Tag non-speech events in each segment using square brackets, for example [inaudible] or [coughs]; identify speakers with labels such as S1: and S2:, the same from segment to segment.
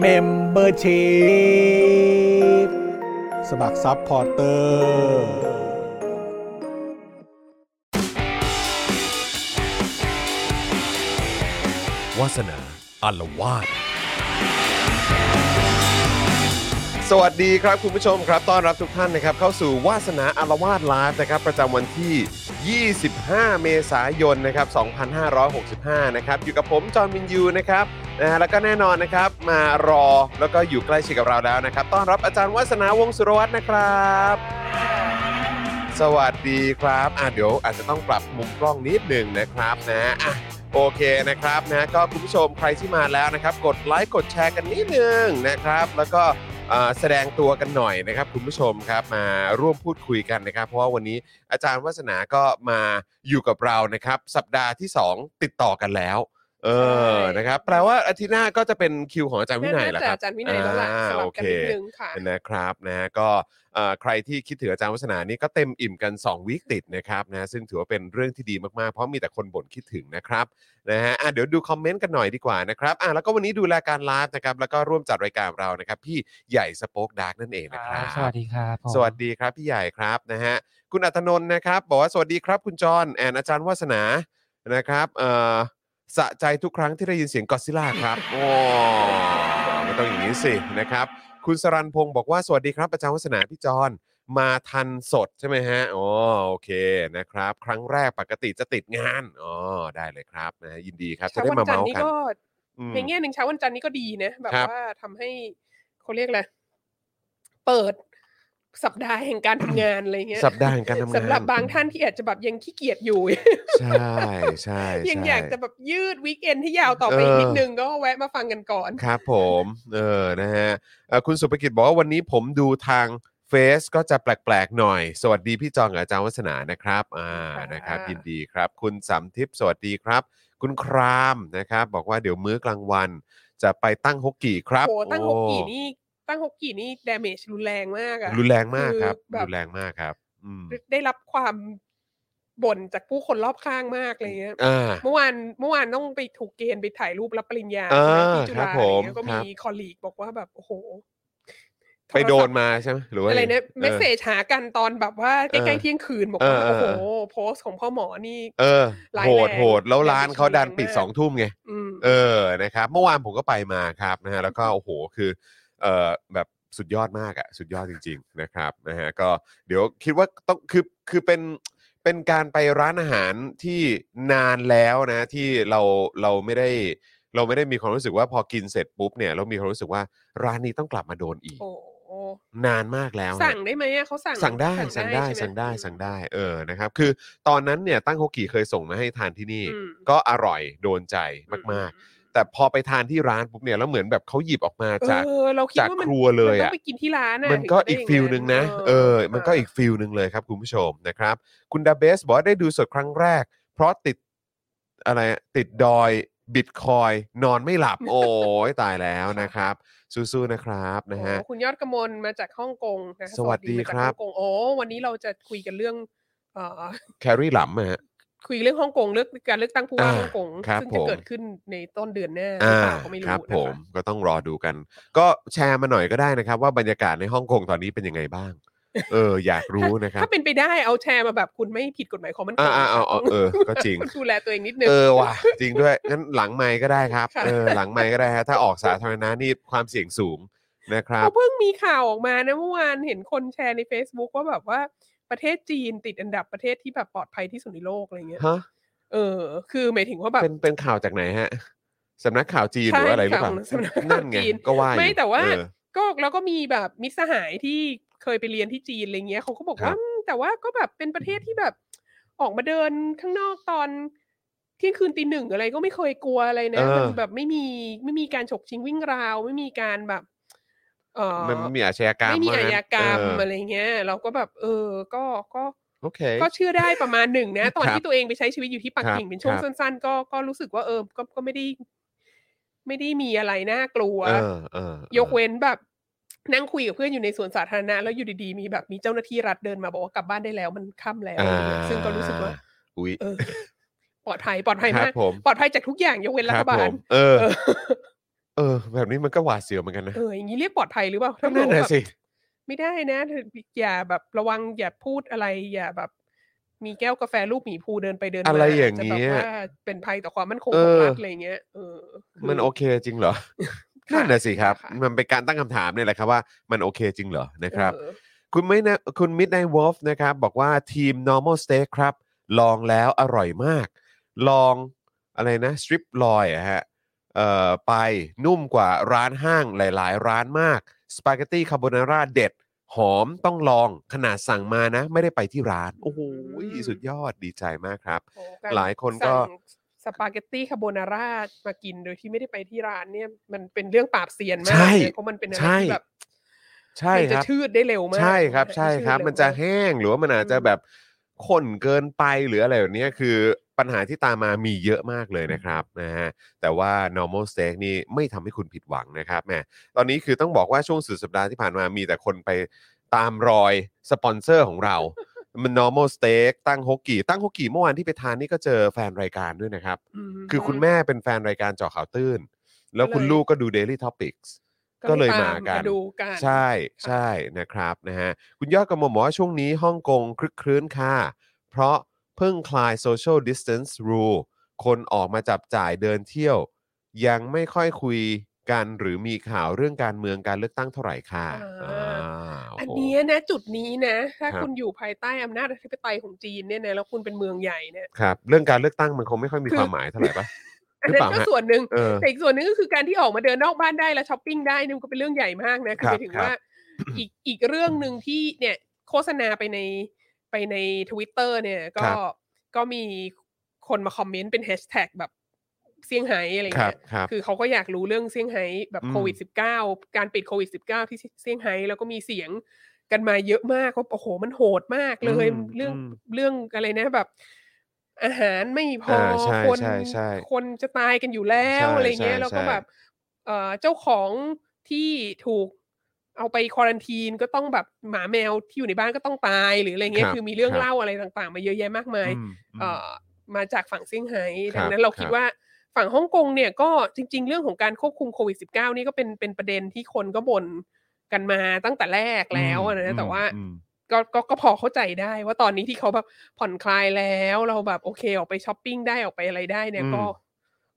S1: เมมเบอร์ชีพสมัครซัพพอร์เตอร์
S2: วาสนาอารวาส
S3: สวัสดีครับคุณผู้ชมครับต้อนรับทุกท่านนะครับ เข้าสู่วาสนาอารวาสไลฟ์นะครับ ประจำวันที่ 25 เมษายนนะครับ 2565 นะครับอยู่กับผมจอห์นวินยูนะครับนะฮะแล้วก็แน่นอนนะครับมารอแล้วก็อยู่ใกล้ชิดกับเราแล้วนะครับ ต้อนรับอาจารย์วาสนาวงศ์สุรวัตรนะครับ สวัสดีครับอ่ะเดี๋ยวอาจจะต้องปรับมุมกล้องนิดหนึ่งนะครับนะอ่ะ โอเคนะครับนะก็คุณผู้ชมใครที่มาแล้วนะครับ กดไลค์กดแชร์กันนิดนึงนะครับ แล้วก็อ่าแสดงตัวกันหน่อยนะครับ คุณผู้ชมครับมาร่วมพูดคุยกันนะครับ เพราะว่าวันนี้อาจารย์วัฒนาก็มาอยู่กับเรานะครับ สัปดาห์ที่ 2 ติดต่อกันแล้ว เออ
S4: ใช่
S3: นะครับแปลว่าอาทิตย์หน้าก็จะเป็นคิวของอาจารย์วินัยแล้วครับ
S4: อาจารย์วินัยแล้วล่ะ
S3: อ่า
S4: สลับ
S3: โอ
S4: กั
S3: เค
S4: นนิดนึงค่ะ
S3: นะครับนะฮะก็เอ่อใครที่คิดถึงอาจารย์วัฒนานี่ก็เต็มอิ่มกัน 2 วีคติดนะครับนะซึ่งถือว่าเป็นเรื่องที่ดีมากๆ เพราะมีแต่คนบ่นคิดถึงนะครับนะฮะอ่ะเดี๋ยวดูคอมเมนต์กันหน่อยดีกว่านะครับอ่ะแล้วก็วันนี้ดูแลการไลฟ์นะครับแล้วก็ร่วมจัดรายการเรานะครับ พี่ใหญ่สป็อคดาร์กนั่นเองนะครับ
S5: สวัสดีครับผม
S3: สวัสดีครับพี่ใหญ่ครับนะฮะคุณอัตนนท์นะครับ บอกว่าสวัสดีครับคุณจอห์นแอนอาจารย์วาสนานะครับเอ่อสะใจทุกครั้งที่ได้ยินเสียงกอซิล่าครับโอ้ไม่ต้องอย่างนี้สินะครับ คุณสรันพงศ์บอกว่าสวัสดีครับอาจารย์วาสนาพี่จอห์นมาทันสดใช่ไหมฮะอ๋อโอเคนะครับ ครั้งแรกปกติจะติดงานอ๋อได้เลยครับนะฮะยินดีครับจะ
S4: เช้า
S3: ได้
S4: วัน
S3: มา
S4: จันท
S3: เมา
S4: ร์
S3: ส์
S4: นี้
S3: กัน
S4: ก็
S3: อืม
S4: ในแง่หนึ่งเช้าวันจันทร์นี้ก็ดีนะแบบ
S3: ครับ
S4: ว่าทำให้เขาเรียกอะไรเปิดสัปดาห์แห่งการทำงานอะไรเงี้ย
S3: สัปดาห์แห่งการทำงาน
S4: สำหรับบางท่านที่อาจจะแบบยังขี้เกียจ
S3: [laughs]
S4: อยู่
S3: ใช่ใช่ใช่
S4: ยังอยากจะแบบยืดวีคเอนที่ยาวต่อไปอีกนิดนึงก็แวะมาฟังกันก่อน
S3: ครับผมเออนะฮะเอ่อคุณสุภกิจบอกว่าวันนี้ผมดูทางเฟซก็จะแปลกๆหน่อย สวัสดีพี่จองกับอาจารย์วัฒนานะครับอ่า
S4: ค่ะ
S3: นะครับ ยินดีครับ คุณสามทิพย์สวัสดีครับ คุณครามนะครับ บอกว่าเดี๋ยวมื้อกลางวัน จะไปตั้งฮกกี่ครับ
S4: โหตั้งหกกี่
S3: โอ้
S4: นี่ตั้งหกกี่นี่ดเมจรุนแรงมากอะ
S3: รุนแรงมากครับ
S4: คือแบบ
S3: รุนแรงมากครับอืม
S4: ได้รับความบ่นจากผู้คนรอบข้างมากอะไรเงี้ย
S3: อ่า
S4: เมื่อวานเมื่อวานต้องไปถูกเกณฑ์ไปถ่ายรูปรับปริญญา
S3: อ่า
S4: ที่จุ
S3: ครั
S4: ฬา
S3: บ
S4: อะไร
S3: ผม
S4: เงี้ยก็
S3: ครั
S4: มี
S3: บ
S4: คอลลีกบอกว่าแบบโอ้โห
S3: ไปโดน
S4: โทรศัพท์
S3: มาใช่ไหมหรือว่า
S4: อะไรนะ
S3: ง
S4: เมสเซ
S3: ออ
S4: จหากันตอนแบบว่าใกล้
S3: เออ
S4: ๆเที่ยงคืนบอก
S3: เออ
S4: ว่า
S3: เออ
S4: โอ้โห โพสต์ของพ่อหมอนี่
S3: เออ
S4: หลาย
S3: โหด
S4: แรง
S3: โหดแล้วร้านเขาดัน
S4: แรงมาก
S3: ปิดสองทุ่มไง
S4: อืม
S3: เออ นะครับ เมื่อวานผมก็ไปมาครับนะฮะ แล้วก็โอ้โห คือ เออแบบสุดยอดมากอะสุดยอดจริง ๆ นะครับ นะฮะ ก็เดี๋ยวคิดว่าต้อง คือ คือเป็น เป็นการไปร้านอาหารที่นานแล้วนะ ที่เรา เราไม่ได้ เราไม่ได้มีความรู้สึกว่าพอกินเสร็จปุ๊บเนี่ย เรามีความรู้สึกว่าร้านนี้ต้องกลับมาโดนอีก
S4: โอ้โห
S3: นานมากแล้วนะ
S4: สั่งได้ไหมอะเขาสั่ง
S3: สั่งได้สั่งได้
S4: ใช่หม
S3: สั่งได้สั่งได้เออนะครับคือตอนนั้นเนี่ยตั้งโฮกี้เคยส่งมาให้ทานที่นี่
S4: อืม
S3: ก็อร่อยโดนใจมาก ๆ แต่พอไปทานที่ร้านปุ๊บเนี่ยแล้วเหมือนแบบเขาหยิบออกมา
S4: เอ
S3: จาก
S4: อเราคิด
S3: จาก
S4: ว่ามัน
S3: ครัวเลย
S4: มันต้
S3: อะ
S4: องไปกินที่ร้านอะ
S3: มันก็
S4: ถึ
S3: อีก
S4: จะได้
S3: ฟิล
S4: ย่าง
S3: หนึ่งนะ เออ มันก็อีกฟิลหนึ่งเลยครับคุณผู้ชมนะครับ คุณดาเบสบอกว่าได้ดูสดครั้งแรก เพราะติดอะไรอะติดดอยบิตคอยนอนไม่หลับ โอ้ยตายแล้วนะครับ สู้ๆนะครับนะฮะ
S4: โอ้คุณยอดกมลมาจากฮ่องกงนะ
S3: สวัสดี
S4: มาจาก
S3: ครับ
S4: ฮ่องกงโอ้วันนี้เราจะคุยกันเรื่องเอ่อ [laughs]
S3: แครี่หลับอะฮะ
S4: คุยเรื่องฮ่องกงเลือกการเลือกตั้งผู้ว่า
S3: อ่า
S4: ฮ่องกง
S3: ครับ
S4: ซึ่งจะ
S3: ผม
S4: เกิดขึ้นในต้นเดือนหน้าหรื
S3: อ่า
S4: อเปล่าก็ไม่รู้
S3: ครับ
S4: นะะ
S3: ผมก็ต้องรอดูกัน ก็แชร์มาหน่อยก็ได้นะครับ ว่าบรรยากาศในฮ่องกงตอนนี้เป็นยังไงบ้าง เออ อยากรู้นะครับ
S4: ถ้าเป็นไปได้เอาแชร์มาแบบคุณไม่ผิดกฎหมายของมัน
S3: อ่าอ่าเอาเอาเออ ก็จริง
S4: ดูแลตัวเองนิดนึง
S3: เออว่ะจริงด้วยงั้นหลังไมค์ก็ได้ครับ
S4: ค่ะ
S3: เออหลังไมค์ก็ได้ฮะถ้าออกสาธารณะนี่ความเสี่ยงสูง นะครับ
S4: เขาเพิ่งมีข่าวออกมานะเมื่อวานเห็นคนแชร์ใน Facebook ว่าแบบว่าประเทศจีนติดอันดับประเทศที่แบบปลอดภัยที่สุดในโลกอะไรเงี้ย
S3: ฮะ
S4: เออ คือหมายถึงว่าแบบ
S3: เป็นเป็นข่าวจากไหนฮะสำนักข่าวจีนหรืออะไรหรือเปล่า
S4: ใช่ข่าวสำนักข่าว
S3: นั่นไง
S4: จีน
S3: ก็ว่าอยู่
S4: ไม่แต่ว่า
S3: เออ
S4: ก็แล้วก็มีแบบมิตรสหายที่เคยไปเรียนที่จีนอะไรเงี้ยเขาก็บอก
S3: ครั
S4: ว่า
S3: บ
S4: อืมแต่ว่าก็แบบเป็นประเทศที่แบบ ออกมาเดินข้างนอกตอนเที่ยงคืนตีหนึ่งอะไรก็ไม่เคยกลัวอะไรนะมันแบบไม่มีไม่มีการฉกชิงวิ่งราว ไม่มีการแบบ เออ
S3: มันไม่มีอาชญากรรม
S4: ไม่มี
S3: ว่
S4: อานญากรรม
S3: เออ
S4: อะไรเงี้ย เราก็แบบ เออ ก็ก็
S3: โอเค
S4: ก็เชื่อได้ประมาณหนึ่งนะ ตอน
S3: ครับ
S4: ที่ตัวเองไปใช้ชีวิตอยู่ที่ปักกิ่ง
S3: ครับ
S4: เป็นช่วง
S3: ครับ
S4: สั้นๆ ก็ก็รู้สึกว่าเออก็ก็ไม่ได้ ไม่ได้มีอะไรน่ากลัว
S3: เออเออ
S4: ยกเว้นแบบ นั่งคุยกับเพื่อนอยู่ในสวนสาธารณะ แล้วอยู่ดีๆ มีแบบมีเจ้าหน้าที่รัฐเดินมาบอกว่ากลับบ้านได้แล้วมันค่ำแล้วอะไรเงี้ยซึ่งก็รู้สึกว่า
S3: อุ้ย
S4: เอ
S3: [laughs]
S4: อ ปลอดภัยปลอดภัย
S3: ครั
S4: มาก
S3: บผม
S4: ปลอดภัยจากทุกอย่างยกเว้นรั
S3: ค
S4: ฐ
S3: รับผ
S4: บาล
S3: มเออ
S4: เออ
S3: เออ แบบนี้มันก็หวาดเสียวเหมือนกันนะ
S4: เอออย่างนี้เรียกปลอดภัยหรือเปล่า
S3: ก็
S4: ถ้าบ
S3: นั่
S4: อน กว่า
S3: น่ะ
S4: แบบ
S3: สิ
S4: ไม่ได้นะเธออย่าแบบระวังอย่าพูดอะไร อย่าแบบ มีแก้วกาแฟลูกหมีภูเดินไปเดินมา
S3: อะไรอย่าง
S4: จจะแบ
S3: เงี้
S4: บ
S3: ย
S4: ว่าเป็นภัยต่อความมั่นคง
S3: เอ
S4: ของ
S3: อ
S4: รัฐอะไรเงี้ยเออคื
S3: มันโอเคจริ
S4: [laughs]
S3: งเหรอ
S4: ค่ะ
S3: นั่นน่ะสิครับ
S4: ค่ะ
S3: มันเป็นการตั้งคำถามเนี่ยแหละครับว่ามันโอเคจริงเหรอนะครับ
S4: เออ
S3: คุณไม่นะคุณมิดไนวอลฟนะครับ บอกว่าทีม normal steak ครับ ลองแล้วอร่อยมาก ลองอะไรนะ strip ลอยอะฮะเอ่อไปนุ่มกว่าร้านห้างหลาย ๆ ร้านมาก สปาเกตตี้คาโบนาร่าเด็ด หอมต้องลองขนาดสั่งมานะ ไม่ได้ไปที่ร้าน โอ้โหสุดยอดดีใจมากครับ
S4: โอ้กร
S3: หลายคนก็
S4: สั่งสปาเกตตี้คาโบนาร่ามากินโดยที่ไม่ได้ไปที่ร้านเนี่ย มันเป็นเรื่องปราบเซียนมาก
S3: ใช่
S4: เลยเพราะมันเป็นอะไร
S3: ใช่
S4: ที่แบบ
S3: ใช่ค
S4: มันจะ
S3: รับ
S4: ชืดได้เร็วมาก
S3: ใช่ครับ
S4: น
S3: ใช่
S4: ชืด
S3: ครับ
S4: เว
S3: มันจะ
S4: าก
S3: แห้งหรือว่ามันอาจจะ
S4: อืม
S3: แบบข้นเกินไปหรืออะไรแบบเนี้ยคือปัญหาที่ตามมามีเยอะมากเลยนะครับนะฮะแต่ว่า normal steak นี่ไม่ทำให้คุณผิดหวังนะครับแหมตอนนี้คือต้องบอกว่าช่วงสุดสัปดาห์ที่ผ่านมามีแต่คนไปตามรอยสปอนเซอร์ของเรา [laughs] มัน normal steak ตั้งฮกกี่ตั้งฮกกี่เมื่อวานที่ไปทานนี่ก็เจอแฟนรายการด้วยนะครับ
S4: ม
S3: คือคุณแม่เป็นแฟนรายการเจาะข่าวตื้น แล้วคุณ
S4: เลย
S3: ลูกก็ดู daily topics ก็เลย
S4: ต
S3: มากัน
S4: ดูกัน
S3: ใช่ใช่นะครับนะฮะคุณยอดกระหม่อมบอกว่าช่วงนี้ฮ่องกงคลึกครื้นค่ะ เพราะเพิ่งคลาย social distance rule คนออกมาจับจ่ายเดินเที่ยว ยังไม่ค่อยคุยกันหรือมีข่าวเรื่องการเมืองการเลือกตั้งเท่าไหร่ค่ะาโโห
S4: อันเนี้ยนะ จุดนี้นะ ถ้า
S3: ครับ
S4: คุณอยู่ภายใต้อำนาจอธิปไตยของจีนเนี่ยนะแล้วคุณเป็นเมืองใหญ่เนี่ย
S3: ครับ เรื่องการเลือกตั้งมันคงไม่ค่อยมี
S4: คือ
S3: ความหมายเท่าไหร่ปะ
S4: อัน
S3: หรือ
S4: นั้
S3: เปล่าน
S4: ก็
S3: ฮะ
S4: ส่วนหนึ่ง
S3: เออ
S4: แต่อีกส่วนหนึ่งก็คือการที่ออกมาเดินนอกบ้านได้และช้อปปิ้งได้นี่มันก็เป็นเรื่องใหญ่มากนะคือ
S3: ครับ
S4: หมายถึง
S3: ครับ
S4: ว่าอีกอีกเรื่องหนึ่งที่เนี่ยโฆษณาไปในไปในทวิตเตอร์เนี่ยก็
S3: ครับ
S4: ก็มีคนมาคอมเมนต์เป็นแฮชแท็กแบบเซี่ยงไฮ้อะไร
S3: ครับ
S4: เงี้ย
S3: ครับ
S4: อเขาก็อยากรู้เรื่องเซี่ยงไฮ้แบบ
S3: อืม
S4: โควิด -19 การปิดโควิด -19 ที่เซี่ยงไฮ้แล้วก็มีเสียงกันมาเยอะมากว่าโอ้โหมันโหดมากเลย
S3: ม
S4: เรื่อง
S3: ม
S4: เรื่องอะไรนะแบบ อาหารไม่พอ
S3: อ่าใช่
S4: คน
S3: ใช่ใช่
S4: คนจะตายกันอยู่แล้ว
S3: ใช่
S4: อะไรเงี้ย
S3: ใช่
S4: แล้วก็
S3: ใช่
S4: แบบเอ่อเจ้าของที่ถูกเอาไปควอรันทีนก็ต้องแบบหมาแมวที่อยู่ในบ้านก็ต้องตายหรืออะไรเงี้ย
S3: รับ
S4: คือมีเรื่อง
S3: บ
S4: เล่าอะไรต่างๆ มาเยอะแยะมากมาย
S3: อืมม
S4: เอ่อมาจากฝั่งเซี่ยงไฮ้
S3: ครั
S4: ดั
S3: บ
S4: งนั้นเรา
S3: ครับ
S4: คิดว่าฝั่งฮ่องกงเนี่ยก็จริง ๆ เรื่องของการควบคุมโควิด -19 นี่ก็เป็นเป็นประเด็นที่คนก็บ่นกันมาตั้งแต่แรกแล้วอะ
S3: อื
S4: นะ
S3: ม
S4: แต่ว่า
S3: อืม
S4: ก็ก็ก็พอเข้าใจได้ว่าตอนนี้ที่เขาแบบผ่อนคลายแล้วเราแบบโอเคออกไปช้อปปิ้งได้ออกไปอะไรได้เนี่ย
S3: อืม
S4: ก็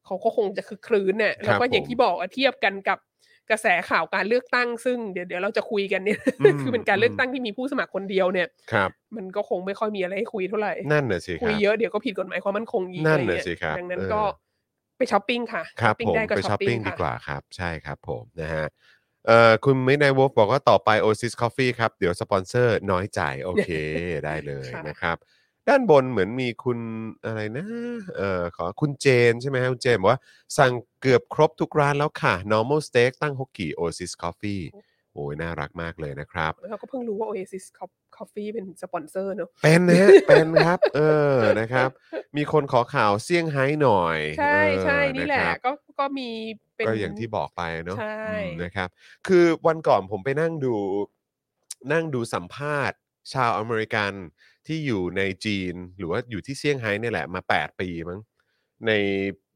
S4: เขาก็คงจะคือครื้นเนี่ยแล้วก็
S3: ครับ
S4: อย่างที่บอกอะเทียบกันกับกระแสข่าวการเลือกตั้งซึ่งเดี๋ยวเดี๋ยวเราจะคุยกันเนี่ย
S3: อืม
S4: [laughs] คือเป็นการเลือกตั้งที่มีผู้สมัครคนเดียวเนี่ย
S3: ครับ
S4: มันก็คงไม่ค่อยมีอะไรให้คุยเท่าไหร่
S3: นั่นน่ะสิค
S4: คุ
S3: รั
S4: ย
S3: บ
S4: เยอะเดี๋ยวก็ผิดกฎหมายความมั่นคงอีก
S3: นั่
S4: อะ
S3: น
S4: ไร
S3: น่ะ
S4: เงี้ย
S3: สิครับ
S4: ดังนั้น
S3: เออ
S4: ก็ไปช้อปปิ้งค่ะ
S3: ครับ
S4: ปิ้ง
S3: ผม
S4: ได้ก็
S3: ไปช้
S4: ช้
S3: อ
S4: อ
S3: ป
S4: ป
S3: ปิ้
S4: ปิ้
S3: ง
S4: ง
S3: ดี
S4: ค่ะ
S3: กว่าครับ ใช่ครับผมนะฮะเอ่อคุณไม่นายวอฟบอกว่าต่อไป Oasis Coffee ครับ เดี๋ยวสปอนเซอร์น้อยใจโอ
S4: [laughs]
S3: เค ได้เลย
S4: ค่ะ
S3: นะครับ ด้านบนเหมือนมีคุณอะไรนะเอ่อขอคุณเจนใช่ไหมฮะคุณเจนบอกว่าสั่งเกือบครบทุกร้านแล้วค่ะ normal steak ตั้งฮกกี้ Oasis Coffee โอ้ยน่ารักมากเลยนะครับ
S4: แล้วก็เพิ่งรู้ว่า Oasis Co- Coffee เป็นสปอนเซอร์เนอะ
S3: เป็นนะฮะ เป็นครับ เออนะครับ มีคนขอข่าวเซี่ยงไฮ้หน่อย
S4: ใช่ใช่
S3: เออ
S4: นี่แห
S3: ค
S4: ละ
S3: รับ
S4: ก็ก็มีเป็น
S3: ก็อย่างที่บอกไปเนอะ
S4: ใช่
S3: อืมนะครับ คือวันก่อนผมไปนั่งดู นั่งดูสัมภาษณ์ ชาวอเมริกันที่อยู่ในจีน หรือว่าอยู่ที่เซี่ยงไฮ้เนี่ยแหละมา 8 ปีมั้งใน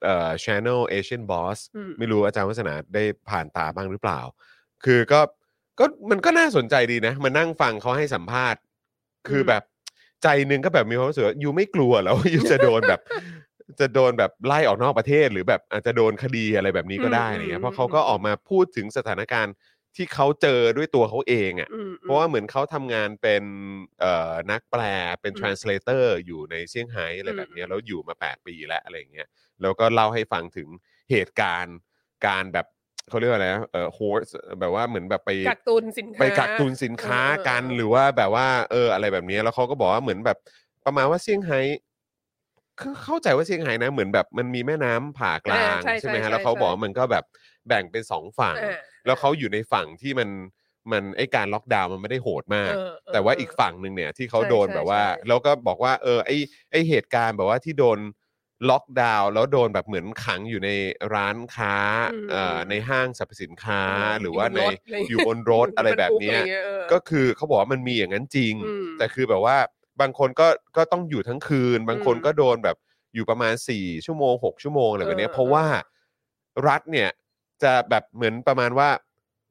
S3: เอ่อ Channel Asian Boss
S4: อืม
S3: ไม่รู้อาจารย์วัฒนาได้ผ่านตาบ้างหรือเปล่า คือก็ก็มันก็น่าสนใจดีนะ มานั่งฟังเขาให้สัมภาษณ์ คืออ
S4: ม
S3: แบบใจหนึงก็แบบมีความรู้สึกว่าอยู่ไม่กลัวแล้วาอยู่ [laughs] จะโดนแบบ จะโดนแบบไล่ออกนอกประเทศ หรือแบบอาจจะโดนคดีอะไรแบบนี้ก็ได้อะไรเงี้ยเพราะเขาก็ออกมาพูดถึงสถานการณ์ ที่เขาเจอด้วยตัวเขาเองอ่ะ
S4: อืมอืม
S3: เพราะว่าเหมือนเขาทำงานเป็นเอ่อนักแปลเป็น
S4: อืม
S3: translator อยู่ในเซี่ยงไฮ้อะไรแบบเนี้ยแล้วอยู่มา 8 ปีแล้วอะไรอย่างเงี้ยแล้วก็เล่าให้ฟังถึงเหตุการณ์การแบบเขาเรียกว่าอะไรนะเอ่อ horse แบบว่าเหมือนแบบไป
S4: กักตุนสินค้า
S3: ไปกักตุนสินค้ากัน
S4: เออเออ
S3: หรือว่าแบบว่าเอออะไรแบบนี้แล้วเขาก็บอกว่าเหมือนแบบประมาณว่าเซี่ยงไฮ้คือเข้าใจว่าเซี่ยงไฮ้นะเหมือนแบบมันมีแม่น้ำผ่ากลาง
S4: อ่าใช่ใช่
S3: ใช่ไหม
S4: ใช่
S3: ฮะแล้วเขา
S4: ใช่
S3: บอกว่ามันก็แบบแบ่งเป็นสองฝั่ง
S4: อ่า
S3: แล้วเขาอยู่ในฝั่งที่มันมันไอการล็อกดาวน์มันไม่ได้โหดมาก
S4: เออเ
S3: แต่ว่าอีกฝั่งหนึ่งเนี่ยที่เขา
S4: ใช่
S3: โดน
S4: ใช่
S3: แบบว่า
S4: ใช่
S3: แล้วก็บอกว่าเออไอไอเหตุการณ์แบบว่าที่โดนล็อกดาวน์แล้วโดนแบบเหมือนขังอยู่ในร้านค้า
S4: อืม
S3: เอ่อ
S4: อืม
S3: ในห้างสรรพสินค้าหรือว่าใน
S4: ถะไร
S3: อยู่บนรถอะไรแบบเนี้ย
S4: ถบรรทุกอะไรเงี้ยเออ
S3: ก็คือเขาบอกว่ามันมีอย่างนั้นจริง
S4: อืม
S3: แต่คือแบบว่าบางคนก็ก็ต้องอยู่ทั้งคืน บางคน
S4: อืม
S3: ก็โดนแบบอยู่ประมาณ 4 ชั่วโมง 6 ชั่วโมงอะไรแบบเนี้ย
S4: เออ
S3: เพราะว่ารัฐเนี่ยจะแบบเหมือนประมาณว่า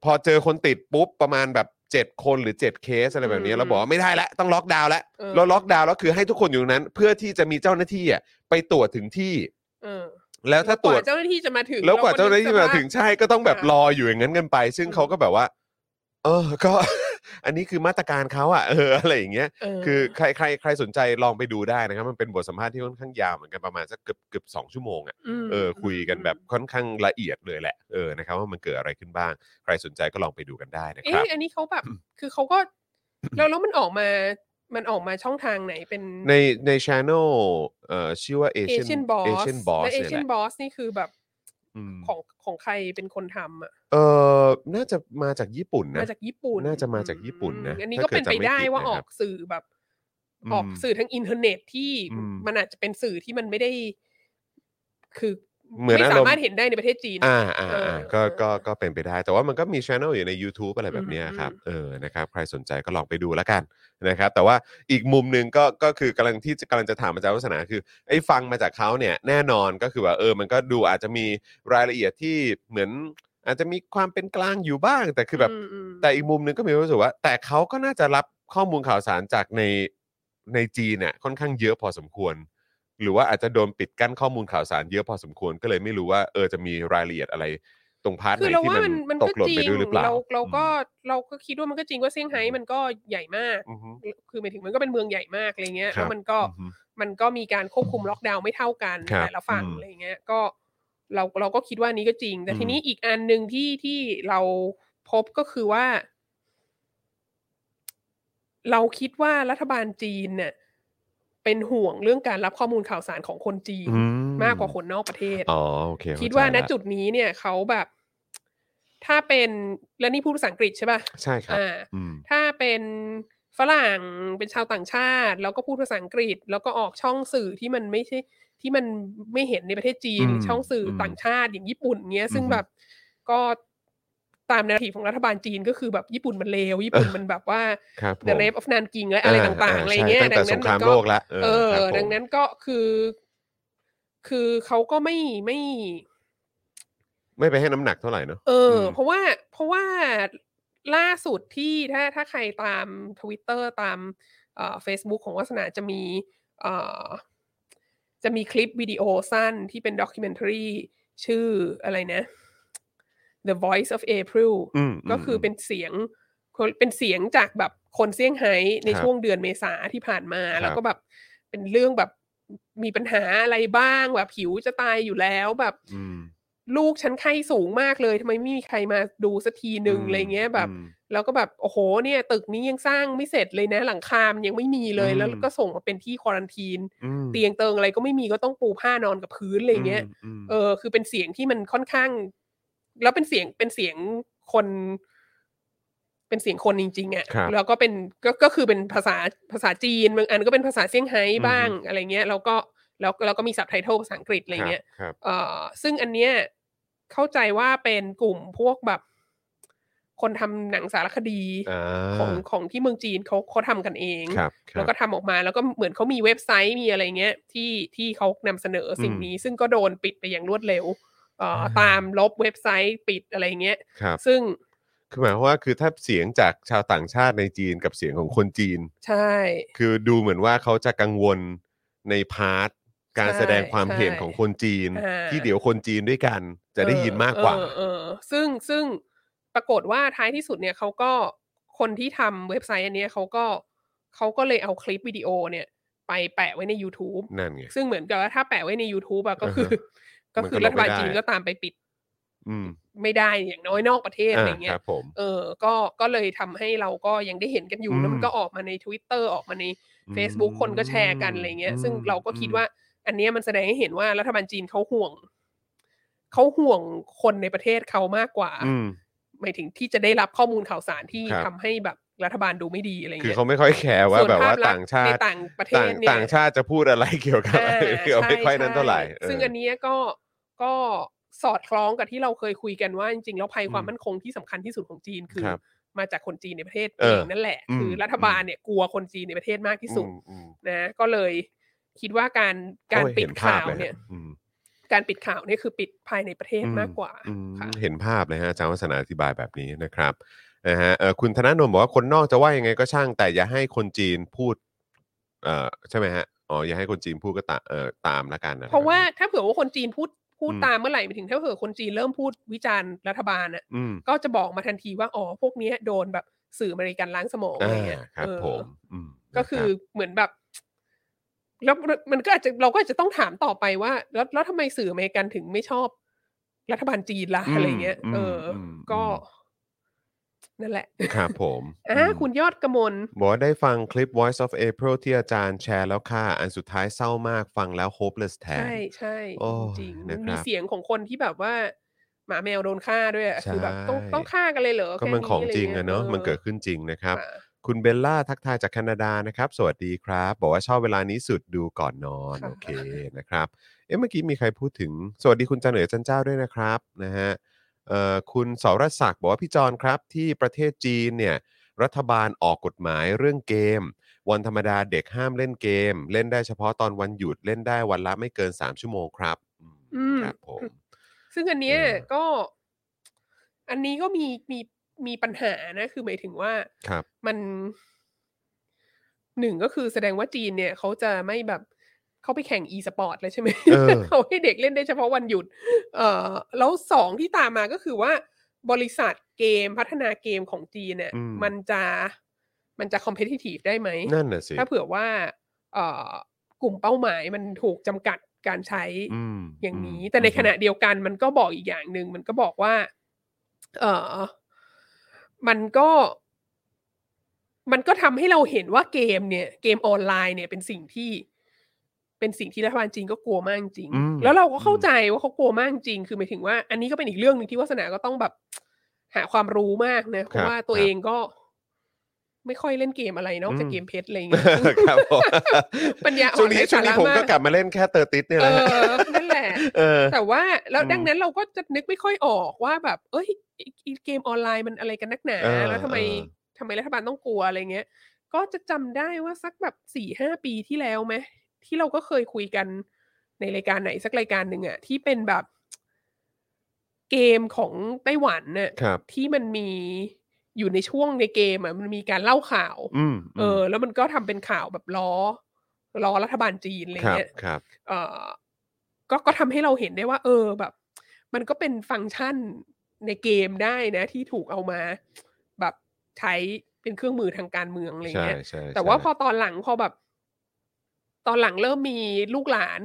S3: พอเจอคนติดปุ๊บประมาณแบบ 7 คนหรือ 7 เคสอะไรแบบเนี้ย
S4: อืม
S3: เราบอกว่าไม่ได้ละต้องล็อกดาวน์ละ
S4: เออ
S3: เราล็อกดาวน์แล้วคือให้ทุกคนอยู่ตรงนั้น เพื่อที่จะมีเจ้าหน้าที่อ่ะไปตรวจถึงที่
S4: เออ
S3: แล้วถ้าตรวจ
S4: กเจ้าหน้าที่จะมาถึง
S3: แล้วกว่า
S4: เร
S3: เจ้าหน้าที่มา
S4: นึกสภพ
S3: ถึงใช่ก็ต้องแบบ
S4: อ่ะ
S3: รออยู่อย่างนั้นกันไป ซึ่ง
S4: อืม
S3: เขาก็แบบว่า เออ [laughs] ก็ อันนี้คือมาตรการเขาอ่ะ [laughs] เอออะไรอย่างเงี้ย
S4: เ
S3: คือใครใครใครสนใจลองไปดูได้นะครับ มันเป็นบทสัมภาษณ์ที่ค่อนข้างยาวเหมือนกันประมาณสักเกือบเกือบสองชั่วโมงอ่ะ
S4: ม
S3: เออคุยกันแบบค่อนข้างละเอียดเลยแหละเออนะครับว่ามันเกิดอะไรขึ้นบ้าง ใครสนใจก็ลองไปดูกันได้นะค
S4: เอ๊ะ
S3: รับ
S4: อันนี้เขาแบบ คือเขาก็ แล้วแล้วมันออกมา มันออกมาช่องทางไหนเป็น
S3: ในในช anel เอ่อชื่อว่า Asian
S4: Asian Boss
S3: Asian Boss
S4: และ
S3: เนี่ยแห
S4: Asian
S3: ละ
S4: Boss นี่คือแบบ
S3: อืม
S4: ของของใครเป็นคนทำอ่ะ
S3: เออน่าจะมาจากญี่ปุ่นนะ
S4: มาจากญี่ปุ่น
S3: น่าจะมาจากญี่ปุ่นนะ
S4: อืมอันนี้
S3: ถ้า
S4: ก็เป็นไป
S3: เกิดจำไม่
S4: ได้
S3: ผิด
S4: ว่า
S3: นะค
S4: อ
S3: รั
S4: อบ กสื่อแบบ
S3: อืม
S4: ออกสื่อทางอินเทอร์เน็ตที่
S3: อืม
S4: มันอาจจะเป็นสื่อที่มันไม่ได้ คือ
S3: เหมือน
S4: ไม่
S3: อารมณ์
S4: สามารถเห็นได้ในประเทศจีน
S3: อ่าอ่า
S4: เออ
S3: อ่า
S4: เออ
S3: ก็
S4: เออ
S3: ก็ก็เป็นไปได้ แต่ว่ามันก็มีช anel อยู่ใน YouTube อะไรแบบเนี้ย
S4: อืม
S3: ครับเออนะครับใครสนใจก็ลองไปดูแล้วกันนะครับ แต่ว่าอีกมุมหนึ่งก็ก็คือกำลังที่กำลังจะถามอาจารย์วัฒนาคือไอ้ฟังมาจากเขาเนี่ยแน่นอนก็คือว่าเออมันก็ดูอาจจะมีรายละเอียดที่เหมือนอาจจะมีความเป็นกลางอยู่บ้าง แต่คือแบบ
S4: อืมอืม
S3: แต่อีกมุมหนึงก็มีความรู้สึกว่า แต่เขาก็น่าจะรับข้อมูลข่าวสารจากในในจีนเนี่ยค่อนข้างเยอะพอสมควร หรือว่าอาจจะโดนปิดกั้นข้อมูลข่าวสารเยอะพอสมควรก็เลยไม่รู้ว่าเออจะมีรายละเอียดอะไรตรงพาร์ทไห
S4: คือน เรา
S3: ที่
S4: ว่า
S3: มัน
S4: มัน
S3: ต
S4: มันก็
S3: กหล่น
S4: จริ
S3: ไป
S4: ง
S3: ด้วยหรือเปล่า
S4: เราเราก็เราก็คิดว่ามันก็จริงว่าเซี่ยงไฮ้มันก็ใหญ่มาก
S3: อืมอืม
S4: คือหมายถึงมันก็เป็นเมืองใหญ่มากอะไรเงี้ย
S3: ครั
S4: แล้
S3: บ
S4: วมันก็
S3: อือฮึ
S4: มันก็มีการควบคุมล็อกดาวน์ไม่เท่ากัน
S3: ครับ
S4: แต่ละฝั่ง
S3: อืม
S4: อะไรเงี้ยก็เราเราก็คิดว่านี้ก็จริง แต่
S3: อืม
S4: ทีนี้อีกอันหนึ่งที่ที่เราพบก็คือว่า เราคิดว่ารัฐบาลจีนเนี่ย เป็นห่วงเรื่องการรับข้อมูลข่าวสารของคนจีน
S3: อื
S4: มากกว่าคนนอกประเทศ
S3: อ๋อโอเค
S4: คิดว่า
S3: เข้
S4: ณ
S3: ใจละ
S4: จุดนี้เนี่ยเขาแบบ ถ้าเป็นและนี่พูดภาษาอังกฤษใช่ป่ะ
S3: ใช่ครับ
S4: อ่า
S3: อืม
S4: ถ้าเป็นฝรั่งเป็นชาวต่างชาติ แล้วก็พูดภาษาอังกฤษ แล้วก็ออกช่องสื่อที่มันไม่ใช่ที่มันไม่เห็นในประเทศจีน
S3: อืม
S4: หรือช่องสื่ออ
S3: ม
S4: ต่างชาติอย่างญี่ปุ่นเงี้ย ซึ่ง
S3: อือฮึ
S4: แบบก็ตามแนวทีของรัฐบาลจีนก็คือแบบญี่ปุ่นมันเลวญี่ปุ่นมันแบบว่า
S3: ครับผม [laughs]
S4: The Rape of Nanking และอะไรต่างๆอะไร
S3: ใช่
S4: เงี้ย
S3: ตั้ง
S4: ดั
S3: แต่
S4: ง
S3: ส
S4: นั้น
S3: งค
S4: มั
S3: ราน ม
S4: ก็
S3: โลกละ
S4: เออ
S3: ครับผม
S4: ดังนั้นก็คือ คือเขาก็ไม่ไม่
S3: ไม่ไปให้น้ำหนักเท่าไหร่เนอะ
S4: เอออ
S3: ม
S4: เพราะว่าเพราะว่าล่าสุดที่ถ้าถ้าใครตาม Twitter ตามเอ่อ Facebook ของวัสนาจะมีเอ่อจะมีคลิปวิดีโอสั้นที่เป็นด็อกิเมนทรีชื่ออะไรนะ The Voice of April
S3: อืมม
S4: ก็คือเป็นเสียงเป็นเสียงจากแบบคนเซี่ยงไฮ้ใน
S3: ครับ
S4: ช่วงเดือนเมษาที่ผ่านมา
S3: ครับ
S4: แล้วก็แบบเป็นเรื่องแบบมีปัญหาอะไรบ้างแบบหิวจะตายอยู่แล้วแบบ
S3: อืม
S4: ลูกฉันไข้สูงมากเลยทำไมไม่มีใครมาดูสักทีหนึ่ง
S3: ม
S4: อะไรเงี้ยแบบ
S3: อืม
S4: แล้วก็แบบโอ้โหเนี่ย ตึกนี้ยังสร้างไม่เสร็จเลยนะ หลังคามนยังไม่มีเลย
S3: อืม
S4: แล้วก็ส่งมาเป็นที่ควอรันทีน
S3: อืม
S4: เตียงเติงอะไรก็ไม่มีก็ต้องปูผ้านอนกับพื้นอะไรเงี้ย
S3: มม
S4: เออคือเป็นเสียงที่มันค่อนข้าง แล้วเป็นเสียงเป็นเสียงคน เป็นเสียงคนจริง
S3: ค
S4: ๆ
S3: รั
S4: อะ่ะ
S3: บ
S4: แล้วก็เป็นก็ก็คือเป็นภาษาภาษาจีนบางอันก็เป็นภาษาเซี่ยงไฮ้บ้าง
S3: อือฮึ
S4: อะไรเงี้ยแล้วก็แล้วแล้วก็มีสับไตเติลภาษาอังกฤษอะไรเงี้ย
S3: ครับ
S4: เอ่อซึ่งอันเนี้ยเข้าใจว่าเป็นกลุ่มพวกแบบ คนทำหนังสารคดี
S3: อ่า
S4: ของของที่เมืองจีนเขาเขาทำกันเอง
S3: ครับครับ
S4: แล้วก็ทำออกมาแล้วก็เหมือนเขามีเว็บไซต์มีอะไรเงี้ยที่ที่เขานำเสนอสิ่ง
S3: อืม
S4: นี้ ซึ่งก็โดนปิดไปอย่างรวดเร็วเอ่ออตามลบเว็บไซต์ปิดอะไรเงี้ย
S3: ครับ
S4: ซึ่ง
S3: คือหมายความว่าคือถ้าเสียงจากชาวต่างชาติในจีนกับเสียงของคนจีน
S4: ใช่
S3: คือดูเหมือนว่าเขาจะกังวลในพาร์ทการแสดงความเห็นของคนจีน
S4: ใช่อ่า
S3: ที่เดี๋ยวคนจีนด้วยกัน จะได้ยินมากกว่า
S4: เออเออซึ่งซึ่ง ปรากฏว่าท้ายที่สุดเนี่ยเขาก็คนที่ทำเว็บไซต์อันเนี้ยเขาก็เขาก็เลยเอาคลิปวิดีโอเนี่ย ไปแปะไว้ใน YouTube
S3: นั่นไง
S4: ซึ่งเหมือนกับว่าถ้าแปะไว้ใน YouTube อะก็คืออ
S3: อฮะ
S4: ก็คือ
S3: มันก็ลบไม่
S4: รัฐบาล
S3: ได้
S4: จีนก็ตามไปปิด
S3: อืม
S4: ไม่ได้อย่างน้อยนอกประเทศอะไรเงี้
S3: ค
S4: ย
S3: รับผม
S4: เออ ก็ก็เลยทำให้เราก็ยังได้เห็นกันอยู่
S3: อืม
S4: แล้วมันก็ออกมาใน Twitter ออกมาใน
S3: อืม
S4: Facebook คนก็แชร์กันอะไรเงี้ย ซึ่งเราก็คิดว่า อันเนี้ยมันแสดงให้เห็นว่ารัฐบาลจีนเขาห่วง เขาห่วงคนในประเทศเขามากกว่า
S3: อืม
S4: หมายถึงที่จะได้รับข้อมูลข่าวสารที่
S3: ครับ
S4: ทำให้แบบรัฐบาลดูไม่ดีอะไร
S3: คือ
S4: เงี้ย
S3: เขาไม่ค่อยแคร์ว่า
S4: ส่น
S3: แบบว่า
S4: ภพลักษ
S3: ต่าง
S4: ณ์
S3: ชา
S4: ใน
S3: ติ
S4: ต่างประเท
S3: ต่าง
S4: ศเนี่ย
S3: ต่างชาติจะพูดอะไรเกี่ยวกับ
S4: อ่า
S3: อะไร
S4: ใช่
S3: ไม่ค่อย [laughs] นั้นเท่าไหร่
S4: ใช่
S3: เออ
S4: ซึ่งอันเนี้ยก็ก็สอดคล้องกับที่เราเคยคุยกันว่าจริงๆแล้วภัยความมั่นคงที่สำคัญที่สุดของจีนคือ
S3: ครับ
S4: มาจากคนจีนในประเทศ
S3: เอ
S4: เอ
S3: อง
S4: นั่นแหละ
S3: อืม
S4: คือรัฐบาลเนี่ยกลัวคนจีนในประเทศมากที่สุด
S3: อืมอืม
S4: นะ ก็เลยคิดว่าการการ
S3: โอ้ย
S4: ปิด
S3: ห็ภ
S4: ข่า
S3: พล
S4: ว
S3: ฮะ
S4: เนี่ย
S3: อืม
S4: การปิดข่าวเนี่ยคือปิดภายในประเทศ
S3: อืม
S4: มากกว่า
S3: อืม
S4: ค่ะ
S3: เห็นภาพเลยฮะอาจารย์วัฒนาอธิบายแบบนี้นะครับนะฮะเอ่อคุณธนาโนนบอกว่าคนนอกจะว่ายังไงก็ช่าง แต่อย่าให้คนจีนพูด เอ่อใช่ไหมฮะอ๋ออย่าให้คนจีนพูดก็ตาเอ่อตามละกันนคบ
S4: เพราะว่าถ้าเผื่อว่าคนจีนพูดพูด
S3: อืม
S4: ตามเมื่อไหร่หมายถึงถ้าเผื่อคนจีนเริ่มพูดวิจารณ์รัฐบาลอะ
S3: อืม
S4: ก็จะบอกมาทันทีว่าอ๋อพวกเนี้ยโดนแบบสื่ออเมริกันล้างสมองอะไร
S3: อ่า
S4: เงี้ย
S3: ครับ
S4: เออ
S3: ผมอืม
S4: ก็คือ
S3: นะรับ
S4: เหมือนแบบแล้วมันก็อาจจะเราก็อาจจะต้องถามต่อไปว่า แล้วแล้วทำไมสื่ออเมริกันถึงไม่ชอบรัฐบาลจีนล่ะอะไรเงี้ย
S3: ม
S4: เอออ
S3: ม
S4: ก็
S3: อื
S4: นั่นแหละ
S3: มครับผม
S4: อ่ะ
S3: ม
S4: คุณยอดกมล
S3: บอกว่าได้ฟังคลิป Voice of April ที่อาจารย์แชร์แล้วค่ะ อันสุดท้ายเศร้ามากฟังแล้ว hopeless แทน
S4: ใช่ใช่
S3: โอ้ย
S4: จริงๆ
S3: นะ
S4: มั
S3: ค
S4: น
S3: รับ
S4: มีเสียงของคนที่แบบว่า หมาแมวโดนฆ่าด้วยอะคือแบบต้อง
S3: ใช่
S4: ต้องฆ่ากันเลยเหรอ
S3: ก็
S4: แค่
S3: มันของจริงอะเนอะ
S4: ออ
S3: มันเกิดขึ้นจริงนะครับ
S4: ค่ะ
S3: คุณเบลล่าทักทายจากแคนาดานะครับ สวัสดีครับ บอกว่าชอบเวลานี้สุดดูก่อนนอน
S4: ค่ะ
S3: โอเคนะครับ เอ๊ะเมื่อกี้มีใครพูดถึง สวัสดีคุณจันเหนือจันเจ้าด้วยนะครับนะฮะเอ่อคุณสรศักดิ์บอกว่าพี่จอนครับที่ประเทศจีนเนี่ย รัฐบาลออกกฎหมายเรื่องเกม วันธรรมดาเด็กห้ามเล่นเกม เล่นได้เฉพาะตอนวันหยุดเล่นได้วันละไม่เกิน 3 ชั่วโมงครับ
S4: อืม
S3: ครับผม
S4: ซึ่งอันเนี้ย
S3: เออ
S4: ก็ อันนี้ก็มีมีมีปัญหานะ คือหมายถึงว่า
S3: ครับ
S4: มันหนึ่งก็คือแสดงว่าจีนเนี่ยเขาจะไม่แบบเขาไปแข่ง e สปอร์ตเลยใช่ไหม
S3: เออ
S4: [laughs] เขาให้เด็กเล่นได้เฉพาะวันหยุด เอ่อ แล้วสองที่ตามมาก็คือว่า บริษัทเกมพัฒนาเกมของจีนเนี่ย
S3: อืม
S4: มันจะมันจะคอมเพ t i t i v e ได้ไหม
S3: นั่นน่ะสิ
S4: ถ้าเผื่อว่า เอ่อกลุ่มเป้าหมายมันถูกจำกัดการใช้
S3: อืม
S4: อย่างนี้
S3: อืม
S4: แต่ในขณะเดียวกันมันก็บอกอีกอย่างหนึ่งมันก็บอกว่า เออมันก็ มันก็ทำให้เราเห็นว่าเกมเนี่ย เกมออนไลน์เนี่ยเป็นสิ่งที่ เป็นสิ่งที่รัฐบาลจีนก็กลัวมากจริง
S3: อืม
S4: แล้วเราก็เข้าใจว่าเขากลัวมากจริงคือหมายถึงว่า อันนี้ก็เป็นอีกเรื่องหนึ่งที่วาสนาก็ต้องแบบ หาความรู้มากนะเพ
S3: ครั
S4: ราะ
S3: บ
S4: ว่าตัวเองก็ ไม่ค่อยเล่นเกมอะไรนอกจาก
S3: อืม
S4: เกมเพชรอะไรอย่างเงี้ย [laughs]
S3: ครับผม
S4: ปัญญาอ่อน
S3: ช่วงนี้
S4: ไร้
S3: ช่วงนี้
S4: สาระ
S3: ผมก็
S4: มาก
S3: กลับมาเล่นแค่เตอร์ติส [laughs] เนี่ย
S4: เอ
S3: แหละฮะ
S4: อนั่นแหละ
S3: [laughs] เออ
S4: แต่ว่าแล้ว
S3: อืม
S4: ดังนั้นเราก็จะนึกไม่ค่อยออกว่าแบบ เอ้ยไอ้ไอ้เกมออนไลน์มันอะไรกันนักหนา
S3: เออ
S4: แล้วทำไม
S3: เออ
S4: ทำไมรัฐบาลต้องกลัวอะไรเงี้ย ก็จะจำได้ว่าสักแบบสี่ห้าปีที่แล้วไหมที่เราก็เคยคุยกันในรายการไหนสักรายการหนึ่งอะที่เป็นแบบ เกมของไต้หวันน่ะ
S3: ครับ
S4: ที่มันมีอยู่ในช่วงในเกมอะมันมีการเล่าข่าว
S3: อืม
S4: เออ แล้วมันก็ทำเป็นข่าวแบบล้อล้อรัฐบาลจีนอะไร
S3: ครับ
S4: เงี้ย
S3: ครับ
S4: เอ่อก็ก็ทำให้เราเห็นได้ว่า เออแบบ มันก็เป็นฟังก์ชันในเกมได้นะ ที่ถูกเอามา แบบใช้เป็นเครื่องมือทางการเมืองอะไร
S3: ใช่
S4: เงี้ย
S3: ใช่
S4: แต่ว่าพ
S3: ใช่
S4: อตอนหลังพอแบบ ตอนหลังเริ่มมีลูกหลาน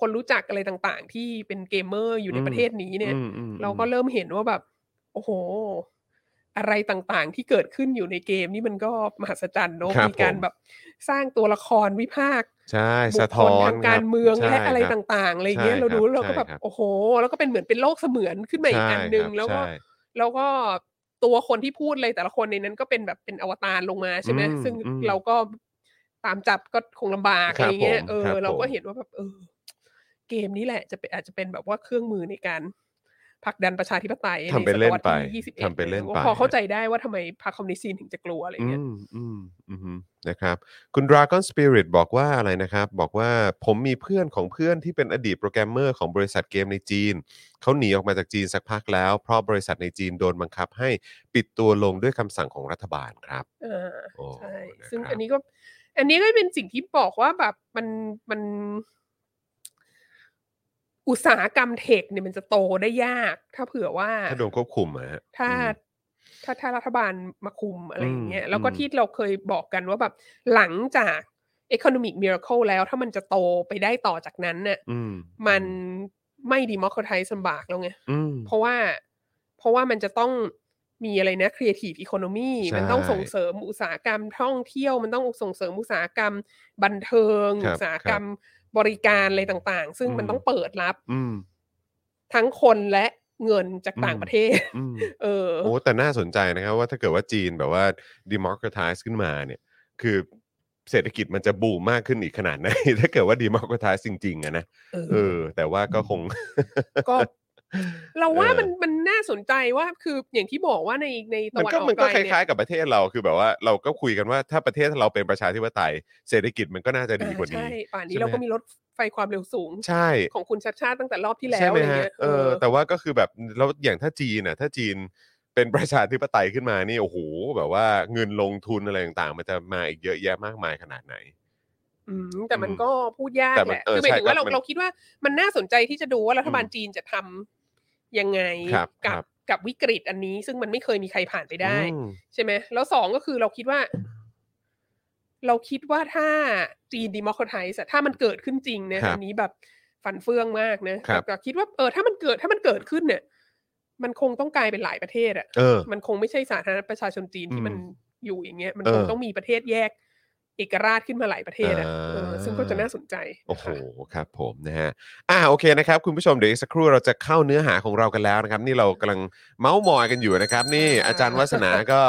S4: คนรู้จักอะไรต่าง ๆ ที่เป็นเกมเมอร์อยู่ในประเทศนี้เนี่ย
S3: อืมอืม
S4: เราก็เริ่มเห็นว่าแบบ โอ้โห อะไรต่างๆ ที่เกิดขึ้นอยู่ในเกมนี่มันก็มหัศจรรย์เนอะมีการแบบสร้างตัวละครวิพากษ
S3: ใช่
S4: บุ
S3: สะ
S4: คค
S3: ท้อ
S4: ล
S3: น
S4: ทางการ
S3: คบ
S4: เมืองและ
S3: ใช่
S4: อะไร
S3: คบ
S4: ต่างๆอะไรอย่างเงี้ย
S3: ใช่
S4: เราดู
S3: ครับ
S4: แล้วเราก็แบบ
S3: ใช่ครับ
S4: โอ้โห แล้วก็เป็นเหมือนเป็นโลกเสมือนขึ้นมาอีกอันหนึ่ง
S3: ใช่
S4: แล้วก็
S3: ใช่
S4: แล้วก็ตัวคนที่พูดอะไรแต่ละคนในนั้นก็เป็นแบบเป็นอวตารลงมาใช่ไหม
S3: อืม
S4: ซึ่ง
S3: อืม
S4: เราก็ตามจับก็คงลำบาก
S3: ค
S4: อะ
S3: รั
S4: ไร
S3: บ
S4: เงี้ย
S3: ผม
S4: เอ
S3: ครั
S4: อบ เรา
S3: ผ
S4: ก็
S3: ม
S4: เห็นว่าแบบเออ เกมนี้แหละจะเป็นอาจจะเป็นแบบว่าเครื่องมือในการผลักดันประชาธิปไตย
S3: ทำเป็นเล่นไป
S4: ใศตวรรษที่21
S3: ทำเป็นเล่นไป
S4: พอเข้าใจได้ว่าทำไมพรรคคอมมิวนิสต์จีนถึงจะกลัวอะไร
S3: อื
S4: เงี้ย
S3: มอืมอืมนะครับ คุณ Dragon Spirit บอกว่าอะไรนะครับ บอกว่าผมมีเพื่อนของเพื่อนที่เป็นอดีตโปรแกรมเมอร์ของบริษัทเกมในจีน เขาหนีออกมาจากจีนสักพักแล้ว เพราะบริษัทในจีนโดนบังคับให้ปิดตัวลงด้วยคำสั่งของรัฐบาลครับ
S4: เออ
S3: โอ้
S4: ใช่
S3: นะครับ
S4: ซึ่งอันนี้ก็ อันนี้ก็เป็นสิ่งที่บอกว่าแบบมันมัน อุตสาหกรรมเทคเนี่ยมันจะโตได้ยาก ถ้าเผื่อว่า
S3: ถ้าโดนควบคุมอะฮะ
S4: ถ้า
S3: อืม
S4: ถ้าถ้ารัฐบาลมาคุมอะไรอย่างเงี้ย
S3: อืม
S4: แล้วก็
S3: อืม
S4: ที่เราเคยบอกกันว่าแบบหลังจาก economic miracle แล้วถ้ามันจะโตไปได้ต่อจากนั้นเนี่ย
S3: อืม
S4: มันไม่ democratize ลำบากแล้วไง
S3: อืม
S4: เพราะว่าเพราะว่ามันจะต้องมีอะไรนะ creative economy
S3: ใช่
S4: มันต้องส่งเสริมอุตสาหกรรมท่องเที่ยว มันต้องส่งเสริมอุตสาหกรรมบันเทิง
S3: ครับ
S4: อุตสาหกรรมบริการอะไรต่างๆ ซึ่ง
S3: อืม
S4: มันต้องเปิดรับ
S3: อืม
S4: ทั้งคนและเงินจาก
S3: อืม
S4: ต่างประเทศ
S3: อืม
S4: เออ
S3: โอ้แต่น่าสนใจนะครับว่าถ้าเกิดว่าจีนแบบว่า democratize ขึ้นมาเนี่ย คือเศรษฐกิจมันจะบูมมากขึ้นอีกขนาดไหน [laughs] ถ้าเกิดว่า democratize จริง ๆอะนะ
S4: เออ
S3: เออ แต่ว่าก็คง
S4: ก็ เราว่า
S3: เออ
S4: มันมันน่าสนใจว่าคืออย่างที่บอกว่าในใน
S3: [laughs]
S4: ตะ
S3: มัน
S4: วัน
S3: ก็
S4: ออก
S3: มัน
S4: ก
S3: ก็
S4: ลา
S3: ค
S4: งเนี่ย
S3: ล้ายๆกับประเทศเราคือแบบว่าเราก็คุยกันว่าถ้าประเทศเราเป็นประชาธิปไตย เศรษฐกิจมันก็น่าจะดีกว่านี้
S4: อ่าใช่ ป่าน
S3: ใช่
S4: นี้
S3: ไหม
S4: เราก็มีรถไฟความเร็วสูง
S3: ใช่
S4: ของคุณชัดชาติตั้งแต่รอบที่แล้
S3: ใช่
S4: ว
S3: ไห
S4: อะ
S3: ม
S4: ไร
S3: ฮะ
S4: เงี้ย
S3: เออ แต่ว่าก็คือแบบแล้วอย่างถ้าจีนน่ะถ้าจีนเป็นประชาธิปไตยขึ้นมานี่โอ้โหแบบว่าเงินลงทุนอะไรต่างๆ มันจะมาอีกเยอะแยะมากมายขนาดไหน
S4: อืมแต่มัน
S3: อืม
S4: ก็พูดยาก
S3: แต่มั
S4: แห
S3: น
S4: ละ
S3: เออ
S4: คือหมายถึงว่าเรา
S3: ใช่ครับมัน
S4: เราคิดว่ามันน่าสนใจที่จะดูว่ารัฐบาล
S3: อืม
S4: จีนจะทำยังไง
S3: ครับครั
S4: กับ บกับวิกฤตอันนี้ ซึ่งมันไม่เคยมีใครผ่านไปได้
S3: อืม
S4: ใช่ไหมแล้วสองก็คือเราคิดว่า เราคิดว่าถ้าจีนดิมอคไทส์ถ้ามันเกิดขึ้นจริงนะครับ อันนี้แบบฟันเฟืองมากนะครับ แต่คิดว่าเออถ้ามันเกิดถ้ามันเกิดขึ้นเนี่ย มันคงต้องกลายเป็นหลายประเทศอะ
S3: เออ
S4: มันคงไม่ใช่สาธารณรัฐประชาชนจีนที่มัน
S3: อืม
S4: อยู่อย่างเงี้ย มัน
S3: เออ
S4: คงต้องมีประเทศแยก เอกราชขึ้นมาหลายประเทศอ่ะ
S3: อ่า
S4: เออซึ่งก็จะน่าสนใจ
S3: โอ้โห
S4: นะคะ
S3: ครับผมนะฮะ อ่า โอเคนะครับ คุณผู้ชม เดี๋ยวอีกสักครู่เราจะเข้าเนื้อหาของเรากันแล้วนะครับ นี่เรากำลังเมาส์มอยกันอยู่นะครับ นี่อาจารย์วัฒนาก็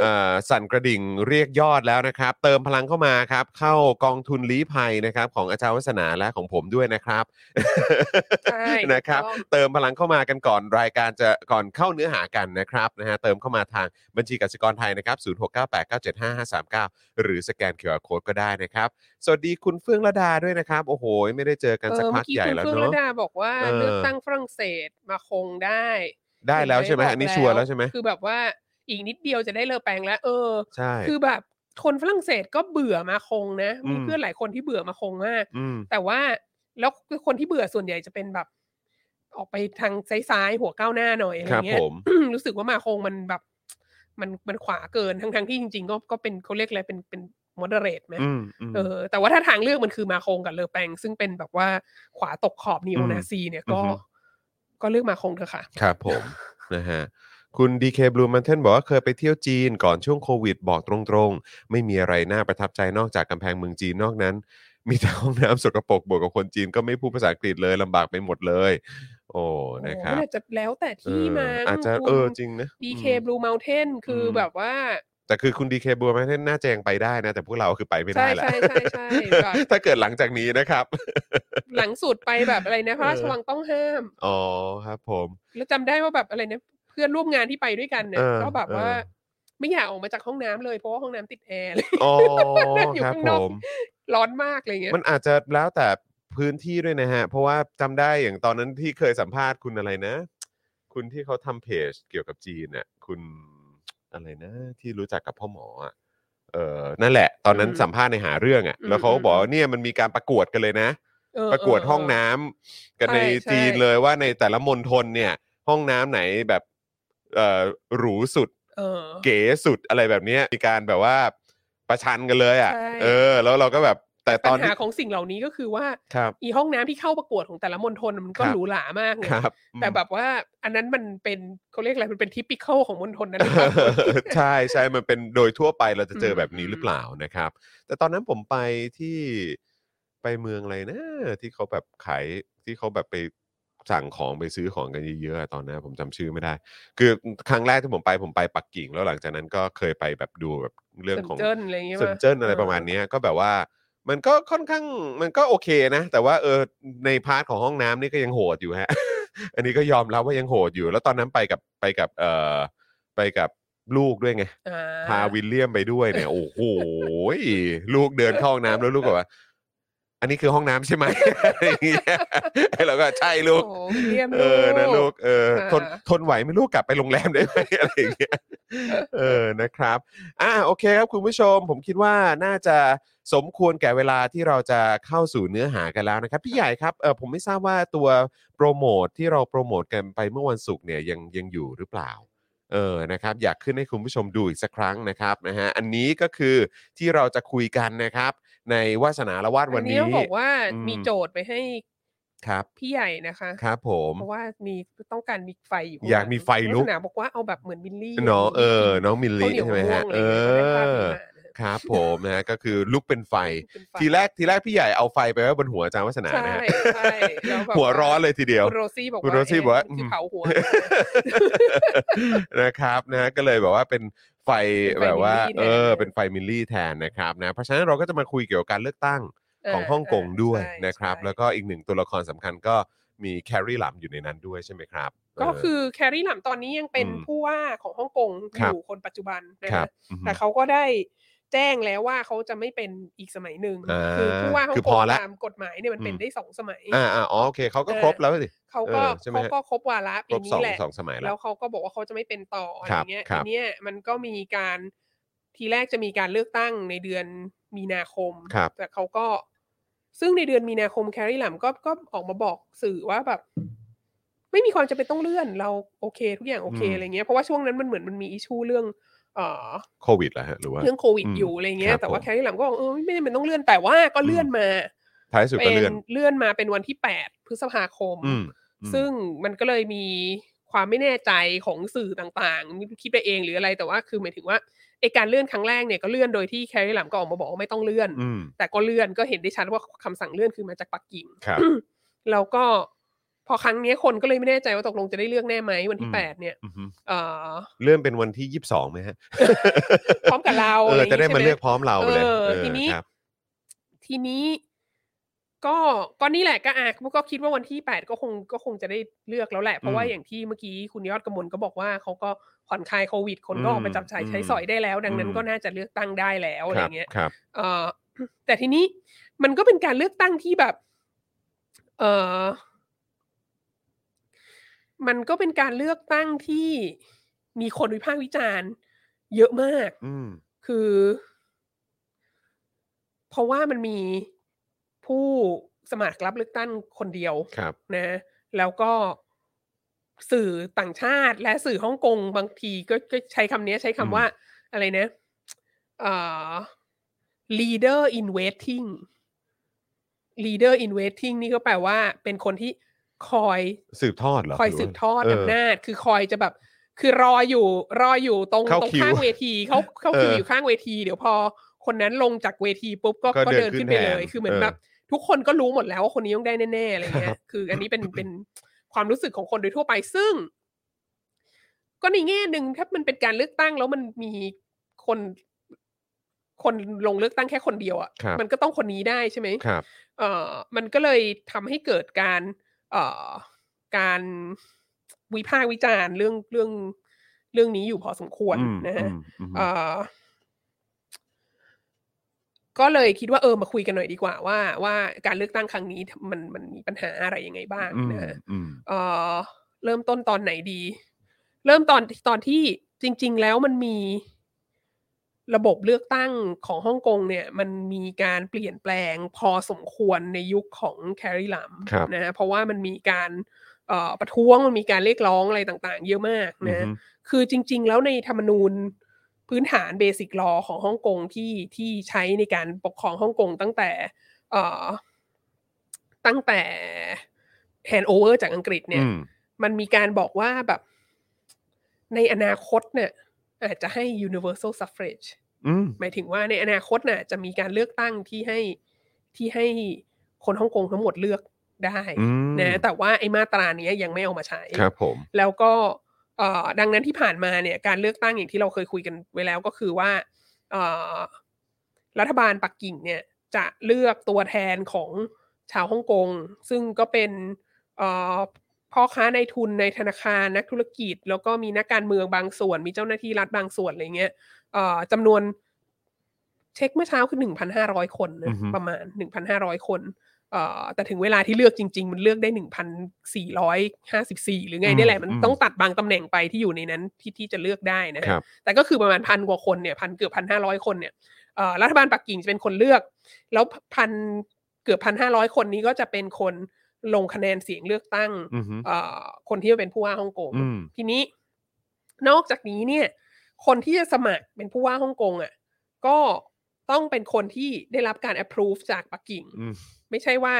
S3: เอ่อสั่นกระดิ่งเรียกยอดแล้วนะครับ เติมพลังเข้ามาครับ เข้ากองทุนลี้ภัยนะครับ ของอาจารย์วัฒนาและของผมด้วยนะครับ
S4: ใช่
S3: [laughs] นะครับ
S4: ถูกต้อง
S3: เติมพลังเข้ามากันก่อนรายการจะก่อนเข้าเนื้อหากันนะครับนะฮะเติมเข้ามาทางบัญชีกสิกรไทยนะครับ 0698975539 หรือสแกน QR Code ก็ได้นะครับ สวัสดีคุณเฟื่องระดาด้วยนะครับ โอ้โห ไม่ได้เจอกัน
S4: เอ
S3: สัก
S4: อ
S3: พั
S4: เมื่
S3: ก
S4: อกี้
S3: ใหญ่
S4: คุณ
S3: แล้ว
S4: เฟื่อง
S3: เนาะ
S4: ระดาบอกว่า
S3: เออ
S4: เลือกตั้งฝรั่งเศสมาคงได้
S3: ได้แล้ว
S4: เห็น
S3: ใช่ไหม
S4: บก
S3: อันนี้ชัวร์แล้วใช่ไหม
S4: คือแบบว่าอีกนิดเดียวจะได้เลอแปลงแล้ว เออ
S3: ใช่
S4: คือแบบคนฝรั่งเศสก็เบื่อมาคงนะมี
S3: อืม
S4: เพื่อนหลายคนที่เบื่อมาคงมาก
S3: อืม
S4: แต่ว่าแล้วคนที่เบื่อส่วนใหญ่จะเป็นแบบ ออกไปทางซ้ายๆหัวก้าวหน้าหน่อยอะไร
S3: ครับ
S4: เงี้ย
S3: ผม
S4: [coughs] รู้สึกว่ามาโคงมันแบบ มันมันขวาเกินทั้งทั้งๆที่จริง ๆ ก็ก็เป็นเขาเรียกอะไรเป็นเป็นมอดเรตไหม
S3: อืมอืม
S4: เออแต่ว่าถ้าทางเลือกมันคือมาโคงกับเลอแปงซึ่งเป็นแบบว่าขวาตกขอบนีโอนาซีเนี่ยก็
S3: อือฮึ
S4: ก็เลือกมาโคงเถอะค่ะ
S3: ครับผม นะฮะ คุณ DK Blue Mountain บอกว่าเคยไปเที่ยวจีนก่อนช่วงโควิดบอกตรงๆ ไม่มีอะไรน่าประทับใจนอกจากกำแพงเมืองจีนนอกนั้น [laughs] มีแต่ห้องน้ำสกปรกบวกกับคนจีนก็ไม่พูดภาษาอังกฤษเลยลำบากไปหมดเลย โอ้ นะค
S4: โอ้
S3: รับ
S4: มันอาจจะแล้วแต่
S3: เอ
S4: ที่
S3: อ
S4: มา
S3: อาจจะเออจริงนะ
S4: ดีเค
S3: อืม
S4: บลูเมลเทนคืออ
S3: ม
S4: แบบว่า
S3: แต่คือคุณดีเคบัวไม่ได้น่าแจงไปได้นะ แต่พวกเราคือไปไม่ได้แหละ
S4: ใช่ใช่ใช่ใช่
S3: [laughs] ถ้าเกิดหลังจากนี้นะครับ
S4: หลังสุดไปแบบอะไร
S3: [laughs]
S4: นะพระราชวังต้องห้าม
S3: อ๋อครับผม
S4: แล้วจำได้ว่าแบบอะไรนะเพื่อนร่วมงานที่ไปด้วยกันเนี่ย
S3: เออ
S4: ก็แบบว่า
S3: เออ
S4: ไม่อยากออกมาจากห้องน้ำเลยเพราะว่าห้องน้ำติดแอร์เลย
S3: อ๋อ
S4: [laughs] อยู่
S3: ครับ
S4: ข้าง
S3: ผ
S4: นอก
S3: ม
S4: ร้อนมากอะไรเงี้ย
S3: มันอาจจะแล้วแต่พื้นที่ด้วยนะฮะ เพราะว่าจำได้อย่างตอนนั้นที่เคยสัมภาษณ์คุณอะไรนะ คุณที่เขาทำเพจเกี่ยวกับจีนเนี่ยคุณอะไรนะ ที่รู้จักกับพ่อหมออะเออนั่นแหละ ตอนนั้น
S4: อืม
S3: สัมภาษณ์ในหาเรื่องอ่ะ
S4: อืม
S3: แล้วเขาก็
S4: อืม
S3: บอกว่าเนี่ยมันมีการประกวดกันเลยนะ
S4: เออ
S3: ประกวด
S4: เเ
S3: ห้องน้ำกันใน
S4: ใช่ใช่
S3: จีนเลยว่าในแต่ละมณฑลเนี่ย ห้องน้ำไหนแบบเออหรูสุด
S4: เออ
S3: เก๋สุดอะไรแบบเนี้ยมีการแบบว่าประชันกันเลยอ่ะ
S4: ใช่
S3: เออ แล้วเราก็แบบแต่ต
S4: ปั
S3: อน
S4: ญ
S3: ที่
S4: หาของสิ่งเหล่านี้ก็คือว่า
S3: ครับ
S4: อีห้องน้ำที่เข้าประกวดของแต่ละมณฑลมันก็
S3: ครับ
S4: หรูหราม [laughs] ากไง
S3: ครับ
S4: แต่แบบว่า อันนั้นมันเป็นเขาเรียกอะไรมันเป็นทิปิคอลของมณฑลนั้นหรือเปล่า
S3: [laughs] [laughs] ใช่ใช่มันเป็นโดยทั่วไปเราจะเจออ
S4: ม
S3: แบบนี้หรือเปล่านะครับ แต่ตอนนั้นผมไปที่ไปเมืองอะไรนะ ที่เขาแบบขายที่เขาแบบไปสั่งของไปซื้อของกันเยอะๆอะตอนนั้นผมจำชื่อไม่ได้ คือครั้งแรกที่ผมไปผมไปปักกิ่ง แล้วหลังจากนั้นก็เคยไปแบบดูแบบเรื่องของ
S4: เซินเจิ้นอะไรอย่างเงี้ย
S3: สนเจิ้นอะไรประมาณเนี้ยก็แบบว่า มันก็ค่อนข้างมันก็โอเคนะ แต่ว่าเออในพาร์ทของห้องน้ำนี่ก็ยังโหดอยู่ฮะ [laughs] อันนี้ก็ยอมรับว่ายังโหดอยู่ แล้วตอนนั้นไปกับไปกับเอ่อไปกับลูกด้วยไง
S4: อ่
S3: พาวิลเลียมไปด้วยเนี่ย โอ้โหยลูกเดินเข้าห้องน้ำแล้วลูกบอกว่า อันนี้คือห้องน้ำใช่ไหม [laughs] อะไรอย่างเงี้ยแล้วก็ใช่ลูก
S4: โอ้วิลเลียม
S3: เออนะลู
S4: ลู
S3: ก
S4: ก
S3: เออ
S4: ค่ะ
S3: ทนทนไหวไหม่ลูกกลับไปโรงแรมได้ไหม [laughs] อะไรอย่างเงี้ยเออนะครับ อ่ะโอเคครับคุณผู้ชม ผมคิดว่าน่าจะสมควรแก่เวลาที่เราจะเข้าสู่เนื้อหากันแล้วนะครับ พี่ใหญ่ครับเออผมไม่ทราบว่าตัวโปรโมทที่เราโปรโมทกันไปเมื่อวันศุกร์เนี่ยยังยังอยู่หรือเปล่า เออนะครับอยากขึ้นให้คุณผู้ชมดูอีกสักครั้งนะครับนะฮะอันนี้ก็คือที่เราจะคุยกันนะครับ ในวาสนาละวาด
S4: วั
S3: วัน น
S4: นี้
S3: นี้
S4: ต้องบอกว่า
S3: อืม
S4: มีโจทย์ไปให้
S3: ครับ
S4: พี่ใหญ่นะคะ
S3: ครับผม
S4: เพราะว่ามีต้องการมีไฟอยู่ข้ง
S3: อยากมีไฟลุก
S4: ลัษณะบอกว่าเอาแบบเหมือนบิลลี่
S3: เนาะเออน้องมิล
S4: ข้า
S3: ลิ
S4: วเนียว
S3: ใช่ไหม
S4: ว
S3: ฮะ
S4: ง
S3: เออครับผมนะฮะก็คือลุกเป็น
S4: [laughs]
S3: ไฟ ทีแรกทีแรกพี่ใหญ่เอาไฟไปไว้บนหัวอาจารย์วัฒนา
S4: ใช่
S3: นะฮะ
S4: ใช่แล้วแบบา
S3: หัวร้อนเลยทีเดียว
S4: คุณโรซี่บอกว่า
S3: คุณโรซี่บอกว่า
S4: เะนี่คือเผาหัว
S3: [laughs] นะครับนะก็เลยแบบว่าเป็นไฟ
S4: เป็
S3: แบ
S4: นไฟ
S3: บว่า
S4: มิลลิแท
S3: เอ
S4: น
S3: อเป็นไฟมิลลี่แทนนะครับนะเพราะฉะนั้นเราก็จะมาคุยเกี่ยวกับการเลือกตั้งของฮ่องกงด้วย
S4: ใช่
S3: นะครับ
S4: ใช่
S3: แล้วก็อีกหนึ่งตัวละครสำคัญก็มีแครีหลัมอยู่ในนั้นด้วยใช่ไหมครับ
S4: ก็
S3: เ
S4: คือแคร์รี่หลำตอนนี้ยังเป็น
S3: อืม
S4: ผู้ว่าของฮ่องกงอ
S3: ครับ
S4: ยู่คนปัจจุบันนะ
S3: ครั
S4: คะ
S3: บอือฮึ
S4: แต่เขาก็ได้แจ้งแล้วว่าเขาจะไม่เป็นอีกสมัยหนึ่ง
S3: อ่า
S4: คือผู้ว่าฮ่อง
S3: คือก พอง ละ
S4: ตามกฎหมายเนี่ยมันเป็น
S3: อืม
S4: ได้สองสมัย
S3: อ่าอ่าอ๋อโอเคเขาก็
S4: เออ
S3: ครบแล้วสิ
S4: เขาก็
S3: เออใช่ไหม
S4: เขา
S3: ฮะ
S4: ก็ครบวาระ
S3: คร
S4: ปี
S3: บส
S4: นี้
S3: อง
S4: แหละ
S3: สองสมัยแล้
S4: แล้ว วเขาก็บอกว่าเขาจะไม่เป็นต่ออะไร
S3: ครับ
S4: เงี้ย
S3: ครั
S4: ที
S3: บ
S4: เนี้ยมันก็มีการทีแรกจะมีการเลือกตั้งในเดือนมีนาคม
S3: ครับ
S4: แต่เขาก็ ซึ่งในเดือนมีนาคมแครี่หลัมก็ก็ออกมาบอกสื่อว่าแบบ ไม่มีความจำเป็นต้องเลื่อน เราโอเค ทุกอย่างโอเค
S3: อืม
S4: อะไรเงี้ยเพราะว่าช่วงนั้นมันเหมือนมันมีอิชูเรื่อง เอ่อ
S3: โควิดแล้วฮะหรือว่า
S4: เรื่องโควิด
S3: อืม
S4: อยู่อะไรเงี้
S3: ครั
S4: ย
S3: บ
S4: แต่ว่า
S3: ผม
S4: แครี่หลัมก็บอกเออไม่ได้มันต้องเลื่อนแต่ว่าก็เลื่อนมา
S3: ท้ายสุดก็
S4: เป็น
S3: เลื่อน
S4: เลื่อนมาเป็นวันที่ 8 พฤษภาคม
S3: อืมอืม
S4: ซึ่งมันก็เลยมีความไม่แน่ใจของสื่อต่างๆไม่รู้คิดไปเองหรืออะไรแต่ว่าคือหมายถึงว่าไอการเลื่อนครั้งแรกเนี่ยก็เลื่อนโดยที่แครี่หลัมก็ออกมาบอกว่าไม่ต้องเลื่อน
S3: อืม
S4: แต่ก็เลื่อนก็เห็นได้ชัดว่าคำสั่งเลื่อนคือมาจากปักกิ่ง
S3: ครับ
S4: แล้วก็พอครั้งเนี้ยคนก็เลยไม่แน่ใจว่าตกลงจะได้เลือกแน่ไหมวัน
S3: อื
S4: ที่
S3: ม
S4: แปดเนี่ย
S3: อือฮึ
S4: เอ่อ
S3: เลื่อนเป็นวันที่ยี่สิบสองไหมฮะ
S4: [laughs] พร้อมกับเรา
S3: เอ
S4: อะไร
S3: อ
S4: อย่างงี้
S3: จะได้มา
S4: ใช่ไหม
S3: เลือกพร้อมเราไปเลย
S4: เออ
S3: เออ
S4: ทีนี้
S3: ครับ
S4: ทีนี้ก็ก็นี่แหละก็อ่ะก็คิดว่าวันที่แปดก็คงก็คงจะได้เลือกแล้วแหละ เพราะว่า
S3: อืม
S4: อย่างที่เมื่อกี้คุณยอดกมลก็บอกว่าเขาก็ผ่อนคลายโควิด คนก็
S3: อืม
S4: ออกไปจับจ่ายใช้
S3: อืม
S4: สอยได้แล้ว ดังนั้น
S3: อืม
S4: ก็น่าจะเลือกตั้งได้แล้วอะไร
S3: ครับ
S4: เงี้ย
S3: ครับ
S4: เออแต่ทีนี้มันก็เป็นการเลือกตั้งที่แบบ เออมันก็เป็นการเลือกตั้งที่มีคนวิพากษ์วิจารณ์ เยอะมาก
S3: อืม
S4: คือ เพราะว่ามันมีผู้สมัครรับเลือกตั้งคนเดียว
S3: ครับ
S4: นะ แล้วก็สื่อต่างชาติและสื่อฮ่องกงบางทีก็ก็ใช้คำนี้ใช้
S3: อืม
S4: คำว่า อะไรนะเอ่อ leader in waiting leader in waiting นี่ก็แปลว่าเป็นคนที่คอย
S3: สืบทอดเหรอ
S4: คอย
S3: หรืว่า
S4: สืบทอด
S3: เ
S4: อำนาจ คือคอยจะแบบ คือรออยู่ รออยู่ตรง
S3: เข้า
S4: ตรง
S3: คิว
S4: ข้างเวทีเขาเขา
S3: เออ
S4: คิวอยู่ข้างเวที เดี๋ยวพอคนนั้นลงจากเวทีปุ๊บก็
S3: ก็
S4: ก็
S3: เดิน
S4: เดินขึ้นไปเลย
S3: ขึ้นแทน
S4: คือเหมือน
S3: เออ
S4: แบบ ทุกคนก็รู้หมดแล้วว่าคนนี้ต้องได้แน่ๆอะไร
S3: [laughs] ค
S4: เงี้
S3: รั
S4: ย
S3: บ
S4: คืออันนี้เป็นเป็นความรู้สึกของคนโดยทั่วไปซึ่ง ก็ในแง่หนึ่งถ้ามันเป็นการเลือกตั้งแล้วมันมีคน คนลงเลือกตั้งแค่คนเดียวอะ
S3: ครับ
S4: มันก็ต้องคนนี้ได้ใช่ไหม
S3: ครับ
S4: เอ่อมันก็เลยทำให้เกิดการเอ่อการวิพากษ์วิจารณ์เรื่องเรื่องเรื่องนี้อยู่พอสมควร
S3: อืม
S4: นะฮะ
S3: อืมอืม
S4: เอ่อก็เลยคิดว่าเออมาคุยกันหน่อยดีกว่าว่าว่าการเลือกตั้งครั้งนี้มันมันมีปัญหาอะไรยังไงบ้าง
S3: อืม
S4: นะฮะ
S3: อืม
S4: เอ่อเริ่มต้นตอนไหนดี เริ่มตอนตอนที่จริง ๆ แล้วมันมีระบบเลือกตั้งของฮ่องกงเนี่ย มันมีการเปลี่ยนแปลงพอสมควรในยุคของแคริลัม
S3: ครับ
S4: นะเพราะว่ามันมีการเอ่อประท้วงมันมีการเรียกร้องอะไรต่าง ๆ เยอะมากนะ
S3: อืม
S4: คือจริง ๆ แล้วในธรรมนูญพื้นฐานเบสิกลอของฮ่องกงที่ที่ใช้ในการปกครองฮ่องกงตั้งแต่เอ่อตั้งแต่แฮนด์โอเวอร์จากอังกฤษเนี่ย
S3: อืม
S4: มันมีการบอกว่าแบบในอนาคตเนี่ย อาจจะให้ universal suffrage
S3: อืม
S4: หมายถึงว่าในอนาคตน่ะจะมีการเลือกตั้งที่ให้ที่ให้คนฮ่องกงทั้งหมดเลือกได้
S3: อืม
S4: นะแต่ว่าไอ้มาตราเนี้ยยังไม่เอามาใช้
S3: ครับผม
S4: แล้วก็เอ่อดังนั้นที่ผ่านมาเนี่ยการเลือกตั้งอย่างที่เราเคยคุยกันไว้แล้วก็คือว่าเอ่อรัฐบาลปักกิ่งเนี่ยจะเลือกตัวแทนของชาวฮ่องกง ซึ่งก็เป็นเอ่อพ่อค้าในายทุนในธนาคารนักธุรกิจ แล้วก็มีนักการเมืองบางส่วน มีเจ้าหน้าที่รัฐบางส่วนอะไรเงี้ยเอ่อจำนวนเช็คเมื่อเช้าคือหนึ่งพันห้าร้อยคน
S3: อื
S4: นะ
S3: อฮึ
S4: ประมาณหนึ่งพันห้าร้อยคน เอ่อแต่ถึงเวลาที่เลือกจริง ๆ มันเลือกได้หนึ่งพันสี่ร้อยห้าสิบสี่หรือไง
S3: อืม
S4: เนี่ยแหละมัน
S3: อืม
S4: ต้องตัดบางตำแหน่งไปที่อยู่ในนั้นที่ที่จะเลือกได้นะฮะ
S3: ครับ
S4: แต่ก็คือประมาณพันกว่าคนเนี่ยพันเกือบพันห้าร้อยคนเนี่ยเอ่อรัฐบาลปักกิ่งจะเป็นคนเลือก แล้วพันเกือบพันห้าร้อยคนนี้ก็จะเป็นคนลงคะแนนเสียงเลือกตั้ง
S3: อืม
S4: เอ่อคนที่จะเป็นผู้ว่าฮ่องกง
S3: อืม
S4: ทีนี้ นอกจากนี้เนี่ย คนที่จะสมัครเป็นผู้ว่าฮ่องกงอ่ะ ก็ต้องเป็นคนที่ได้รับการ approve จากปักกิ่ง
S3: อืม
S4: ไม่ใช่ว่า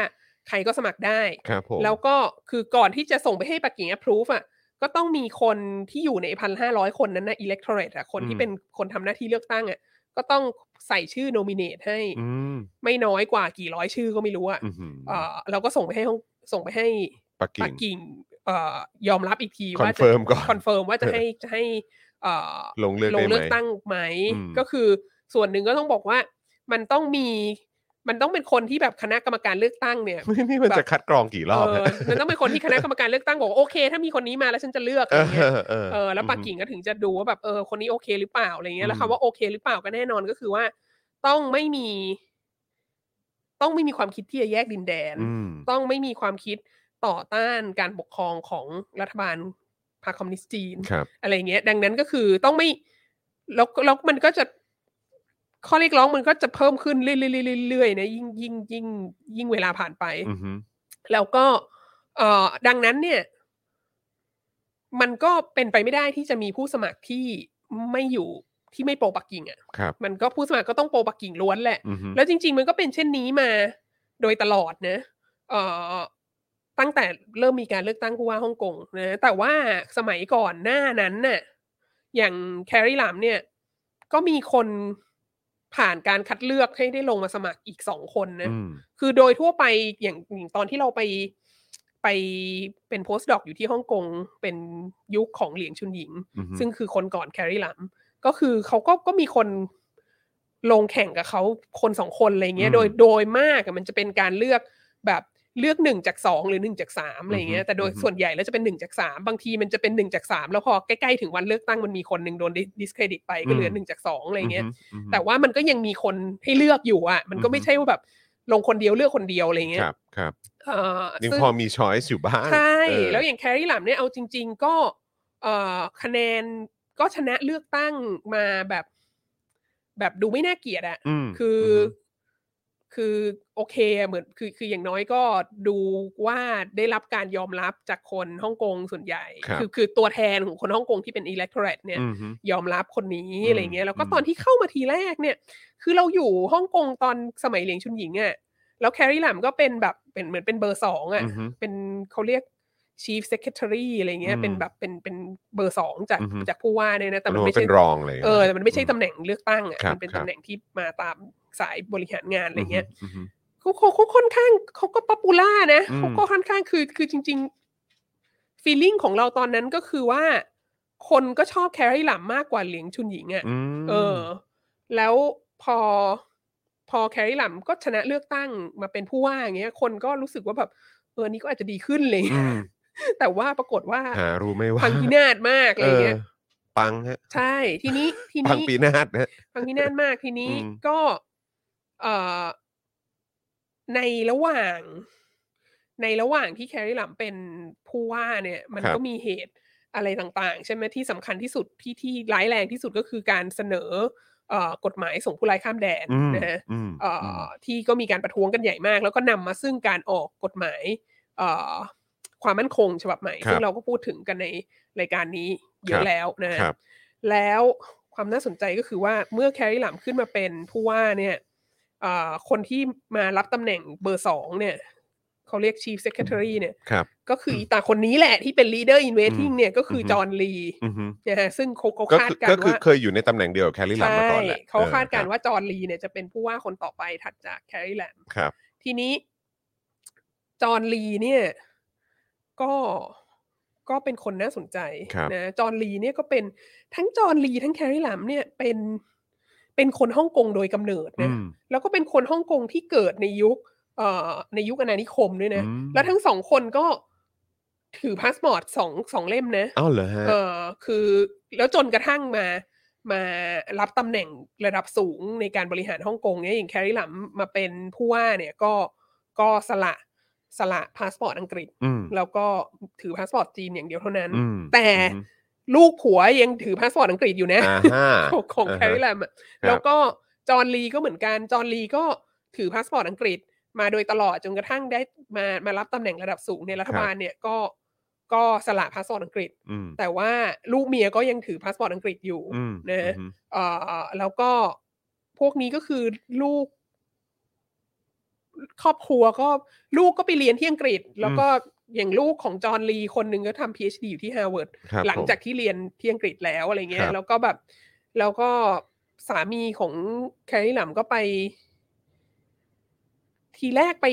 S4: ใครก็สมัครได้
S3: ครับผม
S4: แล้วก็คือก่อนที่จะส่งไปให้ปักกิ่ง approve อ่ะก็ต้องมีคนที่อยู่ในพันห้าร้อยคนนั้นนะ electorate อ่ะคนที่เป็นคนทำหน้าที่เลือกตั้งอ่ะก็ต้องใส่ชื่อ nominate ให้
S3: อืม
S4: ไม่น้อยกว่ากี่ร้อยชื่อก็ไม่รู้อ่ะ
S3: อื้อหือ
S4: เอ่อเราก็ส่งไปให้ฮ่องส่งไปให้
S3: ปักกิ่
S4: ปั
S3: ง
S4: กกิ่งเอ่อยอมรับอีกที
S3: คอ
S4: ว่านจะ
S3: เฟิร์มก่อน
S4: คอนเฟิร์มว่าจะให้จะให้เอ่อ
S3: ลงเลือก
S4: ล
S3: ได้ไหม
S4: งเลือกตั้งไหม
S3: อืม
S4: ก็คือส่วนหนึ่งก็ต้องบอกว่ามันต้องมี มันต้องเป็นคนที่แบบคณะกรรมการเลือกตั้งเนี่ย
S3: ไม่นี่มันจะคัดกรองกี่รอบ
S4: เอ
S3: ฮะ
S4: อมันต้องเป็นคนที่คณะกรรมการเลือกตั้งบอกว่าโอเค ถ้ามีคนนี้มาแล้วฉันจะเลือกอะ
S3: เออ
S4: ไรเงี้ย
S3: เออ
S4: เออแล้วปักกิ่งก็ถึงจะดูว่าแบบเออคนนี้โอเคหรือเปล่าอะไรเงี้ยแล้ว
S3: อืม
S4: คำว่าโอเค หรือเปล่าก็แน่นอนก็คือว่าต้องไม่มี ต้องไม่มีความคิดที่จะแยกดินแดน
S3: อืม
S4: ต้องไม่มีความคิดต่อต้านการปกครองของรัฐบาลพรรคคอมมิวนิสต์จีน
S3: ครับ
S4: อะไรเงี้ย ดังนั้นก็คือต้องไม่แล้วแล้วมันก็จะข้อเรียกร้องมันก็จะเพิ่มขึ้นเรื่อยๆเรื่อยๆนะยิ่งยิ่งยิ่งยิ่งเวลาผ่านไป
S3: อือหือ
S4: แล้วก็ เอ่อดังนั้นเนี่ย มันก็เป็นไปไม่ได้ที่จะมีผู้สมัครที่ไม่อยู่ที่ไม่โปรปักกิ่งอะ่ะ
S3: ครับ
S4: มันก็ผู้สมัครก็ต้องโปรปักกิ่งล้วนแหละ
S3: อือหือ
S4: แล้วจริง ๆ มันก็เป็นเช่นนี้มาโดยตลอดนะเอ่อตั้งแต่เริ่มมีการเลือกตั้งผู้ว่าฮ่องกงนะแต่ว่าสมัยก่อนหน้านั้นน่ะอย่างแครีลามเนี่ย ก็มีคนผ่านการคัดเลือกให้ได้ลงมาสมัครอีกสองคนนะ
S3: อืม
S4: คือโดยทั่วไปอย่างอย่างตอนที่เราไปไปเป็นโพสต์ดอกอยู่ที่ฮ่องกงเป็นยุคของเหลียงชุนหญิง
S3: อือหือ
S4: ซึ่งคือคนก่อนแครีลัมก็คือเขาก็ก็มีคนลงแข่งกับเขาคนสองคนอะไรเงี้ยโดยโดยมากอะมันจะเป็นการเลือกแบบเลือกหนึ่งจากสองหรือหนึ่งจากสามอะไรเงี้ยแต่โดยส่วนใหญ่แล้วจะเป็นหนึ่งจากสามบางทีมันจะเป็นหนึ่งจากสามแล้วพอใกล้ๆถึงวันเลือกตั้งมันมีคนหนึ่งโดนดิสเครดิตไปก็เหลือหนึ่งจากสองอะไรเงี้ย
S3: อือหือ
S4: แต่ว่ามันก็ยังมีคนให้เลือกอยู่อ่ะ มัน
S3: อื
S4: ก็
S3: อฮึ
S4: ไม่ใช่ว่าแบบลงคนเดียวเลือกคนเดียวอะไรเงี้
S3: ค
S4: ย
S3: รับครับ
S4: เออ
S3: ยัง
S4: ซึ่ง
S3: พอมีช้อยส์อยู่บ้าง
S4: ใช่
S3: เออ
S4: แล้วอย่างแครี่หลัมเนี่ยเอาจริง ๆ ก็เออคะแนนก็ชนะเลือกตั้งมาแบบ แบบดูไม่น่าเกลียดอะ
S3: ม
S4: คืออ
S3: ม
S4: คือโอเคอะเหมือนคือคืออย่างน้อยก็ดูว่าได้รับการยอมรับจากคนฮ่องกงส่วนใหญ่
S3: ครับ
S4: อคือตัวแทนของคนฮ่องกงที่เป็น electorate เนี่ย
S3: อือหือ
S4: ยอมรับคนนี้
S3: อืม
S4: อะไรเงี้ยแล้วก็
S3: อืม
S4: ตอนที่เข้ามาทีแรกเนี่ย คือเราอยู่ฮ่องกงตอนสมัยเหลียงชุนหญิงอะ่ะแล้วแครีหลามก็เป็นแบบเป็นเหมือนเป็นเบอร์สองอะ่ะ
S3: อือหือ
S4: เป็นเขาเรียก chief secretary อะไรเงี้ย
S3: อืม
S4: เป็นแบบเป็นเป็นเบอร์สองจาก
S3: อือหือ
S4: จากผู้ว่าเนี่ยนะแต่
S3: แต่
S4: มั
S3: มัน น
S4: ไม่
S3: ไม่
S4: ใช่
S3: ใช่รองเลย
S4: เออแต่มันไม่ใช่
S3: อื
S4: ตำแหน่งเลือกตั้ง
S3: ครับ
S4: อะ่ะมันเป็น
S3: ครับ
S4: ตำแหน่งที่มาตามสายบริหารงานอะไรเงี้ย
S3: อือหือ
S4: เขาเขาเขาค่อนข้างเขาก็ป๊อปปูล่านะ
S3: อืม
S4: เขาก็ค่อนข้างคือคือจริงๆฟีลลิ่งของเราตอนนั้นก็คือว่า คนก็ชอบแครี่หลัมมากกว่าเหลียงชุนหญิงอะ่ะ
S3: อืม
S4: เออ แล้วพอพอแครี่หลัมก็ชนะเลือกตั้งมาเป็นผู้ว่าอย่างเงี้ย คนก็รู้สึกว่าแบบเออนี่ก็อาจจะดีขึ้นอะไรเลย
S3: ม
S4: แต่ว่าปรากฏว่า
S3: หารู้ไหม่ว่า
S4: พังพินาศมากอะไรเงี้ย
S3: ออปังฮะ
S4: ใช่ทีนี้ที
S3: ปัง
S4: นี้
S3: ปีนาศนะ
S4: ฟังพี่น่านมากทีนี้
S3: อืม
S4: ก็เอ่อในระหว่าง ในระหว่างที่แคริลัมเป็นผู้ว่าเนี่ย มันก็มีเหตุอะไรต่างๆ ใช่ไหมที่สำคัญที่สุดที่ที่ร้ายแรงที่สุดก็คือการเสนอ เอ่อกฎหมายส่งผู้ร้ายข้ามแดน
S3: อืม
S4: นะฮะ
S3: อืม
S4: เอ่ออที่ก็มีการประท้วงกันใหญ่มาก แล้วก็นำมาซึ่งการออกกฎหมาย เอ่อความมั่นคงฉบับใหม่
S3: ครับ
S4: ซึ่งเราก็พูดถึงกันในรายการนี้เย
S3: ครั
S4: อะ
S3: บ
S4: แล้วนะฮะ
S3: ครับ
S4: แล้วความน่าสนใจก็คือว่าเมื่อแครีหลัมขึ้นมาเป็นผู้ว่าเนี่ยเอ่อคนที่มารับตำแหน่งเบอร์สองเนี่ยเขาเรียก chief secretary เนี่ย
S3: ครับ
S4: ก็คืออีตาคนนี้แหละที่เป็น leader in waiting เนี่ย ก็คือ
S3: อฮึ
S4: จอห์นลี
S3: อือหือ
S4: นะฮะซึ่งเขาเขา
S3: ก็
S4: คาด
S3: คือ
S4: การ
S3: ก็
S4: ณ์
S3: คือ
S4: ว่า
S3: เคยอยู่ในตำแหน่งเดียวกับแคลรี่ลามมาก่อนแหละ
S4: เขาคาดการณ์
S3: เออ
S4: ว่าจอห์นลีเนี่ยจะเป็นผู้ว่าคนต่อไปถัดจากแครีหลัม
S3: ครับ
S4: ทีนี้จอห์นลีเนี่ยก็ก็เป็นคนน่าสนใจ
S3: ครับ
S4: นะจอห์นลีเนี่ยก็เป็นทั้งจอห์นลีทั้งแคร์ริลัมเนี่ยเป็นเป็นคนฮ่องกงโดยกำเนิดนะ
S3: อืม
S4: แล้วก็เป็นคนฮ่องกงที่เกิดในยุคเอ่อในยุคอาณานิคมด้วยนะ
S3: อืม
S4: แล้วทั้งสองคนก็ถือพาสปอร์ตสองสองเล่มนะ
S3: อ้าวเหรอฮะ
S4: เออคือแล้วจนกระทั่งมามารับตำแหน่งระดับสูงในการบริหารฮ่องกงเนี่ยอย่างแคริลัมมาเป็นผู้ว่าเนี่ยก็ก็สละสละพาสปอร์ตอังกฤษ
S3: อืม
S4: แล้วก็ถือพาสปอร์ตจีนอย่างเดียวเท่านั้น
S3: อืม
S4: แต่
S3: อือหือ
S4: ลูกผัวยังถือพาสปอร์ตอังกฤษอยู่นะ
S3: อ่าฮะ
S4: ของของ
S3: อ่าฮะ
S4: แคริลัมอะ
S3: ครับ
S4: แล้วก็จอห์นลีก็เหมือนกัน จอห์นลีก็ถือพาสปอร์ตอังกฤษมาโดยตลอดจนกระทั่งได้มามารับตำแหน่งระดับสูงในรัฐบาลเนี่ยก็ ก็สละพาสปอร์ตอังกฤษ
S3: อืม
S4: แต่ว่าลูกเมียก็ยังถือพาสปอร์ตอังกฤษอยู่
S3: อืม
S4: นะฮะ
S3: อืม
S4: เอ่อแล้วก็พวกนี้ก็คือลูก ครอบครัวก็ลูกก็ไปเรียนที่อังกฤษ แล้วก็อย่างลูกของจอห์นลีคนหนึ่งก็ทำ PhD อยู่ที่ฮาร์วาร์ด
S3: ครับ
S4: หลัง
S3: ผม
S4: จากที่เรียนที่อังกฤษแล้วอะไรเงี้
S3: ครั
S4: ย
S3: บ
S4: แล้วก็แบบแล้วก็สามีของแคลรี่หลัมก็ไป ทีแรกไป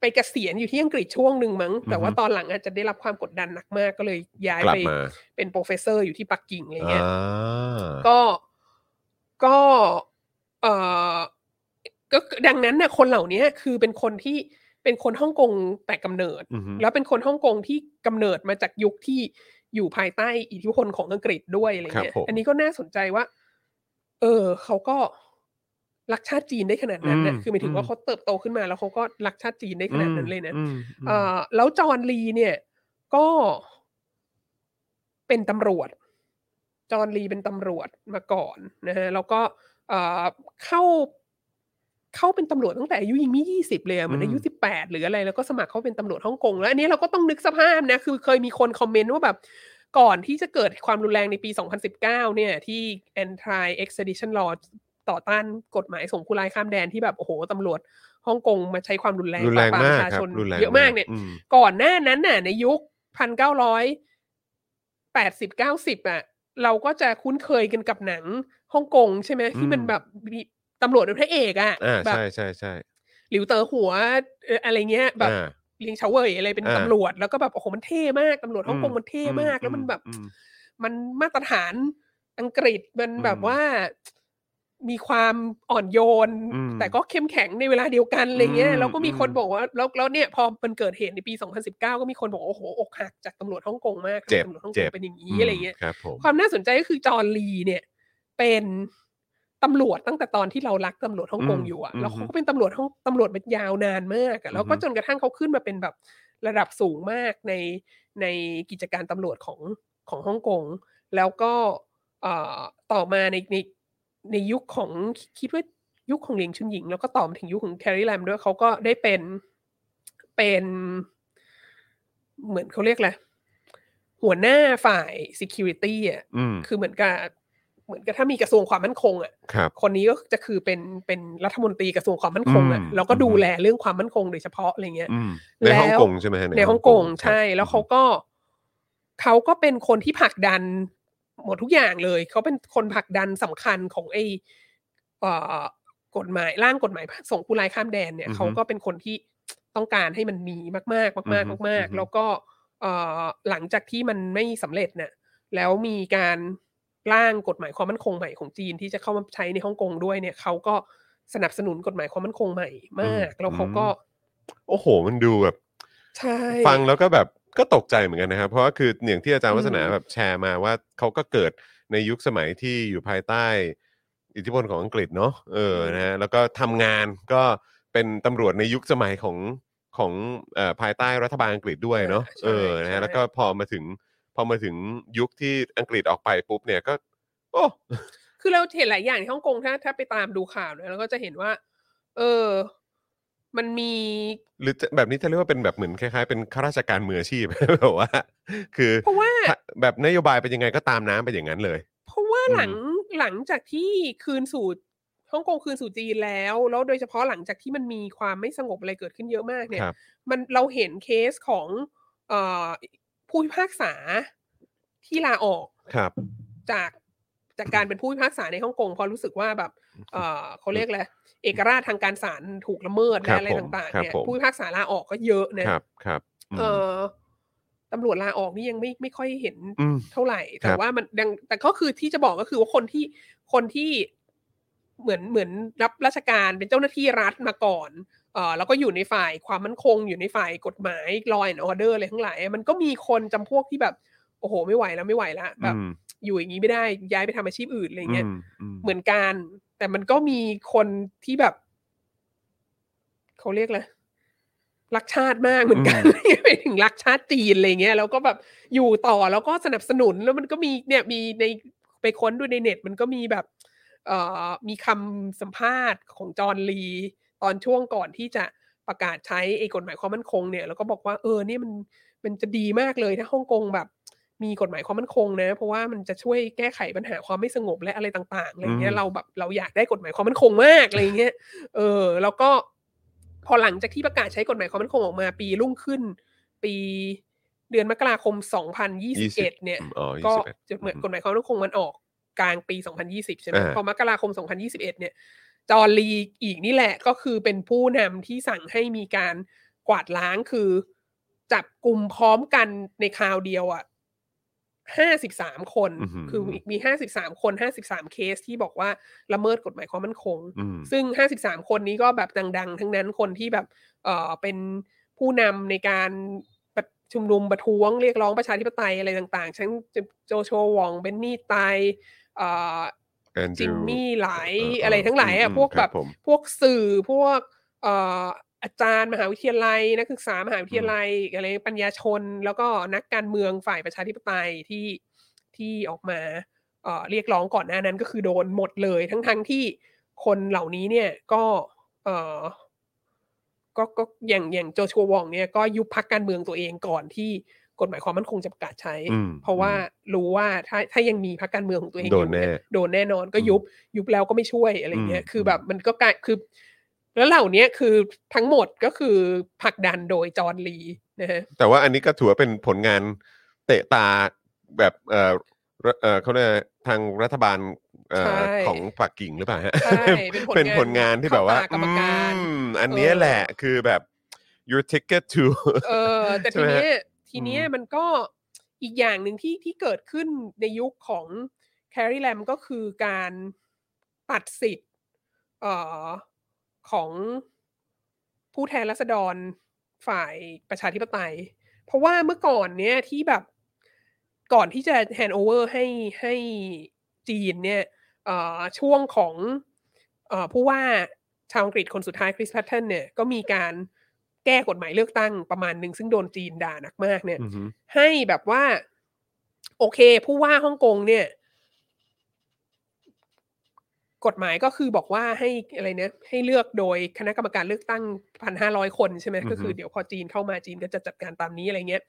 S4: ไปเกษียณอยู่ที่อังกฤษช่วงหนึ่งมั้ง แต่ว่าตอนหลังอาจจะได้รับความกดดันหนักมากก็เลยย้าย
S3: กลับ
S4: ไป
S3: มา
S4: เป็นโปรเฟสเซอร์อยู่ที่ปักกิ่งอะไร
S3: อ่
S4: เงี้ย
S3: า
S4: ก็ก็เออก็คือดังนั้นน่ะคนเหล่านี้คือเป็นคนที่เป็นคนฮ่องกงแต่กำเนิด
S3: อืม
S4: แล้วเป็นคนฮ่องกงที่กำเนิดมาจากยุคที่อยู่ภายใต้อิทธิพลของอังกฤษด้วยอะไรเงี้
S3: ครับ
S4: ย
S3: ผม
S4: อันนี้ก็น่าสนใจว่า เออเขาก็รักชาติจีนได้ขนาดนั้นนะ
S3: อืม
S4: คือหมายถึง
S3: อื
S4: ว่าม เขาเติบโตขึ้นมาแล้วเขาก็รักชาติจีนได้ขนาดนั้นเลยนะ
S3: อืมม
S4: เออแล้วจอห์นลีเนี่ย ก็เป็นตำรวจ จอห์นลีเป็นตำรวจมาก่อนนะฮะแล้วก็เอ่อเข้าเข้าเป็นตำรวจตั้งแต่อายุยังไม่ยี่สิบเลยอะเหมือนอายุสิบแปดหรืออะไรแล้วก็สมัครเข้าเป็นตำรวจฮ่องกงแล้วอันนี้เราก็ต้องนึกสภาพนะคือเคยมีคนคอมเมนต์ว่าแบบ ก่อนที่จะเกิดความรุนแรงในปี 2019 เนี่ย ที่ anti extradition law ต่อต้านกฎหมายส่งผู้ร้ายข้ามแดนที่แบบโอ้โหตำรวจฮ่องกงมาใช้ความรุนแรง
S3: รุนแรง
S4: ปบป
S3: มาก
S4: ประชา
S3: ครั
S4: ช
S3: บ
S4: น
S3: รุนแรง
S4: เยอะมากเนี่ย
S3: อืม
S4: ก่อนหน้านั้นน่ะ ในยุคพันเก้าร้อยแปดสิบเก้าสิบอ่ะ เราก็จะคุ้นเคยกันกับหนังฮ่องกงใช่ไหม
S3: อืม
S4: ที่มันแบบมีตำรวจเป็นพระเอกอ่ะ
S3: อ่า
S4: แบบ
S3: ใช่ใช่ใช่
S4: หลิวเต๋อหัวเอ่ออะไรเงี้ยแบบ
S3: อ่า
S4: เลียงเฉาเวยอะไรเป็น
S3: อ่า
S4: ตำรวจแล้วก็แบบโอ้โหมันเท่มากตำรวจฮ่องกงมันเท่มาก
S3: อืม
S4: แล้วมันแบบ
S3: อืม
S4: มันมาตรฐานอังกฤษมันแบบ
S3: อืม
S4: ว่ามีความอ่อนโยน
S3: อืม
S4: แต่ก็เข้มแข็งในเวลาเดียวกันอะไรเงี้ย
S3: อืม
S4: แล้วก็มีคน
S3: อืม
S4: บอกว่าแล้วแล้วเนี่ยพอมันเกิดเหตุในปี 2019 ก็มีคนบอกว่าโอ้โหอกหักจากตำรวจฮ่องกงมาก
S3: เจ็บ
S4: ตำรวจฮ่องก
S3: เจ็
S4: ง
S3: บ
S4: เป็นอย่างนี้อะไรเงี้ย
S3: มครับผม
S4: ความน่าสนใจก็คือจอร์นลีเนี่ย เป็นตำรวจตั้งแต่ตอนที่เรารักตำรวจฮ่องกงอยู่อะแล้วเขาก็เป็นตำรวจฮ่องตำรวจมายาวนานมากอะแล้วก็จนกระทั่งเขาขึ้นมาเป็นแบบระดับสูงมากในในกิจการตำรวจของของฮ่องกงแล้วก็เอ่อต่อมาในในในยุคของคิดว่ายุคของเหลียงชุนหญิง แล้วก็ต่อมาถึงยุคของแคร์รี่แลมด้วยเขาก็ได้เป็นเป็น เหมือนเขาเรียกอะไรหัวหน้าฝ่าย security อ่ะ
S3: อืม
S4: คือเหมือนกับเหมือนกับถ้ามีกระทรวงความมั่นคงอ่ะ
S3: ครับ
S4: คนนี้ก็จะคือเป็นเป็นรัฐมนตรีกระทรวงความมั่นคงอ่ะ
S3: อืม
S4: แล้วก็ดูแลเรื่องความมั่นคงโดยเฉพาะอะไรเงี้ย
S3: อืม
S4: แล้
S3: ในฮ่
S4: ว
S3: องกงใช่ไหมฮะ
S4: ในฮ่องกงใช่
S3: ครับ
S4: แล้วเขาก็เขาก็เป็นคนที่ผลักดันหมดทุกอย่างเลย เขาเป็นคนผลักดันสำคัญของไอเอ่อกฎหมายร่างกฎหมายส่งผู้ร้ายข้ามแดนเนี่ยเขาก็เป็นคนที่ต้องการให้มันมีมากๆ มากๆมากๆแล้วก็เอ่อหลังจากที่มันไม่สำเร็จเนี่ยแล้วมีการร่างกฎหมายความมั่นคงใหม่ของจีนที่จะเข้ามาใช้ในฮ่องกงด้วยเนี่ยเขาก็สนับสนุนกฎหมายความมั่นคงใหม่มาก แล้วเขาก็
S3: โอ้โห มันดูแบบ
S4: ใช่
S3: ฟังแล้วก็แบบก็ตกใจเหมือนกันนะครับ เพราะว่าคืออย่างที่อาจารย์วัฒนา
S4: อืม
S3: แบบแชร์มาว่าเขาก็เกิดในยุคสมัยที่อยู่ภายใต้ อิทธิพลของอังกฤษเนาะเออ
S4: อืม
S3: นะฮะแล้วก็ทำงานก็เป็นตำรวจในยุคสมัยของของเอ่อภายใต้รัฐบาลอังกฤษด้วยเนาะ
S4: ใช่
S3: เออนะฮะ
S4: ใช่
S3: แล้วก็พอมาถึงพอมาถึงยุคที่อังกฤษออกไปปุ๊บเนี่ยก็ โอ้
S4: คือเราเห็นหลายอย่างในฮ่องกงถ้าถ้าไปตามดูข่าวนะแล้วก็จะเห็นว่า เออ มันมี
S3: หรือจะแบบนี้จะเรียกว่าเป็นแบบเหมือนคล้ายๆเป็นข้าราชการมืออาชีพ [laughs] แบบว่า คือ
S4: เพราะว่า
S3: ถ้าแบบนโยบายเป็นยังไงก็ตามน้ำเป็นอย่างนั้นเลย
S4: เพราะว่า
S3: อืม
S4: หลังหลังจากที่คืนสู่ฮ่องกงคืนสู่จีนแล้ว แล้วโดยเฉพาะหลังจากที่มันมีความไม่สงบอะไรเกิดขึ้นเยอะมากเนี่ย
S3: ครับ
S4: มันเราเห็นเคสของเอ่อผู้พิพากษาที่ลาออก
S3: ครับ
S4: จากจากการเป็นผู้พิพากษาในฮ่องกงเพราะรู้สึกว่าแบบ เอ่อเขาเรียกอะไรเอกราชทางการศาลถูกละเมิด
S3: ครั
S4: และ
S3: บ
S4: อะไร
S3: ผม
S4: ต่าง
S3: ครับ
S4: ๆเนี่ย
S3: ผม
S4: ผู้พิพากษาลาออกก็เยอะนะ
S3: ครับครับม
S4: เออตำรวจลาออกนี่ยังไม่ไม่ค่อยเห็น
S3: ม
S4: เท่าไหร่
S3: ค
S4: แต่
S3: รับ
S4: ว่ามันดังแต่ก็คือที่จะบอกก็คือว่าคนที่คนที่เหมือนเหมือนรับราชการเป็นเจ้าหน้าที่รัฐมาก่อนเออแล้วก็อยู่ในฝ่ายความมั่นคง อยู่ในฝ่ายกฎหมายลอยออเดอร์อะไรทั้งหลายมันก็มีคนจำพวกที่แบบ โอ้โห ไม่ไหวแล้วไม่ไหวแล้วแบบ
S3: อืม
S4: อยู่อย่างนี้ไม่ได้ย้ายไปทำอาชีพอื่นอะไรเงี้ย
S3: อืมอืม
S4: เหมือนกัน แต่มันก็มีคนที่แบบเขาเรียกอะไรรักชาติมากเหมือนกัน ไปถึงรักชาติจีนอะไรเงี้ยแล้วก็แบบอยู่ต่อแล้วก็สนับสนุนแล้วมันก็มีเนี่ยมีในไปค้นดูในเน็ต มันก็มีแบบ เอ่อมีคำสัมภาษณ์ของจอห์นลี ตอนช่วงก่อนที่จะประกาศใช้ไอ้กฎหมายความมั่นคงเนี่ย แล้วก็บอกว่าเออเนี่ยมัน มันจะดีมากเลยถ้าฮ่องกงแบบ มีกฎหมายความมั่นคงนะ เพราะว่ามันจะช่วยแก้ไขปัญหาความไม่สงบและอะไรต่างๆอะไรเงี้
S3: อื
S4: ย
S3: ม
S4: เราแบบเราอยากได้กฎหมายความมั่นคงมากอะไรเงี้ยเออ แล้วก็พอหลังจากที่ประกาศใช้กฎหมายความมั่นคงออกมาปีรุ่งขึ้น ปีเดือนมกราคม 2021 เนี่ย
S3: อ๋อ
S4: ก็
S3: 21
S4: จดหมาย
S3: อืม
S4: กฎหมายความมั่นคงมันออกกลางปี 2020 ใช่ไหม
S3: อ่า
S4: พอมกราคม 2021 เนี่ย จอร์นลีอีกนี่แหละก็คือเป็นผู้นำที่สั่งให้มีการกวาดล้างคือ จับกลุ่มพร้อมกันในคราวเดียวอะ่ะ 53 คน
S3: อื้อหือ
S4: คือมี 53 คน 53 เคสที่บอกว่าละเมิดกฎหมายความมั่นคง
S3: อืม
S4: ซึ่ง 53 คนนี้ก็แบบดัง ๆ ทั้งนั้น คนที่แบบ เออเป็นผู้นำในการประชุมนุมประท้วงเรียกร้องประชาธิปไตยอะไรต่างๆทั้งโจโชวองเบนนี่ไตเอ่อ
S3: Andrew
S4: จิมมี่หลาย
S3: เเ
S4: อะไรทั้งหลายอ่ะ
S3: ม
S4: พวก
S3: ค
S4: แบ
S3: รับ ผม
S4: พวกสื่อพวกเอ่ออาจารย์มหาวิทยาลัย นักศึกษามหาวิทยาลัยอะไรปัญญาชน แล้วก็นักการเมืองฝ่ายประชาธิปไตยที่ที่ออกมาเอ่อเรียกร้องก่อนหน้านั้นก็คือโดนหมดเลยทั้งทั้งๆที่คนเหล่านี้เนี่ยก็เอ่อก็ก็อย่างอย่างโจชัววองเนี่ยก็ยุบพักการเมืองตัวเองก่อนที่กฎหมายความมั่นคงจะประกาศใช้
S3: อืม
S4: เพราะว่ารู้ว่าถ้าถ้ายังมีพักการเมืองของตัวเองอ
S3: โด
S4: ยู่
S3: นแน่
S4: เย โดนแน่นอนก็ยุบยุบแล้วก็ไม่ช่วยอะไรเงี้ยคือแบบมันก็กลายคือ แล้วเหล่าเนี้ยคือทั้งหมดก็คือผลักดันโดยจอร์นลีนะฮะ
S3: แต่ว่าอันนี้ก็ถือว่าเป็นผลงานเตะตาแบบเออเออเขาเรียกอะไรทางรัฐบาลเอ่อ
S4: ใช่
S3: ของปักกิ่งหรือเปล่าฮะ
S4: ใช่
S3: เป็นผลงานที่แบบว่า
S4: เข้ตกรรมการ
S3: อืมอันเนี้ยแหละคือแบบ your ticket
S4: [laughs]
S3: to
S4: เออแต่
S3: ใช่
S4: ที
S3: ไหมฮะ
S4: เนี้ยทีเนี้ย
S3: อืม
S4: มันก็อีกอย่างหนึ่งที่ที่เกิดขึ้นในยุคของแคร์รีแลมก็คือการตัดสิทธิ์เอ่อของผู้แทนรัษฎรฝ่ายประชาธิปไตย เพราะว่าเมื่อก่อนเนี้ยที่แบบก่อนที่จะแฮนด์โอเวอร์ให้ให้จีนเนี่ยเอ่อช่วงของเอ่อผู้ว่า ชาวอังกฤษคนสุดท้ายคริสแพทเทนเนี่ยก็มีการแก้กฎหมายเลือกตั้งประมาณหนึ่งซึ่งโดนจีนด่าหนักมากเนี่ย
S3: อือฮึ
S4: ให้แบบว่า โอเค ผู้ว่าฮ่องกงเนี่ย กฎหมายก็คือบอกว่าให้อะไรนะให้เลือกโดยคณะกรรมการเลือกตั้งพันห้าร้อยคนใช่ไหมก็คือเดี๋ยวพอจีนเข้ามาจีนก็จะจัดการตามนี้อะไรเงี้ย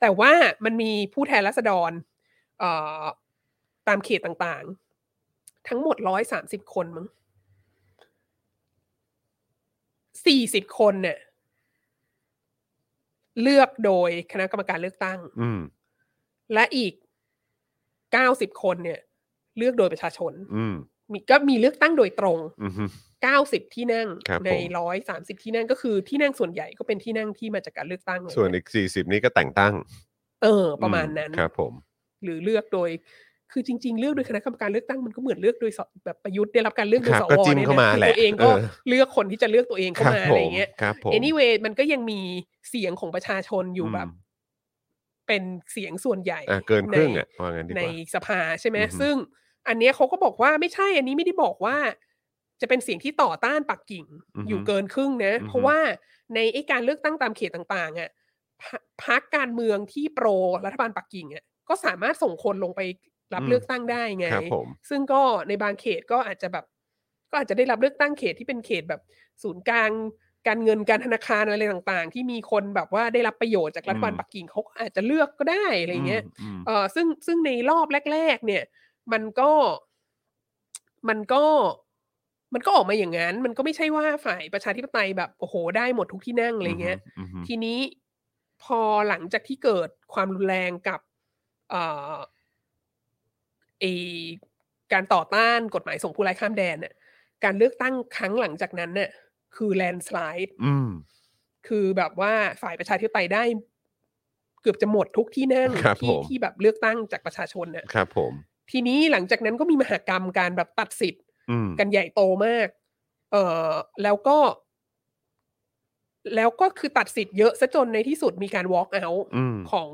S4: แต่ว่ามันมีผู้แทนรัษฎรเอ่อตามเขตต่างๆ ทั้งหมดร้อยสามสิบคนมั้งสี่สิบคนเนี่ย เลือกโดยคณะกรรมการเลือกตั้ง
S3: อืม
S4: และอีก 90 คนเนี่ย เลือกโดยประชาชน
S3: อืม
S4: มีก็มีเลือกตั้งโดยตรง
S3: อือฮึ
S4: 90 ที่นั่ง
S3: ครับ
S4: ใน
S3: ผม
S4: 130 ที่นั่งก็คือที่นั่งส่วนใหญ่ก็เป็นที่นั่งที่มาจากการเลือกตั้งเลย
S3: ส่วนอีก 40 นี่ก็แต่งตั้ง
S4: เออ ประมาณนั้น
S3: ครับผม
S4: หรือเลือกโดย คือจริง ๆ เลือกโดยคณะกรรมการเลือกตั้งมันก็เหมือนเลือกโดยสแบบประยุทธ์ได้รับการเลือกโดย
S3: ครับ
S4: สว
S3: ก็จิ้ม
S4: นี่ย
S3: เข้ามา
S4: คื
S3: แหละ
S4: ตัวเองก็
S3: เออ
S4: เลือกคนที่จะเลือกตัวเองเข้ามา
S3: ผ
S4: อะไรอ
S3: ม
S4: ย่างเงี้ย
S3: ครับผม
S4: anyway มันก็ยังมีเสียงของประชาชนอยู่
S3: อืม
S4: แบบ เป็นเสียงส่วนใหญ่
S3: อ่ะเกินครึ่งอ่ะว่างั้นดี
S4: ใน
S3: กว่า
S4: สภาใช่ไหม
S3: อือฮึ
S4: ซึ่งอันเนี้ยเขาก็บอกว่าไม่ใช่อันนี้ไม่ได้บอกว่า จะเป็นเสียงที่ต่อต้านปักกิ่งอยู่เกินครึ่งนะ เพราะว่าในไอ้การเลือกตั้งตามเขตต่างๆอ่ะพรรพักการเมืองที่โปรรัฐบาลปักกิ่งอ่ะก็สามารถส่งคนลงไปรับเลือกตั้งได้ไง
S3: ครับผม
S4: ซึ่งก็ในบางเขตก็อาจจะแบบ ก็อาจจะได้รับเลือกตั้งเขตที่เป็นเขตแบบศูนย์กลางการเงินการธนาคารอะไรต่างๆ ที่มีคนแบบว่าได้รับประโยชน์จากรัฐบาล
S3: อืม
S4: ปักกิ่งเขาอาจจะเลือกก็ได้อะไรเงี้ย
S3: อืม
S4: เออซึ่งซึ่งในรอบแรก ๆ เนี่ย มันก็มันก็มันก็ออกมาอย่างนั้น มันก็ไม่ใช่ว่าฝ่ายประชาธิปไตยแบบโอ้โหได้หมดทุกที่นั่งอะไรเงี้ย
S3: อืมอืม
S4: ทีนี้พอหลังจากที่เกิดความรุนแรงกับเอ่อไอการต่อต้านกฎหมายส่งผู้ร้ายข้ามแดนเนี่ยการเลือกตั้งครั้งหลังจากนั้นเนี่ยคือแลนสไลด์
S3: อืม
S4: คือแบบว่าฝ่ายประชาธิปไตยได้เกือบจะหมดทุกที่นั่ง
S3: ครับ
S4: ที่
S3: ผม
S4: ที่แบบเลือกตั้งจากประชาชนน่ะ
S3: ครับผม
S4: ทีนี้หลังจากนั้นก็มีมหากรรมการแบบตัดสิทธิ์
S3: อืม
S4: กันใหญ่โตมาก เอ่อแล้วก็ แล้วก็คือตัดสิทธิ์เยอะซะจนในที่สุดมีการ walk out
S3: อืม
S4: ของ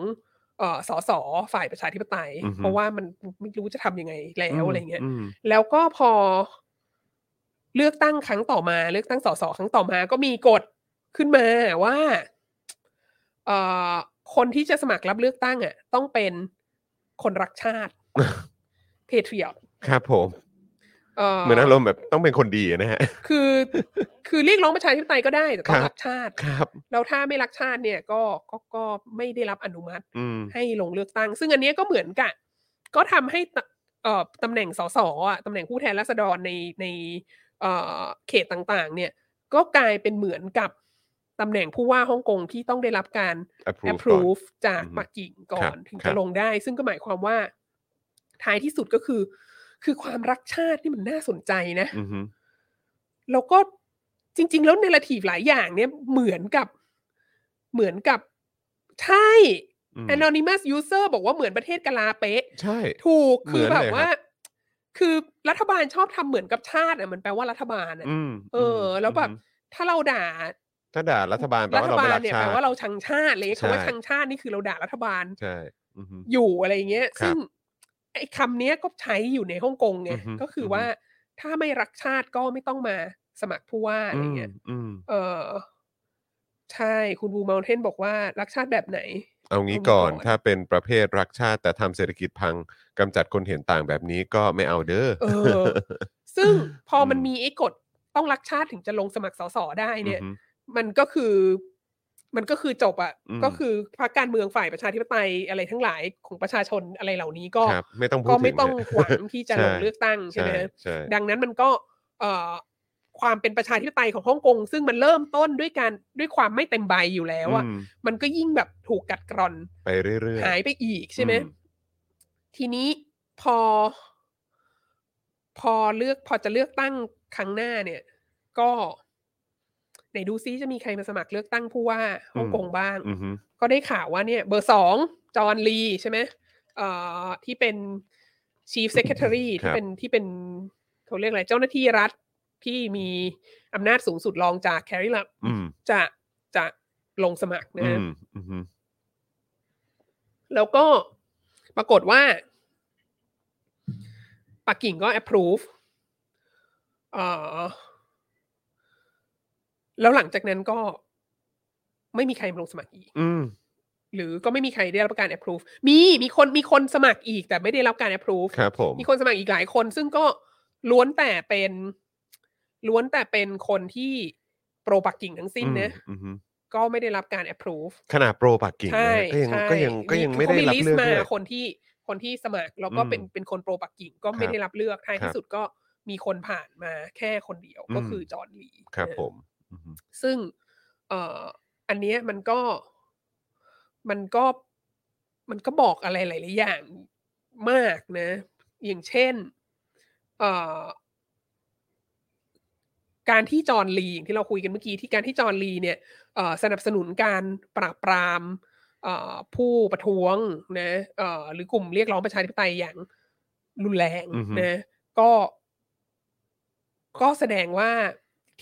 S4: เอ่อสสฝ่ายประชาธิปไตย
S3: อือฮึ
S4: เพราะว่ามันไม่รู้จะทำยังไงแล้วอะไรเงี้ย
S3: ม
S4: แล้วก็พอเลือกตั้งครั้งต่อมา เลือกตั้งสสครั้งต่อมา ก็มีกฎขึ้นมาว่าเอ่อคนที่จะสมัครรับเลือกตั้งอ่ะ
S3: [laughs]
S4: ต้องเป็นคนรักชาติ เพ r ทริอ
S3: ครับผม เหมือนอารมณ์แบบต้องเป็นคนดีนะฮ [laughs] ะ
S4: คือ คือเรียกร้องประชาธิปไตยก็ได้แต่ต้
S3: ค
S4: อ
S3: รั
S4: ง
S3: บ
S4: รักชาติ
S3: ครับ
S4: แล้วถ้าไม่รักชาติเนี่ยก็ก็ก็ไม่ได้รับอนุมัติ
S3: อืม
S4: ให้ลงเลือกตั้ง ซึ่งอันเนี้ยก็เหมือนกับก็ทำให้ตเอ่อตำแหน่งสสอ่ะตำแหน่งผู้แทนราษฎรในในเอ่อเขตต่างๆ เนี่ยก็กลายเป็นเหมือนกับตำแหน่งผู้ว่าฮ่องกงที่ต้องได้รับการ
S3: approve ก่อน
S4: approve จาก
S3: อือฮึ
S4: ปักกิ่งก่อ
S3: ครับ
S4: นถึง
S3: ครั
S4: จะ
S3: บ
S4: ลงได้ ซึ่งก็หมายความว่า ท้ายที่สุดก็คือ คือความรักชาตินี่มันน่าสนใจนะ
S3: อือฮึ
S4: แล้วก็จริง ๆ แล้วเนราทีฟหลายอย่างเนี่ยเหมือนกับเหมือนกับใช่
S3: อืม
S4: anonymous user บอกว่าเหมือนประเทศกาลาเป๊ะ
S3: ใช่
S4: [laughs] ถูก
S3: เหมื
S4: คือ
S3: อน
S4: แบ
S3: เล
S4: บ
S3: ย
S4: ว่า
S3: ครับ
S4: คือรัฐบาลชอบทำเหมือนกับชาติอ่ะมันแปลว่ารัฐบาลอ่ะ
S3: อืม
S4: เออ แล้วแบบ
S3: อืม
S4: ถ้าเราด่า
S3: ถ้าด่ารัฐบาลแปล
S4: รั
S3: ว่า
S4: ฐ
S3: เรา
S4: บา
S3: ไม่
S4: ล
S3: รัก
S4: เนี่ย
S3: ชา
S4: แปล
S3: ติ
S4: ว่าเราชังชาติเลย
S3: ใช่
S4: คำว่าชังชาตินี่คือเราด่ารัฐบาล
S3: ใช่อือฮึ
S4: อยู่อะไรเงี้ย
S3: ครับ
S4: ซึ่งไอ้คำเนี้ยก็ใช้อยู่ในฮ่องกงไง
S3: อือฮึ
S4: ก็คืออ
S3: อฮึ
S4: ว่าถ้าไม่รักชาติก็ไม่ต้องมาสมัครผู้ว่า [laughs] อะไรเงี้ย
S3: อืม
S4: เออใช่ คุณบูม u n เทนบอกว่ารักชาติแบบไหน
S3: เอางี้
S4: ก่
S3: ก่อ
S4: อน น
S3: ถ้าเป็นประเภทรักชาติแต่ทำเศรษฐกิจพังกำจัดคนเห็นต่างแบบนี้ก็ไม่เอาเด้อ
S4: เออ ซึ่งพอมัน
S3: อืม
S4: มีไอ้กฎต้องรักชาติถึงจะลงสมัครสสได้
S3: [laughs]
S4: เนี่ย
S3: อือฮึ
S4: มันก็คือ มันก็คือจบอะ่ะ
S3: อืม
S4: ก็คือพรรคการเมืองฝ่ายประชาธิปไตยอะไรทั้งหลายของประชาชนอะไรเหล่านี้ก็
S3: ครับ ไม่ต้องพูด
S4: ก็
S3: ถึ
S4: ไม่ต้อง
S3: นะ [laughs]
S4: หวังที่จะ
S3: ใช่
S4: ลงเลือกตั้งใช่ไหมฮะ
S3: ใช่
S4: ดังนั้นมันก็เอ่อความเป็นประชาธิปไตยของฮ่องกงซึ่งมันเริ่มต้นด้วยการด้วยความไม่เต็มใบอยู่แล้วอะ่ะ
S3: อืม
S4: มันก็ยิ่งแบบถูกกัดกร่อน
S3: ไปเรื่อย
S4: หายไปอีกใช่ไหม
S3: อืม
S4: ทีนี้พอ พอเลือกพอจะเลือกตั้งครั้งหน้าเนี่ย ก็ไหนดูซิจะมีใครมาสมัครเลือกตั้งผู้ว่าฮ่องกงบ้าง
S3: ๆอือฮึ
S4: ก็ได้ข่าวว่าเนี่ย เบอร์สองจอห์นลีใช่ไหมเอ่อที่เป็น chief secretary ที่เป็นที่เป็นเขาเรียกอะไร เจ้าหน้าที่รัฐที่มีอำนาจสูงสุดรองจากแคริลับ [laughs]
S3: อืม
S4: จะจะลงสมัครนะ
S3: อื
S4: ฮะ
S3: มอือฮึ
S4: แล้วก็ปรากฏว่าปักกิ่งก็ approve เอ่อแล้วหลังจากนั้นก็ไม่มีใครมาลงสมัครอีก
S3: อืม
S4: หรือก็ไม่มีใครได้รับการ approve มีมีคนมีคนสมัครอีก แต่ไม่ได้รับการ approve
S3: ครับผม
S4: มีคนสมัครอีกหลายคน ซึ่งก็ล้วนแต่เป็น ล้วนแต่เป็นคนที่โปรปักกิ่งทั้งสิ้นนะ
S3: อืมอือฮึ
S4: ก็ไม่ได้รับการ approve
S3: ขนาดโปรปักกิ่งนะ
S4: ใช่
S3: ฮะก็ยัง
S4: ใช่
S3: ก็ยังก็ยังไม่ได้
S4: มี
S3: รับ
S4: ลิส
S3: เลือก
S4: ต์มา
S3: ด้วย
S4: คนที่คนที่สมัครแล้วก็เป็น
S3: อืม
S4: เป็นคนโปรปักกิ่งก็
S3: ค
S4: ไม่
S3: รับ
S4: ได้รับเลือกท้าย
S3: ครั
S4: ที่
S3: บ
S4: สุดก็มีคนผ่านมาแค่คนเดียวก็
S3: อืม
S4: คือจอห์นลี
S3: ครับ
S4: เออ
S3: ผมอือฮึ
S4: ซึ่งเอ่ออันเนี้ยมันก็มันก็มันก็บอกอะไรหลายๆอย่างมากนะ อย่างเช่นเอ่อการที่จอห์นลีอย่างที่เราคุยกันเมื่อกี้ที่การที่จอห์นลีเนี่ย เอ่อสนับสนุนการปราบปรามเอ่อผู้ประท้วงนะเอ่อหรือกลุ่มเรียกร้องประชาธิปไตยอย่างรุนแรงนะก็ก็แสดงว่า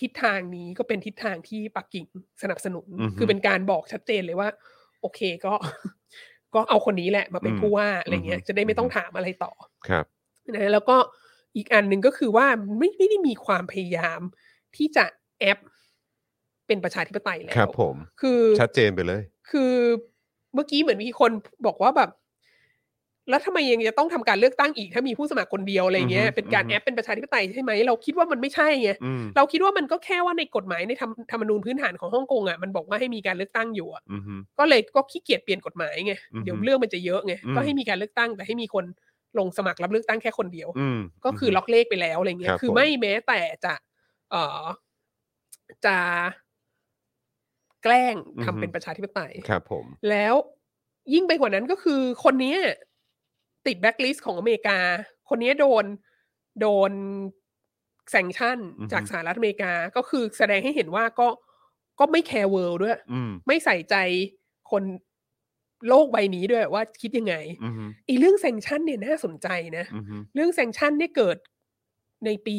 S4: ทิศทางนี้ก็เป็นทิศทางที่ปักกิ่งสนับสนุน คือเป็นการบอกชัดเจนเลยว่า โอเคก็ [laughs] ก็เอาคนนี้แหละมาเป็นผู้ว่าอะไรเงี้ยจะได้ไม่ต้องถามอะไรต่อ
S3: ครับ
S4: นะแล้วก็อีกอันหนึ่งก็คือว่าไม่ไม่ได้มีความพยายามที่จะแอปเป็นประชาธิปไตยแล้ว
S3: ครับผม
S4: คือ
S3: ชัดเจนไปเลย
S4: คือเมื่อกี้เหมือนมีคนบอกว่าแบบ แล้วทำไมยังจะต้องทำการเลือกตั้งอีกถ้ามีผู้สมัครคนเดียวอะไรเงี้
S3: อื
S4: ย
S3: อฮึ
S4: เป็นการ
S3: อือฮึ
S4: แอปเป็นประชาธิปไตยใช่ไหมเราคิดว่ามันไม่ใช่ไง
S3: อืม
S4: เราคิดว่ามันก็แค่ว่าในกฎหมายในธรรมธรรมนูญพื้นฐานของฮ่องกงอ่ะมันบอกว่าให้มีการเลือกตั้งอยู่อ่ะ
S3: อือฮึ
S4: ก็เลยก็ขี้เกียจเปลี่ยนกฎหมายไง
S3: อือฮึ
S4: เดี๋ยวเรื่องมันจะเยอะไง
S3: อืม
S4: ก็ให้มีการเลือกตั้งแต่ให้มีคนลงสมัครรับเลือกตั้งแค่คนเดียว
S3: อืม
S4: ก็คือล็อกเลขไปแล้วอะไร
S3: ค
S4: เงี้
S3: รั
S4: ย
S3: บ
S4: คือ
S3: ผม
S4: ไม่แม้แต่จะเอ่อจะแกล้ง
S3: อือฮึ
S4: ทำเป็นประชาธิปไตย
S3: ครับผม
S4: แล้วยิ่งไปกว่านั้นก็คือคนเนี้ยติดแบ็คลิสต์ของอเมริกา คนเนี้ยโดนโดนแซงชั่น
S3: อือฮึ
S4: จากสหรัฐอเมริกา ก็คือแสดงให้เห็นว่าก็ก็ไม่แคร์เวิลด์ด้วย
S3: อืม
S4: ไม่ใส่ใจคนโลกใบนี้ด้วยว่าคิดยังไง
S3: อืม
S4: ไอีเรื่องแซงชั่นเนี่ยน่าสนใจนะ
S3: อืม
S4: เรื่องแซงชันเนี่ยเกิดในปี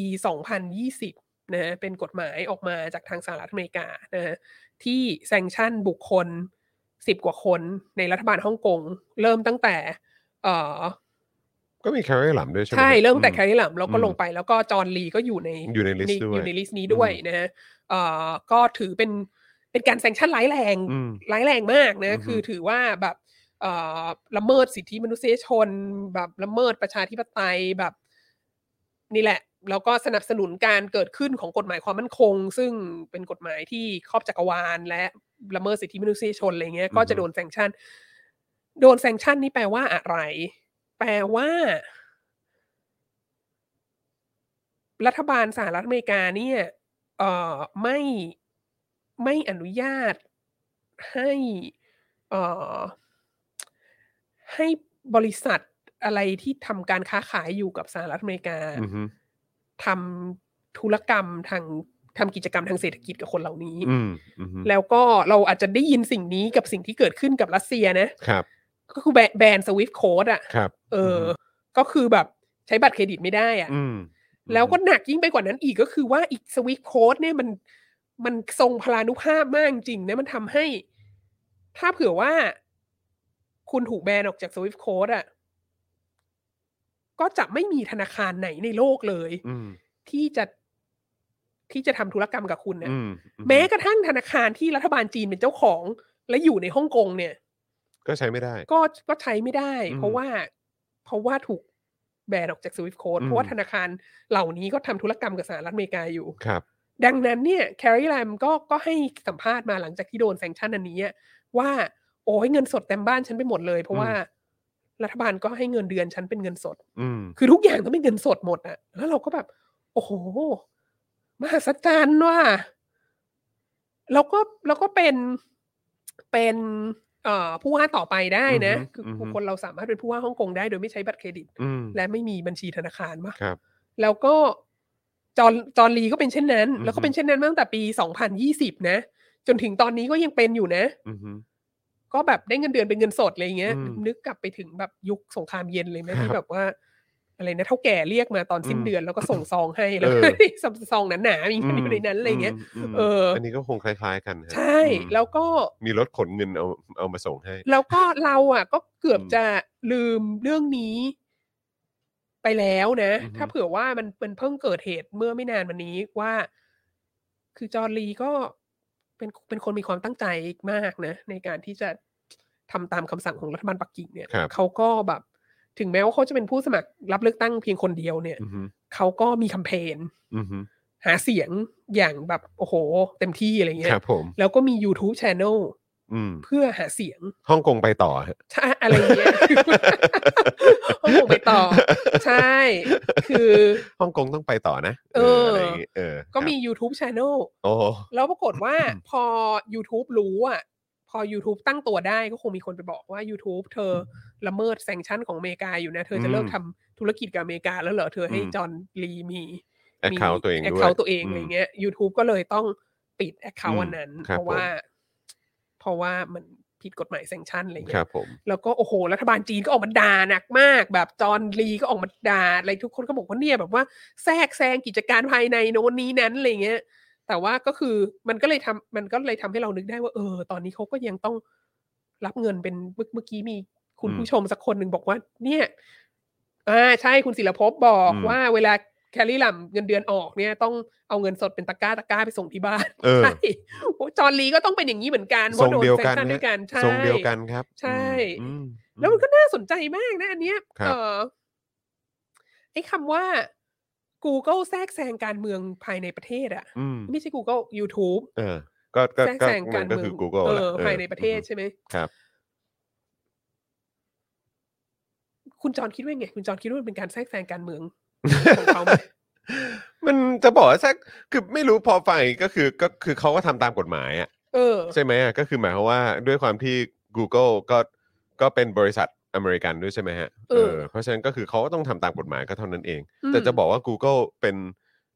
S4: 2020 นะฮะเป็นกฎหมายออกมาจากทางสหรัฐอเมริกานะฮะที่แซงชันบุคคล 10 กว่าคนในรัฐบาลฮ่องกงเริ่มตั้งแต่ เออ
S3: ก็มีแคลร์หลัมด้วยใช่ไหม
S4: ใช่เริ่มแต่
S3: อื
S4: แคร์ริลัมแล้วก็
S3: อืม
S4: ลงไปแล้วก็จอห์นลีก็อยู่ใน
S3: อยู่ในลิสต์ด้ว
S4: อย ยู่ในลิสต์นี้ด้วยนะฮะเอ่อก็ถือเป็นเป็นการแซงชั่นร้ายแรง
S3: อืม
S4: ร้ายแรงมากนะ
S3: อือฮึ
S4: คือถือว่าแบบเอ่อละเมิดสิทธิมนุษยชน แบบละเมิดประชาธิปไตยแบบ นี่แหละ แล้วก็สนับสนุนการเกิดขึ้นของกฎหมายความมั่นคง ซึ่งเป็นกฎหมายที่ครอบจักรวาล และละเมิดสิทธิมนุษยชนอะไรเงี้ย ก็จะโดนแซงชั่น โดนแซงชั่นนี่แปลว่าอะไร แปลว่า รัฐบาลสหรัฐอเมริกาเนี่ยเอ่อไม่ไม่อนุญาตให้เอ่อให้บริษัทอะไรที่ทำการค้าขายอยู่กับสหรัฐอเมริกา
S3: อือฮึ
S4: ทำธุรกรรมทางทำกิจกรรมทางเศรษฐกิจกับคนเหล่านี้
S3: อืมอือฮึ
S4: แล้วก็เราอาจจะได้ยินสิ่งนี้กับสิ่งที่เกิดขึ้นกับรัสเซียนะ
S3: ครับ
S4: ก็คือแบแบนสวิฟโค้ดอ่ะ
S3: ครับ
S4: เอออก็คือแบบใช้บัตรเครดิตไม่ได้อ่ะ
S3: อืม
S4: แล้วก็หนักยิ่งไปกว่านั้นอีกก็คือว่าอีกสวิฟโค้ดเนี่ยมันมันทรงพลานุภาพมากจริงนะมันทำให้ ถ้าเผื่อว่าคุณถูกแบนออกจากสวิฟโค้ดอ่ะ ก็จะไม่มีธนาคารไหนในโลกเลย
S3: อืม
S4: ที่จะที่จะทำธุรกรรมกับคุณเนี่ย
S3: อืม
S4: แม้กระทั่งธนาคารที่รัฐบาลจีนเป็นเจ้าของ และอยู่ในฮ่องกงเนี่ย
S3: ก็ใช้ไม่ได้
S4: ก็ก็ใช้ไม่ได้
S3: อืม
S4: เพราะว่า เพราะว่าถูกแบนออกจากสวิฟโค้ด
S3: อืม
S4: เพราะว่าธนาคารเหล่านี้ก็ทำธุรกรรมกับสหรัฐอเมริกาอยู่
S3: ครับ
S4: ดังนั้นเนี่ยแคร์รีแลมก็ก็ให้สัมภาษณ์มาหลังจากที่โดนแซงชั่นอันนี้อะว่า โอ้ยเงินสดเต็มบ้านฉันไปหมดเลย เพราะว่ารัฐบาลก็ให้เงินเดือนฉันเป็นเงินสด
S3: อืม
S4: คือทุกอย่างต้องเป็นเงินสดหมดอะแล้วเราก็แบบ โอ้โห มหัศจรรย์ว่ะแล้วก็แล้วก็เป็นเป็นเอ่อผู้ว่าต่อไปได้นะ
S3: อือฮึ
S4: คือ
S3: อือฮึ
S4: คนเราสามารถเป็นผู้ว่าฮ่องกงได้โดยไม่ใช้บัตรเครดิต
S3: อืม
S4: และไม่มีบัญชีธนาคารว่ะ
S3: ครับ
S4: แล้วก็จอห์นจอห์นลีก็เป็นเช่นนั้น
S3: อือฮึ
S4: แล้วก็เป็นเช่นนั้นมาตั้งแต่ปี 2020 นะ จนถึงตอนนี้ก็ยังเป็นอยู่นะ
S3: อือฮึ
S4: ก็แบบได้เงินเดือนเป็นเงินสดอะไรเงี้ย
S3: อืม
S4: นึกกลับไปถึงแบบยุคสงครามเย็นเลยไหม
S3: ครับ
S4: ที่แบบว่า อะไรนะเท่าแก่เรียกมาตอนสิ้น
S3: อืม
S4: เดือนแล้วก็ส่งซองให้แล้ว
S3: เออ
S4: ซองซองหนาๆมีเงิ [laughs] นอยู่ในนั้นอะไรเงี้ย
S3: มม
S4: เอออั
S3: นนี้ก็คงคล้ายๆกันฮะ
S4: ใช่
S3: อืม
S4: แล้วก็
S3: มีรถขนเงินเอาเอามาส่งให้
S4: แล้วก็เราอ่ะ ก็เกือบ
S3: อืม
S4: จะลืมเรื่องนี้ ไปแล้วนะ
S3: อือฮึ
S4: ถ้าเผื่อว่ามันเป็นเพิ่งเกิดเหตุเมื่อไม่นานมานี้ว่า คือจอร์นลีก็เป็นเป็นคนมีความตั้งใจมากนะ ในการที่จะทำตามคำสั่งของรัฐบาลปักกิ่งเนี่ย
S3: ครับ
S4: เขาก็แบบถึงแม้ว่าเขาจะเป็นผู้สมัครรับเลือกตั้งเพียงคนเดียวเนี่ย
S3: อือฮึ
S4: เขาก็มีแคมเปญ
S3: อือฮึ
S4: หาเสียงอย่างแบบโอ้โห เต็มที่อะไรเงี้
S3: ค
S4: ย
S3: รับผม
S4: แล้วก็มี YouTube Channel
S3: อืม
S4: เพื่อหาเสียง
S3: ฮ่องกงไปต่อฮะ
S4: ใช่อะไรเงี้ย [laughs] ฮ่องกงไปต่อ ใช่ คือ
S3: ฮ่องกงต้องไปต่อนะ
S4: เออ
S3: ไรย่างงี้เออ
S4: ก็
S3: ครับ
S4: มี YouTube Channel
S3: โอ้
S4: แล้วปรากฏว่า พอ YouTube รู้อ่ะ พอ YouTube ตั้งตัวได้ก็คงมีคนไปบอกว่า YouTube เธอละเมิดแซงชั่นของอเมริกาอยู่นะ เธอจะ
S3: อืม
S4: เลิกทำธุรกิจกับอเมริกาแล้วเหรอ เธอให้
S3: อืม
S4: จอห์นลีมี
S3: แอคเคาท์ตัวเอง
S4: แอค
S3: ด้วย
S4: เคาตัวเองอะไรเงี้ย YouTube ก็เลยต้องปิดแอคเคา
S3: อืม
S4: อันนั้น
S3: ครับ
S4: เพราะว่า
S3: ผม
S4: เพราะว่ามันผิดกฎหมายแซงชั่นอะไร
S3: ค
S4: เงี้
S3: รั
S4: ย
S3: บผม
S4: แล้วก็โอ้โห รัฐบาลจีนก็ออกมาด่าหนักมาก แบบจอห์นลีก็ออกมาด่าอะไรทุกคนก็บอกว่าเนี่ยแบบว่าแทรกแซงกิจการภายในโน้นนี้นั้นอะไรเงี้ย แต่ว่าก็คือมันก็เลยทำมันก็เลยทำให้เรานึกได้ว่า เออ ตอนนี้เขาก็ยังต้องรับเงินเป็นเมื่อเมื่อกี้มีคุณ
S3: อืม
S4: ผู้ชมสักคนหนึ่งบอกว่า เนี่ย อ่าใช่คุณศิลภพบอก
S3: อืม
S4: ว่าเวลาแคลรี่หล่ำเงินเดือนออกเนี่ย ต้องเอาเงินสดเป็นตะกร้าตะกร้าไปส่งที่บ้าน
S3: เออ
S4: ใช่ [laughs] โอ้จอร์นลีก็ต้องเป็นอย่างนี้เหมือนกัน
S3: ทรง
S4: พาะโ
S3: เดียวกัน
S4: แซชั่ด้วยกัน
S3: ฮะ
S4: ใช่
S3: ทรงเดียวกันครับ
S4: ใช่
S3: อืม
S4: แล้วมันก็น่าสนใจมากนะอันเนี้ย
S3: ครับ
S4: เออไอ้คำว่า Google แทรกแซงการเมืองภายในประเทศอะ
S3: อืม
S4: ไม่ใช่ Google YouTube
S3: เออ ก็ก็
S4: แทรกแซง
S3: มั
S4: กาน ร
S3: ก็
S4: เมื
S3: คือ อ Google
S4: เอ
S3: แหละ
S4: อ
S3: เออ
S4: ภายในประเทศ
S3: อือฮึ
S4: ใช่ไหม
S3: ครับ
S4: คุณจอนคิดว่าไง คุณจอนคิดว่ามันเป็นการแทรกแซงการ
S3: [laughs]
S4: เมือง ของเขาไหม
S3: มันจะบอกว่าสักคือไม่รู้พอฟังอย่างงี้ก็คือก็คือเขาก็ทำตามกฎหมายอ่ะ
S4: เออ
S3: ใช่ไหมอ่ะก็คือหมายความว่าด้วยความที่ Google ก็ก็เป็นบริษัทอเมริกันด้วยใช่ไหมฮะ
S4: เออ
S3: เพราะฉะนั้นก็คือเขาก็ต้องทำตามกฎหมายก็เท่านั้นเอง
S4: อืม
S3: แต่จะบอกว่า Google เป็น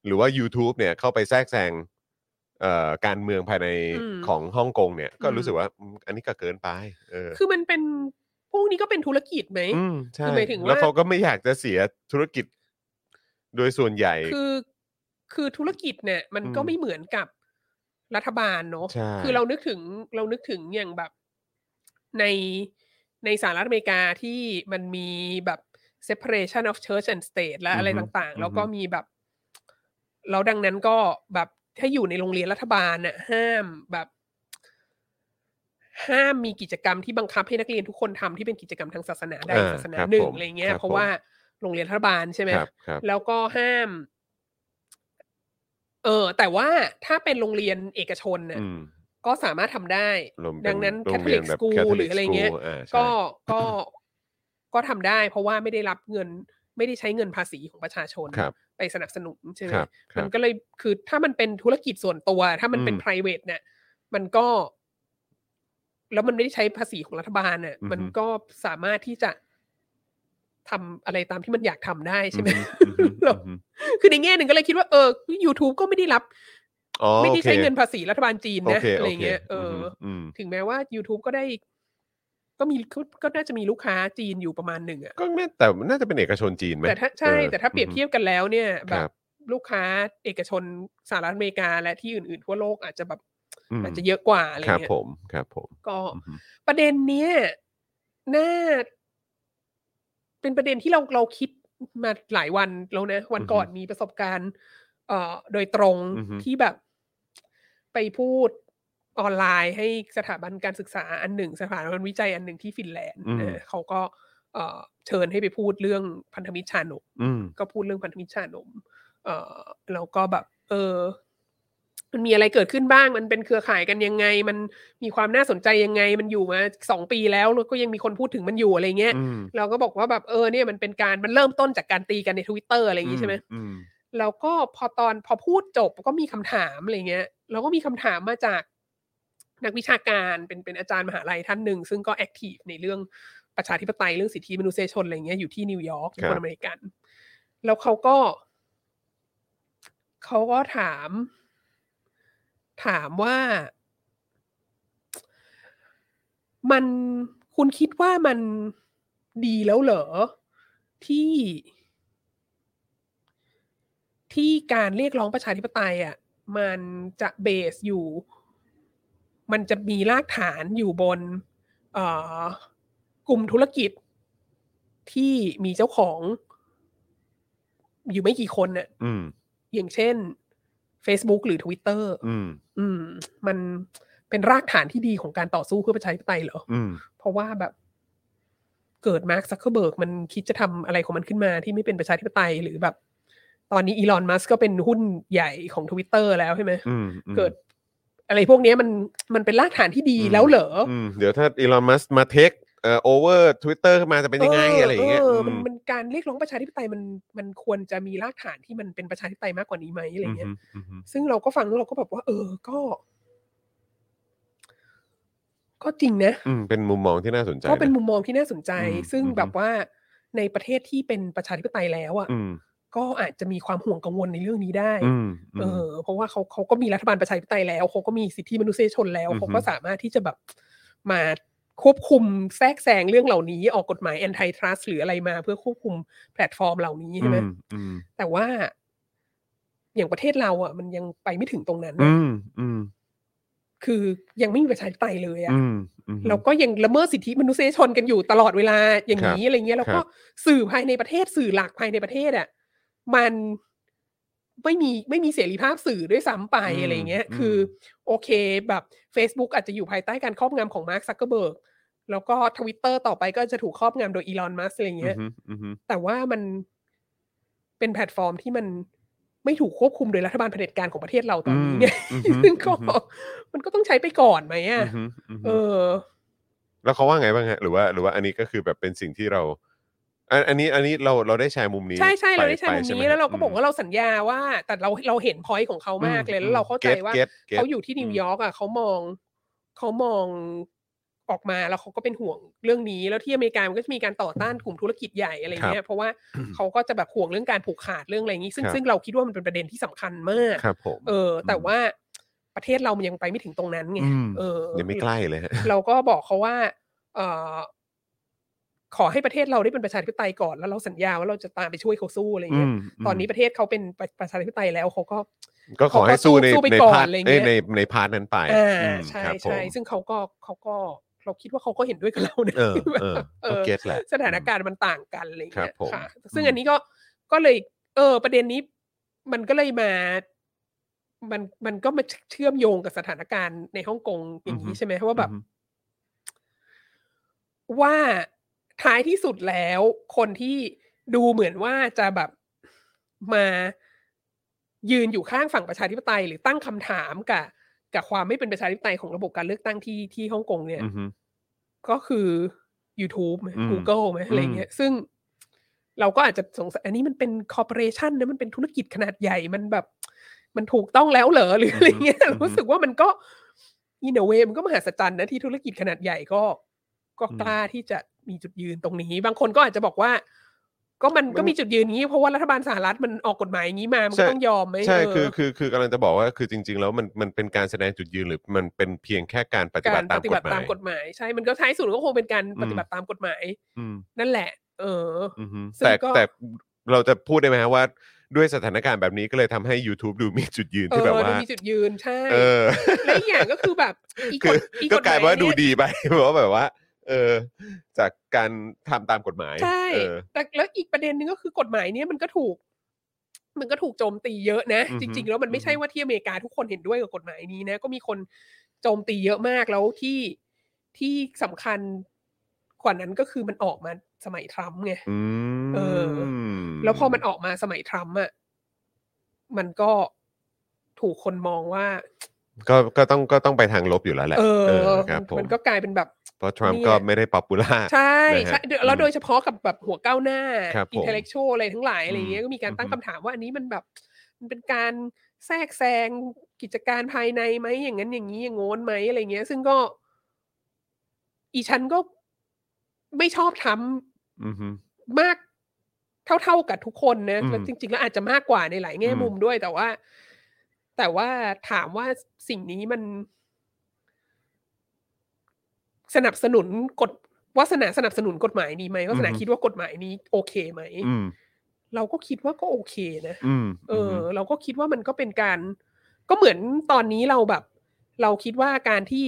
S3: หรือว่า YouTube เนี่ยเข้าไปแทรกแซงเอ่อการเมืองภายใน
S4: อืม
S3: ของฮ่องกงเนี่ย ก็
S4: อืม
S3: รู้สึกว่าอืมอันนี้ก็เกินไปเออ
S4: คือมันเป็นพวกนี้ก็เป็นธุรกิจไหม
S3: อืมใช่
S4: คือหมายถึงว่า
S3: แล้วเขาก็ไม่อยากจะเสียธุรกิจ โดยส่วนใหญ่
S4: คือ คือธุรกิจเนี่ย มันก็
S3: อืม
S4: ไม่เหมือนกับรัฐบาลเนอะ
S3: ใช่
S4: คือเรานึกถึงเรานึกถึงอย่างแบบในในสหรัฐอเมริกาที่มันมีแบบ separation of church and state และอะไร
S3: อือฮึ
S4: ต่าง
S3: อือฮึ
S4: ๆ แล้วก็มีแบบแล้วดังนั้นก็แบบถ้าอยู่ในโรงเรียนรัฐบาลน่ะห้ามแบบ ห้ามมีกิจกรรมที่บังคับให้นักเรียนทุกคนทำที่เป็นกิจกรรมทางศาสนาใด
S3: อ่า
S4: ศาสนา
S3: ครับ
S4: หนึ่
S3: ผ
S4: ง
S3: ม
S4: อะไรเงี้ย
S3: ครับ
S4: เพราะ
S3: ผม
S4: ว่าโรงเรียนรัฐบาลใช่ไหม
S3: ครับครับ
S4: แล้วก็ห้าม เออ แต่ว่าถ้าเป็นโรงเรียนเอกชนน่ะ
S3: อืม
S4: ก็สามารถทำได้
S3: รวมเป็
S4: ดังนั้น
S3: โรงเรียนแบบ
S4: Catholic School
S3: Catholic
S4: หรืออะไรเงี้ย
S3: School อ่าใช่
S4: ก็
S3: [coughs]
S4: ก็ก็ทำได้ เพราะว่าไม่ได้รับเงิน ไม่ได้ใช้เงินภาษีของประชาชน
S3: ครับ
S4: ไปสนับสนุนใช่ไหม
S3: ครับครั
S4: มั
S3: บ
S4: นก็เลยคือถ้ามันเป็นธุรกิจส่วนตัว ถ้ามันเป็น
S3: อืม
S4: p r i v a t เนี่ยมันก็ แล้วมันไม่ได้ใช้ภาษีของรัฐบาลเนี่ย
S3: อือฮึ
S4: มันก็สามารถที่จะทำอะไรตามที่มันอยากทำได้ใช่ไหม
S3: อือฮึอือฮึ
S4: [laughs] คือในแง่หนึ่งก็เลยคิดว่าเออ YouTube ก็ไม่ได้รับ
S3: อ๋อ
S4: ไม่ได้ใช้
S3: โอค
S4: เงินภาษีรัฐบาลจีน
S3: โอ
S4: นะ
S3: เค
S4: อะไร
S3: โค
S4: เงี้ยเออ
S3: ม
S4: อ
S3: อืม
S4: ถึงแม้ว่า YouTube ก็ได้ ก็มีก็ก็น่าจะมีลูกค้าจีนอยู่ประมาณหนึ่งอะ
S3: ก็น่าแต่น่าจะเป็นเอกชนจีนไหม
S4: แต่ถ้าใช่
S3: ออ
S4: แต่ถ้าเปรียบ
S3: อือฮึ
S4: เทียบกันแล้วเนี่ย แบ
S3: ครับ
S4: บลูกค้าเอกชนสหรัฐอเมริกาและที่อื่นๆทั่วโลกอาจจะแบบ
S3: อืม
S4: อาจจะเยอะกว่าอะไร
S3: ครับ
S4: เงี้
S3: ผ
S4: ย
S3: มครับผม
S4: ก็
S3: อือฮึ
S4: ประเด็นเนี้ยน่าเป็นประเด็นที่เราเราคิดมาหลายวันแล้วนะวัน
S3: อือฮึ
S4: ก่อนมีประสบการณ์ เอ่อ โดยตรง
S3: อือฮึ
S4: ที่แบบ ไปพูดออนไลน์ให้สถาบันการศึกษาอันหนึ่ง สถาบันวิจัยอันหนึ่งที่ฟินแลนด์
S3: อืม
S4: เออเขาก็เอ่อเชิญให้ไปพูดเรื่องพันธมิตรชานม
S3: อืม
S4: ก็พูดเรื่องพันธมิตรชานมเอ่อแล้วก็แบบ เออ มันมีอะไรเกิดขึ้นบ้าง มันเป็นเครือข่ายกันยังไง มันมีความน่าสนใจยังไง มันอยู่มาสองปีแล้วแล้วก็ยังมีคนพูดถึงมันอยู่อะไรเงี้ย
S3: อืม
S4: เราก็บอกว่าแบบเออเนี่ยมันเป็นการมันเริ่มต้นจากการตีกันในทวิตเตอร์อะไรอย่างงี้ใช่ไหม
S3: อืม
S4: แล้วก็พอตอนพอพูดจบก็มีคำถามอะไรเงี้ยแล้วก็มีคำถามมาจากนักวิชาการเป็นเป็นอาจารย์มหาลัยท่านหนึ่ง ซึ่งก็แอคทีฟในเรื่องประชาธิปไตยเรื่องสิทธิมนุษยชนอะไรเงี้ยอยู่ที่นิวยอร์ก
S3: ครับ
S4: คนอเมริกัน แล้วเขาก็เขาก็ถาม ถามว่า มันคุณคิดว่ามันดีแล้วเหรอ ที่ที่การเรียกร้องประชาธิปไตยอ่ะ มันจะเบสอยู่ มันจะมีรากฐานอยู่บน เอ่อกลุ่มธุรกิจที่มีเจ้าของ อยู่ไม่กี่คนน่ะ
S3: อืม
S4: อย่างเช่น Facebook หรือ Twitter
S3: อืม
S4: อืม มันเป็นรากฐานที่ดีของการต่อสู้เพื่อประชาธิปไตยเหรอ
S3: อืม
S4: เพราะว่าแบบเกิดมาร์คซักเคอร์เบิร์กมันคิดจะทำอะไรของมันขึ้นมาที่ไม่เป็นประชาธิปไตยหรือแบบ ตอนนี้อีลอนมัสก็เป็นหุ้นใหญ่ของทวิตเตอร์แล้วใช่ไหม
S3: อืมอืม
S4: เกิด อะไรพวกเนี้ยมันมันเป็นรากฐานที่ดี
S3: อืม
S4: แล้วเหรอ
S3: อืมเดี๋ยวถ้าอีลอนมัสมาเทคเอ่อโอเวอร์ทวิตเตอร์ขึ้นมาจะเป็นยังไงอะไรอย่างเงี้ย
S4: เออ
S3: อื
S4: มัน
S3: ม
S4: มันการเรียกร้องประชาธิปไตยมันมันควรจะมีรากฐานที่มันเป็นประชาธิปไตยมากกว่านี้ไหมอะไรเงี้ย
S3: อืมอืม
S4: ซึ่งเราก็ฟังแล้วเราก็แบบว่า เออ ก็ ก็จริงนะ
S3: อืมเป็นมุมมองที่น่าสนใจ
S4: ก็เป็น
S3: นะ
S4: มุมมองที่น่าสนใจ
S3: อืม
S4: ซึ่ง
S3: อืม
S4: แบบว่าในประเทศที่เป็นประชาธิปไตยแล้วอ่ะ
S3: อืม
S4: ก็อาจจะมีความห่วงกังวลในเรื่องนี้ได้
S3: อืมม
S4: เออ เพราะว่าเขาเขาก็มีรัฐบาลประชาธิปไตยแล้วเขาก็มีสิทธิมนุษยชนแล้ว
S3: อือฮึ
S4: เขาก็สามารถที่จะแบบมาควบคุมแทรกแซงเรื่องเหล่านี้ ออกกฎหมายแอนตี้ทรัสหรืออะไรมา เพื่อควบคุมแพลตฟอร์มเหล่านี้ใช่ไหม
S3: อืมอืม
S4: แต่ว่า อย่างประเทศเราอ่ะ มันยังไปไม่ถึงตรงนั้น
S3: อื
S4: อะ
S3: มอืม
S4: คือยังไม่มีประชาธิปไตยเลยอ่ะ
S3: อืมอืม
S4: แล้วก็ยังละเมิดสิทธิมนุษยชนกันอยู่ตลอดเวลาอย่างนี้อะไรเงี้ยแล้ว
S3: ครั
S4: ก็
S3: บ
S4: สื่อภายในประเทศสื่อหลักภายในประเทศอ่ะมันไม่มีไม่มีเสรีภาพสื่อด้วยซ้ำไปอะไรเงี้ย คืออโอเคแบบ Facebook อาจจะอยู่ภายใต้การครอบงำของมาร์คซักเกอร์เบิร์กแล้วก็ทวิตเตอร์ต่อไปก็จะถูกครอบงำโดยอีลอนมัสอะไรเงี้ย
S3: อืมอืมอืม
S4: แต่ว่ามันเป็นแพลตฟอร์มที่มันไม่ถูกควบคุมโดยรัฐบาลเผด็จการของประเทศเราตอนนี้ไง
S3: อืม
S4: ซึ่งก็
S3: อืม
S4: มันก็ต้องใช้ไปก่อนไหมอ่ะ
S3: อืมอืม
S4: เออ
S3: แล้วเขาว่าไงบ้างฮะหรือว่าหรือว่าอันนี้ก็คือแบบเป็นสิ่งที่เราอันอันนี้อันนี้เราเราได้แชร์มุมนี้
S4: ใช่ใช่เราได้ใช้
S3: ป
S4: มุ
S3: ปห
S4: มนี้
S3: ฮะ
S4: แล้วเราก็บอก
S3: ม
S4: ว่าเราสัญญาว่า แต่เราเราเห็นพอยต์ของเขามากเลยแล้วเราเข้าใจ
S3: ก็ต
S4: ว่า
S3: ก็ตก็ต
S4: เขาอยู่ที่นิวยอร์กอ่ะเขามองเขามองออกมาแล้วเขาก็เป็นห่วงเรื่องนี้ แล้วที่อเมริกามันก็จะมีการต่อต้านกลุ่มธุรกิจใหญ่อะไรเงี้ยเพราะว่าเขาก็จะแบบห่วงเรื่องการผูกขาดเรื่องอะไรอย่างนี้ ซึ่ง
S3: ครับ
S4: ซึ่งเราคิดว่ามันเป็นประเด็นที่สำคัญมาก
S3: ครับผม
S4: เออ แต่ว่าประเทศเรามันยังไปไม่ถึงตรงนั้นไง
S3: ม
S4: เออ
S3: ยังไม่ใกล้เลยฮะ
S4: เราก็บอกเขาว่า เออขอให้ประเทศเราได้เป็นประชาธิปไตยก่อนแล้วเราสัญญาว่าเราจะตามไปช่วยเขาสู้อะไรเงี้ย ตอนนี้ประเทศเขาเป็นประชาธิปไตยแล้วเขาก็
S3: ก็ขอให้สู้ใน
S4: เขาก็สู้ไป
S3: ใน
S4: ก่อน
S3: พาร์ท
S4: อะไรเงี้ย
S3: เอ้ยในในพาร์ทนั้นไป
S4: อ่า
S3: อืม
S4: ใช่
S3: ครับผม
S4: ใช่ซึ่งเขาก็เขาก็เราคิดว่าเขาก็เห็นด้วยกับเรานะ
S3: เออเออ
S4: เอ
S3: ก็
S4: อ
S3: เก็ตแหละ
S4: [laughs] สถานการณ์มันต่างกันอะไร
S3: ครั
S4: เงี้
S3: บ
S4: ย
S3: ผม
S4: ค่ะ ซึ่
S3: อื
S4: ง
S3: ม
S4: อันนี้ก็ก็เลย เออ ประเด็นนี้มันก็เลยมา มันมันก็มาเชื่อมโยงกับสถานการณ์ในฮ่องกงอย่างนี้ใช่ไหมว่าแบบ ว่าท้ายที่สุดแล้วคนที่ดูเหมือนว่าจะแบบมา ยืนอยู่ข้างฝั่งประชาธิปไตย หรือตั้งคำถามกับกับความไม่เป็นประชาธิปไตยของระบบการเลือกตั้งที่ที่ฮ่องกงเนี่ย
S3: อือฮึ
S4: ก็คือ YouTube ไหม
S3: อืม
S4: Google ไหมอะไรเงี้ย ซึ่งเราก็อาจจะสงสัยอันนี้มันเป็นคอร์ปอเรชันนะมันเป็นธุรกิจขนาดใหญ่มันแบบ มันถูกต้องแล้วเหรอหรืออะไรเงี้ย
S3: อือฮึ
S4: รู้สึกว่ามันก็อินเวมันก็มหัศจรรย์นะที่ธุรกิจขนาดใหญ่ก็ ก็
S3: อืม
S4: กล้าที่จะมีจุดยืนตรงนี้ บางคนก็อาจจะบอกว่า ก็มัน
S3: มัน
S4: ก็มีจุดยืนนี้ เพราะว่ารัฐบาลสหรัฐมันออกกฎหมายอย่างนี้มามัน
S3: ใช่
S4: ก็ต้องยอมไหม
S3: ใช่
S4: เ
S3: คือคือคือกำลังจะบอกว่าคือจริง ๆ แล้วมันมันเป็นการแสดงจุดยืนหรือมันเป็นเพียงแค่การปฏิ
S4: กา
S3: บั
S4: ร
S3: ติตา
S4: ป
S3: ม
S4: ฏิ
S3: ก
S4: บั
S3: ฎ
S4: ติ
S3: หมา
S4: ตาม
S3: ย
S4: กฎหมายใช่ มันก็ท้ายสุดก็คงเป็นการปฏิบัติตามกฎหมาย
S3: อืม
S4: นั่นแหละ เออ
S3: อือฮึ
S4: ซึ่ง
S3: แต่
S4: ก็
S3: แต่เราจะพูดได้ไหมฮะว่า ด้วยสถานการณ์แบบนี้ก็เลยทำให้ YouTube ดูมีจุดยืนที่แบบ
S4: เออ
S3: ว่า
S4: ดูมีจุดยืนใช่
S3: เออ
S4: และอีกอย่างก็คือแบบอีก
S3: คือ
S4: อี
S3: ก็กลายเป็นว่าดู
S4: ฎหมเนี่
S3: ดีไป [laughs] เพราะว่าแบบว่า เออ จากการทำตามกฎหมาย
S4: ใช่
S3: เออ
S4: แต่แล้วอีกประเด็นหนึงก็คือกฎหมายเนี้ยมันก็ถูก มันก็ถูกโจมตีเยอะนะ
S3: อือฮึ
S4: จริง ๆ แล้วมันไม่ใช่
S3: อือฮึ
S4: ว่าที่อเมริกาทุกคนเห็นด้วยกับกฎหมายนี้นะ ก็มีคนโจมตีเยอะมากแล้วที่ที่สำคัญกว่านั้นก็คือมันออกมาสมัยทรัมป์ไง
S3: อืม
S4: เออ แล้วพอมันออกมาสมัยทรัมป์อ่ะมันก็ถูกคนมองว่า
S3: ก็ก็ต้องก็ต้องไปทางลบอยู่แล้วแหละ
S4: เออ
S3: ครับผม
S4: มันก็กลายเป็นแบบ
S3: เพราะทรัมป์
S4: นี่แหละ
S3: ก็ไม่ได้ป๊อปปูล่า
S4: ใช่
S3: นะฮะ
S4: ใช่เดี๋ยวแล้วโดยเฉพาะกับแบบหัวก้าวหน้า
S3: ครับผม
S4: อินเทลเล็กชวลอะไรทั้งหลายอะไรเงี้ยก็มีการตั้ง
S3: อืม
S4: คำถามว่าอันนี้มันแบบ มันเป็นการแทรกแซงกิจการภายในไหมอย่างนั้นอย่างนี้อย่างโน้นไหมอะไรเงี้ย ซึ่งก็ อีฉันก็ไม่ชอบทำ
S3: อือฮึ
S4: มากเท่าๆกับทุกคนนะ
S3: อืม
S4: แล้วจริง ๆ แล้วอาจจะมากกว่าในหลายแง่
S3: อืม
S4: มุมด้วย แต่ว่า แต่ว่าถามว่าสิ่งนี้มัน สนับสนุนกฎวาสนาสนับสนุนกฎหมายนี้ไหมวาสนา
S3: อือฮึ
S4: คิดว่ากฎหมายนี้โอเคไหม
S3: อืม
S4: เราก็คิดว่าก็โอเคนะ
S3: อืม
S4: เอออ เราก็คิดว่ามันก็เป็นการ ก็เหมือนตอนนี้เราแบบ เราคิดว่าการที่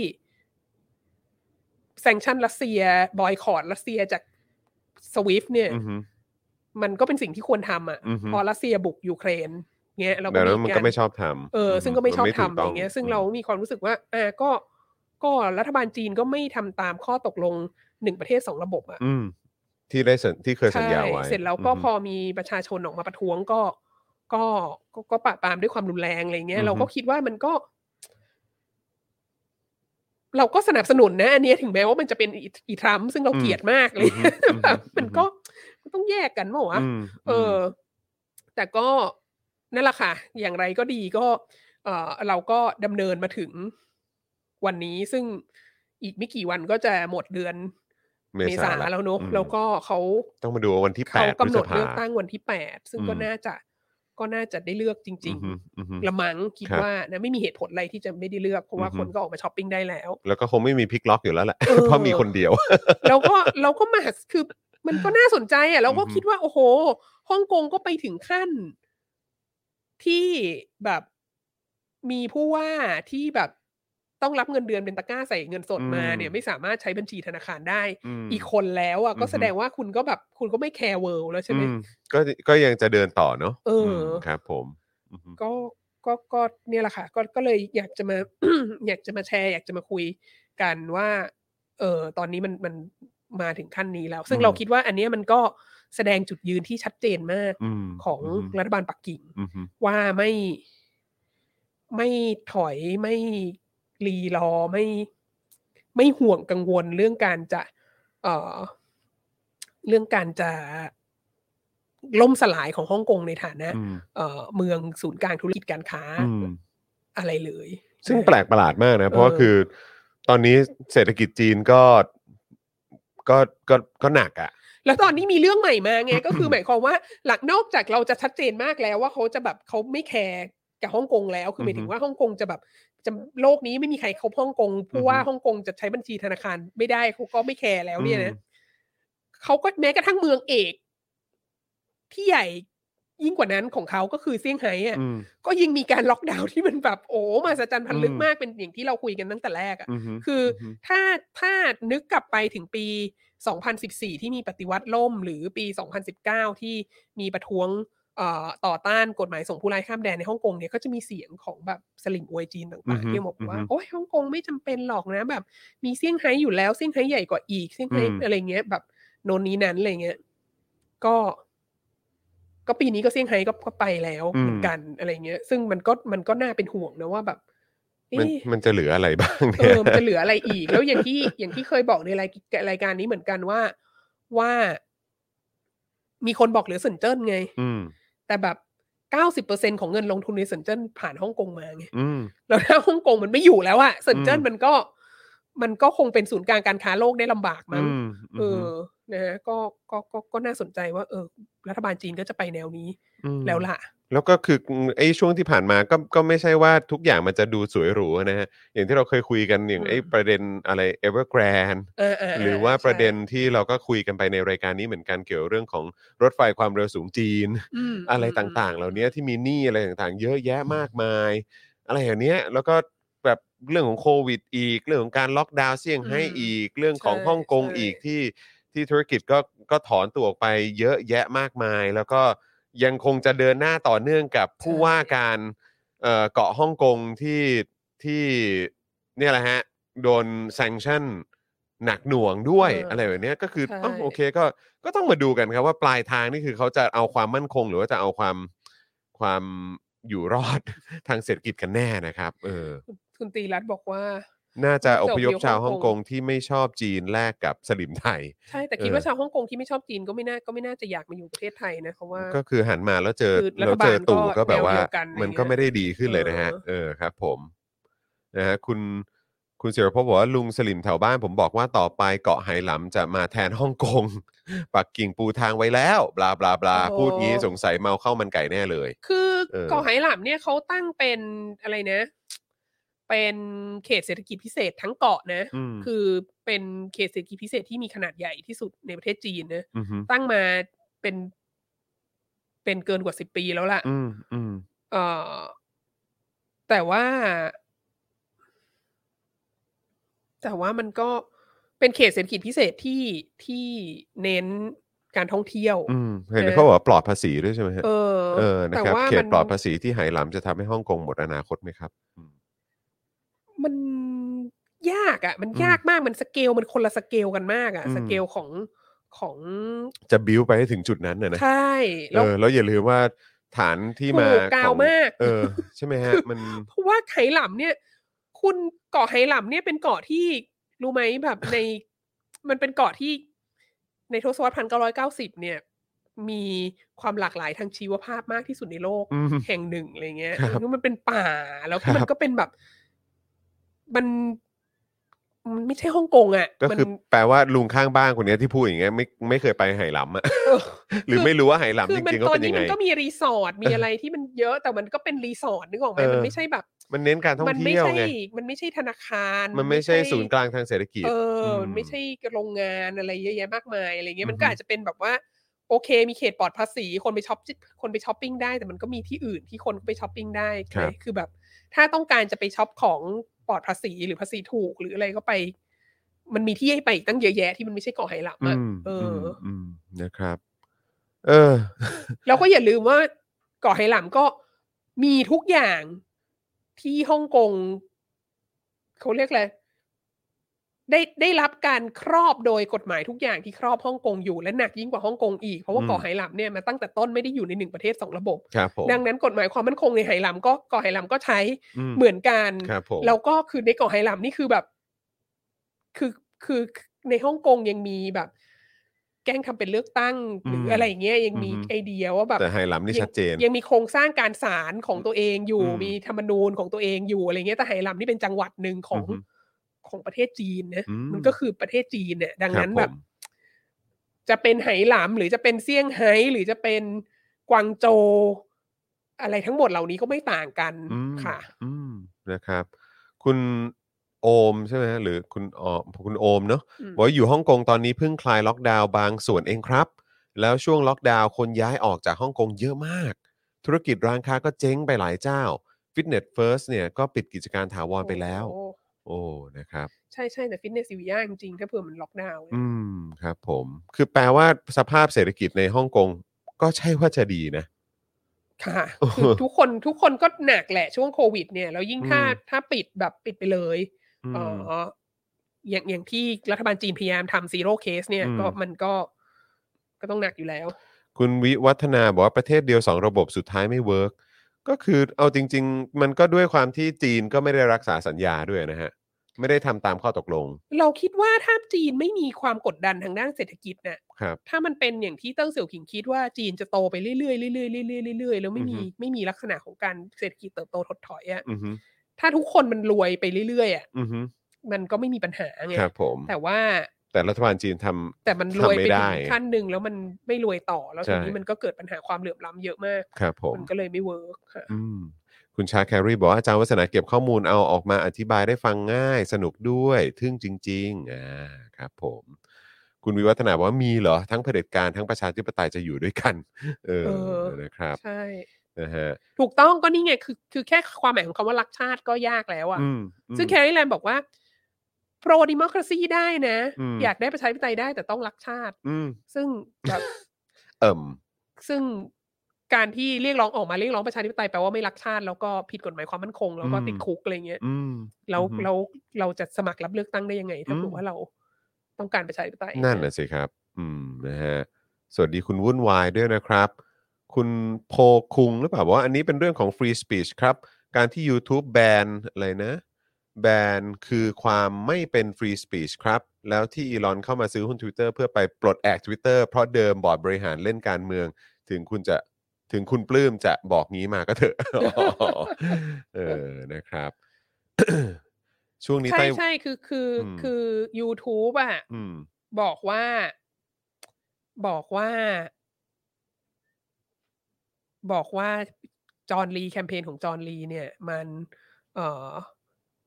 S4: แซงชันรัสเซียบอยคอรรัสเซียจากสวิฟเนี่ย
S3: อือฮึ
S4: มันก็เป็นสิ่งที่ควรทำอ่ะ
S3: อือฮึ
S4: พอรัสเซียบุกยูเครนเงี้ยเราก็
S3: เดี๋ยวนั้นมัน
S4: าร
S3: ก็ไม่ชอบทำ
S4: เออซึ่งก็ไม่ชอบ
S3: นถู
S4: ทำอย่างเงี้ย ซึ่งเรามีความรู้สึกว่าอ่าก็ ก็รัฐบาลจีนก็ไม่ทำตามข้อตกลงหนึ่งประเทศสองระบบอ่ะ
S3: อืมที่ได้สัญที่เคยสัญญาไว้
S4: เสร็จแล้วก็
S3: ม
S4: พอมีประชาชนออกมาประท้วงก็ ก็ก็ก็ปะปรามด้วยความรุนแรงอะไรเงี้
S3: อือ
S4: ย
S3: ฮึ
S4: เราก็คิดว่ามันก็ เราก็สนับสนุนนะอันเนี้ยถึงแม้ว่ามันจะเป็นอีอีทรัมป์ซึ่งเราเกลียดมากเลยแบบมันก็มันต้องแยกกันเปล่าวะ
S3: อืม
S4: เอออแต่ก็นั่นแหละค่ะ อย่างไรก็ดีก็เออเราก็ดำเนินมาถึงวันนี้ซึ่งอีกไม่กี่วันก็จะหมดเดือน
S3: เมษา
S4: แล้
S3: แล้ว
S4: วเนอะ
S3: อืม
S4: แล้วก็เขา
S3: ต้องมาดูว่าวันที่แป
S4: เขา
S3: ด
S4: กำหนด
S3: พฤษภา
S4: เลือกตั้งวันที่แปดซึ่งก็
S3: อืม
S4: น่าจะก็น่าจะได้เลือกจริง
S3: อือฮึอือฮึ
S4: ๆ ละมั้งคิด
S3: ครับ
S4: ว่านะไม่มีเหตุผลอะไรที่จะไม่ได้เลือกเพราะว่า
S3: อือฮึ
S4: คนก็ออกมาช้อปปิ้งได้แล้ว
S3: แล้วก็คงไม่มีพลิกล็อกอยู่แล้วแหละ
S4: เออ
S3: [laughs] เพราะมีคนเดียว
S4: เราก็เราก็มาคือมันก็น่าสนใจอ่ะเราก็
S3: อือฮึ
S4: คิดว่า โอ้โหฮ่องกงก็ไปถึงขั้น ที่แบบมีผู้ว่าที่แบบต้องรับเงินเดือนเป็นตะกร้าใส่เงินสดมาเนี่ย ไม่สามารถใช้บัญชีธนาคารได้
S3: ม
S4: อีกคนแล้วอ่ะก็
S3: อือฮึ
S4: แสดงว่าคุณก็แบบ คุณก็ไม่แคร์เวิลด์แล้วใช่ไหม
S3: อืมก็ก็ยังจะเดินต่อเนาะ
S4: เออ
S3: ม
S4: อื
S3: ครับ ผมอือฮึ
S4: ก็ก็ก็เนี่ยแหละค่ะ ก็ก็เลยอยากจะ [coughs] มา อยากจะมาแชร์ อยากจะมาคุยกันว่า เออตอนนี้มันมันมาถึงขั้นนี้แล้ว ซึ่ง
S3: อืม
S4: เราคิดว่าอันเนี้ยมันก็แสดงจุดยืนที่ชัดเจนมาก
S3: อืม
S4: ของ
S3: ม
S4: รัฐบาลปักกิ่ง
S3: อือฮึ
S4: ว่าไม่ไม่ถอยไม่รีรอไม่ไม่ห่วงกังวลเรื่องการจะ เอ่อ เรื่องการจะล่มสลายของฮ่องกงในฐานะ
S3: อืม
S4: เอ่อเมืองศูนย์กลางธุรกิจการค้า
S3: อืม
S4: อะไรเลย
S3: ซึ่งแปลกประหลาดมากนะ เพราะว่าคือ ตอนนี้เศรษฐกิจจีนก็ก็ก็ก็หนักอ่ะ
S4: แล้วตอนนี้มีเรื่องใหม่มา
S3: [coughs]
S4: ไง ก็คือหมายความว่า หลักนอกจากเราจะชัดเจนมากแล้วว่าเขาจะแบบเขาไม่แคร์กับฮ่องกงแล้ว คือหมายถึ
S3: อื
S4: ง
S3: อฮึ
S4: ว่าฮ่องกงจะแบบจะโลกนี้ไม่มีใครครบฮ่องกงผู้ว่า
S3: อือฮึ
S4: ฮ่องกงจะใช้บัญชีธนาคารไม่ได้เขาก็ไม่แคร์แล้วเนี่ย
S3: อื
S4: นะ
S3: ม
S4: เขาก็แม้กระทั่งเมืองเอก ที่ใหญ่ยิ่งกว่านั้นของเขาก็คือเซี่ยงไฮ้อะ
S3: อืม
S4: ก็ยิ่งมีการล็อกดาวน์ที่มันแบบโอ้มาสจรรย์พันลึก
S3: อืม
S4: มากเป็นอย่างที่เราคุยกันตั้งแต่แรกอะ
S3: อือฮึ
S4: คืออ
S3: ฮึ
S4: ถ้าถ้านึกกลับไปถึงปี 2014 ที่มีปฏิวัติล่ม หรือปี 2019 ที่มีประท้วงเอ่อต่อต้านกฎหมายส่งผู้ร้ายข้ามแดนในฮ่องกงเนี่ยก็จะมีเสียงของแบบสลิมอวยจีนต่างๆ ที่บอกว่า โอ้ยฮ่องกงไม่จำเป็นหรอกนะแบบ มีเซี่ยงไฮ้อยู่แล้วเซี่ยงไฮ้ใหญ่กว่าอีกเซี่ยงไฮ้อะไรเงี้ยแบบโนนนี้นั้นอะไรเงี้ยก็ ก็ปีนี้ก็เซี่ยงไฮ้ก็ก็ไปแล้ว
S3: อืม
S4: เหมือนกันอะไรเงี้ย ซึ่งมันก็มันก็น่าเป็นห่วงนะว่าแบบเอ๊ะ
S3: มันมันจะเหลืออะไรบ้าง
S4: เอ
S3: เนี่ย
S4: อมันจะเหลืออะไรอีก แล้วอย่างที่อย่างที่เคยบอกในรายรายการนี้เหมือนกันว่าว่า มีคนบอกเหลือเซินเจิ้นไง
S3: อืม
S4: แต่แบบเก้าสิบเปอร์เซ็นของเงินลงทุนในเซินเจิ้นผ่านฮ่องกงมาไง
S3: อืม
S4: แล้วถ้าฮ่องกงมันไม่อยู่แล้วอะเซินเจิ้น
S3: อืม
S4: มันก็ มันก็คงเป็นศูนย์กลางการค้าโลกได้ลำบากมั้ง
S3: อืม
S4: เออ นะฮะก็ก็ ก็ ก็น่าสนใจว่า เออ รัฐบาลจีนก็จะไปแนวนี้
S3: ม
S4: แล้วล่ะ
S3: แล้วก็คือไอ้ช่วงที่ผ่านมาก็ก็ไม่ใช่ว่าทุกอย่างมันจะดูสวยหรูนะฮะอย่างที่เราเคยคุยกันอย่าง
S4: อืม
S3: ไอ้ประเด็นอะไรเอเวอร์แกรน
S4: เออเ
S3: หรือว่า
S4: ใช่
S3: ประเด็นที่เราก็คุยกันไปในรายการนี้เหมือนกันเกี่ยวเรื่องของรถไฟความเร็วสูงจีน
S4: ม
S3: อะไรต่างๆ เหล่านี้ที่มีหนี้อะไรต่างๆ เยอะแยะมากมาย อะไรอย่างเนี้ยแล้วก็แบบเรื่องของโควิดอีก เรื่องของการล็อกดาวน์เซี่ยงไฮ้อีก เรื่องของฮ่องกงอีกที่ที่ธุรกิจก็ก็ถอนตัวออกไปเยอะแยะมากมาย แล้วก็ยังคงจะเดินหน้าต่อเนื่องกับผู้ว่าการเอ่อเกาะฮ่องกงที่ที่เนี่ยแหละฮะ โดน sanction หนักหน่วงด้วย
S4: เอออ
S3: อะไรแบบเนี้ยก็คือ
S4: ใช่
S3: อ้าวโอเคก็ก็ต้องมาดูกันครับว่าปลายทางนี่คือเขาจะเอาความมั่นคง หรือว่าจะเอาความความอยู่รอด [laughs] ทางเศรษฐกิจกันแน่นะครับเออ
S4: คุณตีรัตน์บอกว่า
S3: น่าจะอ
S4: อพ
S3: พย
S4: ย
S3: พ
S4: พ
S3: ชาวฮ่องก
S4: ฮ่
S3: ง
S4: องกง
S3: ที่ไม่ชอบจีนแลกกับสลิมไทย
S4: ใช่ แต่คิด
S3: เออ
S4: ว่าชาวฮ่องกงที่ไม่ชอบจีนก็ไม่น่า ก็ไม่น่าจะอยากมาอยู่ประเทศไทยนะเพราะว่า
S3: ก็คือหันมาแล้วเจอ
S4: คือรั
S3: แล้
S4: ฐ
S3: วเจอบ
S4: าลก็
S3: ตู่ก็แบบว่า
S4: แนวเดียวกัน
S3: มันก็ไม่ได้ดีขึ้นเลยนะฮะ
S4: เออ
S3: เออครับ ผมนะฮะคุณคุณเสียรพบบอกว่าลุงสลิมแถวบ้าน ผมบอกว่าต่อไปเกาะไหหลำจะมาแทนฮ่องกง [laughs] ปักกิ่งปูทางไว้แล้วบลาบลาบลาพูดงี้สงสัยเมาเข้าวมันไก่แน่เลย
S4: คือ
S3: เออ
S4: เกาะไหหลำเนี่ยเขาตั้งเป็นอะไรนะ เป็นเขตเศรษฐกิจพิเศษทั้งเกาะนะ
S3: อืม
S4: คือเป็นเขตเศรษฐกิจพิเศษที่มีขนาดใหญ่ที่สุดในประเทศจีนนะ
S3: อืม
S4: ตั้งมาเป็น เป็นเกินกว่าสิบปีแล้วล่ะ
S3: อืมอืม
S4: เออแต่ว่า แต่ว่ามันก็เป็นเขตเศรษฐกิจพิเศษที่ที่เน้นการท่องเที่ยว
S3: อืมเห็นเขาบอกว่าปลอดภาษีด้วยใช่ไหมฮะ
S4: เออ
S3: เออนะ
S4: แต่
S3: ครับ
S4: ว่า
S3: เขต
S4: มัน
S3: ปลอดภาษีที่ไหหลำจะทำให้ฮ่องกงหมดอนาคตไหมครับ
S4: มันยากอะ่ะ มัน
S3: อืม
S4: ยากมากมันสเกลมันคนละสเกลกันมาก
S3: อืม
S4: อะ่ะ สเกลของของ
S3: จะบิ้วไปให้ถึงจุดนั้นน่ะนะ
S4: ใช่
S3: เอ
S4: แล้ว
S3: อแล้วอย่าลืมว่าฐานที่มา
S4: ถูกกา
S3: ขอ
S4: ว
S3: ง
S4: มาก
S3: เออ ใช่ไหมฮะ มัน
S4: เพราะว่าไหหลำเนี่ย คุณเกาะไหหลำเนี่ยเป็นเกาะที่รู้ไหมแบบใน มันเป็นเกาะที่ในทศวรรษพันเก้าร้อยเก้าสิบเนี่ย มีความหลากหลายทางชีวภาพมากที่สุดในโลก
S3: อืม
S4: แห่งหนึ่งอะไรเงี้ย
S3: ครับ
S4: แล้วมันเป็นป่าแล้วก็
S3: ครับ
S4: มันก็เป็นแบบ มันมันไม่ใช่ฮ่องกงอ่ะ
S3: ก็
S4: มั
S3: คือแปลว่าลุงข้างบ้านคนเนี้ยที่พูดอย่างเงี้ยไม่ไม่เคยไปไหหลำอ่ะ [laughs]
S4: เออ
S3: หรือไม่รู้ว่าไหหลำ
S4: คื
S3: จ
S4: อมัน
S3: ริงๆเขา
S4: ตอน
S3: เป็นยั
S4: นี้
S3: งไง
S4: มันก็มีรีสอร์ทมีอะไรที่มันเยอะแต่มันก็เป็นรีสอร์ทนึกออกไหม
S3: เออ
S4: มันไม่ใช่แบบ
S3: มันเน้นการท่อง
S4: มัไม่
S3: เที่ยว
S4: ใช่
S3: ไง
S4: มันไม่ใช่ธนาคาร
S3: มันไม่ใช่ศูนย์กลางทางเศรษฐกิจ
S4: เออ
S3: ม
S4: อมันไม่ใช่โรงงานอะไรเยอะแยะมากมายอะไรเงี้ย มันก็
S3: อือฮึ
S4: อาจจะเป็นแบบว่า โอเค มีเขตปลอดภาษี คนไปช็อปจิคนไปช้อปปิ้งได้ แต่มันก็มีที่อื่นที่คนไปช้อปปิ้งได้ใช่ไหมคือแบบ ถ้าต้องการจะไปช็อปของปลอดภาษีหรือภาษีถูกหรืออะไรก็ไป มันมีที่ให้ไปอีกตั้งเยอะแยะที่มันไม่ใช่เกาะไหหลำ
S3: อื
S4: อะ
S3: ม
S4: เอออื
S3: มอืมนะครับ เออ
S4: แล้วก็อย่าลืมว่าเกาะไหหลำก็มีทุกอย่างที่ฮ่องกงเขาเรียกอะไรได้ได้รับการครอบโดยกฎหมายทุกอย่างที่ครอบฮ่องกงอยู่และหนักยิ่งกว่าฮ่องกงอีกเพราะว่า
S3: อืม
S4: เกาะไหหลำเนี่ยมาตั้งแต่ต้นไม่ได้อยู่ในหนึ่งประเทศสองระบบ
S3: ครับผม
S4: ดังนั้นกฎหมายความมั่นคงในไหหลำก็เกาะไหหลำก็ใช้
S3: ม
S4: เหมือนกัน
S3: ครับผม
S4: แล้วก็คือในเกาะไหหลำนี่คือแบบ คือคือในฮ่องกงยังมีแบบ แกล้งทำเป็นเลือกตั้งหรืออะไรอย่างเงี้ยยังมีไอเดียว่าแบบ
S3: แต่ไหหลำนี่
S4: ยัง
S3: ชัดเจน
S4: ยังมีโครงสร้างการศาลของตัวเองอยู่
S3: อืม
S4: มีธรรมนูญของตัวเองอยู่อะไรเงี้ยแต่ไหหลำนี่เป็นจังหวัดหนึ่งของ
S3: อือฮึ
S4: ของประเทศจีนนะ
S3: อืม
S4: มันก็คือประเทศจีนเนี่ยดัง
S3: ครับ
S4: นั้น
S3: ผ
S4: แบบ
S3: ม
S4: จะเป็นไหหลำหรือจะเป็นเซี่ยงไฮ้หรือจะเป็นกวางโจวอะไรทั้งหมดเหล่านี้ก็ไม่ต่างกัน
S3: อืม
S4: ค่ะ
S3: อืมนะครับ คุณโอมใช่ไหมฮะหรือคุณออมคุณโอมเนอะ
S4: อืม
S3: บอกว่าอยู่ฮ่องกงตอนนี้เพิ่งคลายล็อกดาวน์บางส่วนเองครับ แล้วช่วงล็อกดาวน์คนย้ายออกจากฮ่องกงเยอะมาก ธุรกิจร้านค้าก็เจ๊งไปหลายเจ้า ฟิตเนสเฟิร์สเนี่ยก็ปิดกิจการถาวรไปแล้ว
S4: โอ้โห
S3: โอ้นะครับ
S4: ใช่ใช่แต่ฟิตเนสซิวิยากจริงๆถ้าเผื่อมันล็อกดาวน์เนี่ย
S3: อืมครับผม คือแปลว่าสภาพเศรษฐกิจในฮ่องกงก็ใช่ว่าจะดีนะ
S4: ค่ะ
S3: โอ้โห
S4: คือ [laughs] ทุกคนทุกคนก็หนักแหละช่วงโควิด เนี่ยแล้วยิ่งถ้า
S3: อืม
S4: ถ้าปิดแบบปิดไปเลย
S3: อืม
S4: เอ่ออย่างอย่างที่รัฐบาลจีนพยายามทำซีโร่เคสเนี่ย
S3: อืม
S4: ก็มันก็ ก็ต้องหนักอยู่แล้ว
S3: คุณวิวัฒนาบอกว่าประเทศเดียว 2 ระบบสุดท้ายไม่เวิร์กก็คือเอาจริง ๆ มันก็ด้วยความที่จีนก็ไม่ได้รักษาสัญญาด้วยนะฮะ ไม่ได้ทำตามข้อตกลง
S4: เราคิดว่าถ้าจีนไม่มีความกดดันทางด้านเศรษฐกิจน่ะ
S3: ครับ
S4: ถ้ามันเป็นอย่างที่เติ้งเสี่ยวผิงคิดว่าจีนจะโตไปเรื่อยๆเรื่อยๆเรื่อยๆเรื่อยๆแล้วไม่มี
S3: อือฮึ
S4: ไม่มีลักษณะของการเศรษฐกิจเติบโตถดถอยอะ
S3: อือฮึ
S4: ถ้าทุกคนมันรวยไปเรื่อยๆอะ
S3: อือฮึ
S4: มันก็ไม่มีปัญหาไง
S3: ครับผม
S4: แต่ว่า
S3: แต่รัฐบาลจีนทำ
S4: แต่มันรวย
S3: ทำ
S4: ไป
S3: ไม่ได้
S4: ถึงขั้นหนึ่งแล้วมันไม่รวยต่อแล้ว
S3: ใช่
S4: ทีนี้มันก็เกิดปัญหาความเหลื่อมล้ำเยอะมาก
S3: ครับผม
S4: มันก็เลยไม่เวิร์กค่ะ
S3: อืมคุณชาแครีบอกว่าอาจารย์วัฒนาเก็บข้อมูลเอาออกมาอธิบายได้ฟังง่าย สนุกด้วยทึ่งจริงๆอ่าครับผม คุณวิวัฒนาบอกว่ามีเหรอ ทั้งเผด็จการทั้งประชาธิปไตยจะอยู่ด้วยกัน เออนะครับ
S4: ใช่
S3: นะฮะ
S4: ถูกต้องก็นี่ไงคือคือแค่ความหมายของคำว่ารักชาติก็ยากแล้วอะ
S3: อืมอืม
S4: ซึ่งแคร์รีแลนด์บอกว่า โปรดิม o คร a ซีได้นะ
S3: อืม
S4: อยากได้ประชาธิปไตยได้แต่ต้องรักชาติ
S3: อืม
S4: ซึ่งแบบ [laughs]
S3: เอิ่ม
S4: ซึ่งการที่เรียกร้องออกมาเรียกร้องประชาธิปไตยแปลว่าไม่รักชาติ แล้วก็ผิดกฎหมายความมั่นคง แล้วก็ติดคุกอะไรเงี้ย
S3: อืม
S4: แล้ว
S3: อืม
S4: แล้วเราจะสมัครรับเลือกตั้งได้ยังไง ถ้า
S3: อืม
S4: เกิดว่าเราต้องการประชาธิปไตย
S3: นั่นน่ะสิครับ อืมนะฮะสวัสดีคุณวุ่นวายด้วยนะครับ คุณโพคุงหรือเปล่าบอกว่าอันนี้เป็นเรื่องของ free speech ครับ การที่ YouTube แบนอะไรนะ แบนคือความไม่เป็น free speech ครับ แล้วที่อีลอนเข้ามาซื้อหุ้น Twitter เพื่อไปปลดแอก Twitter เพราะเดิมบอร์ดบริหารเล่นการเมือง ถึงคุณจะถึงคุณปลื้มจะบอกงี้มาก็เถอะ [laughs] เออนะครับ [coughs] ช่วงนี้
S4: ใช่
S3: ไต้
S4: ใช่คือคืออ
S3: ม
S4: คือ YouTube อ่ะ
S3: อืม
S4: บอกว่า บอกว่า บอกว่าจอห์นลีแคมเปญของจอห์นลีเนี่ย มันเอ่อ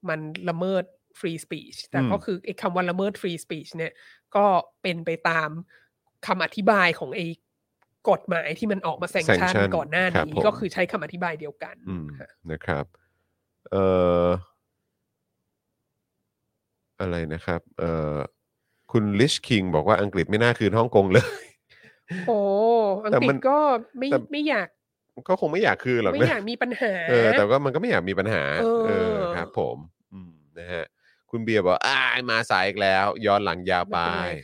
S4: มันละเมิดฟรีสปีชแต่ก็
S3: อืม
S4: คือไอ้คำว่าละเมิดฟรีสปีชเนี่ย ก็เป็นไปตามคำอธิบายของไอ้กฎหมายที่มันออกมาแซงชั่น
S3: Sanction
S4: ก่อนหน้า
S3: ครับ
S4: นี้
S3: ผม
S4: ก็คือใช้คำอธิบายเดียวกัน
S3: อืม
S4: ค่ะ
S3: นะครับ เอ่อ อะไรนะครับ เอ่อ คุณลิชคิงบอกว่าอังกฤษไม่น่าคืนฮ่องกงเลย [laughs]
S4: โอ้อัง
S3: แต่
S4: กฤ
S3: มั
S4: ษ
S3: น
S4: ก็ไม่
S3: แต่
S4: ไม่อยาก
S3: ก็คงไม่อยากคืนหรอก
S4: ไม่
S3: นะ
S4: อยากมีปัญหา
S3: เออ แต่ว่ามันก็ไม่อยากมีปัญหา
S4: เออ
S3: เออครับ ผมอืมนะฮะ คุณเบียร์บอกว่าอ้ายมาสายอีกแล้ว ย้อนหลังยาวไป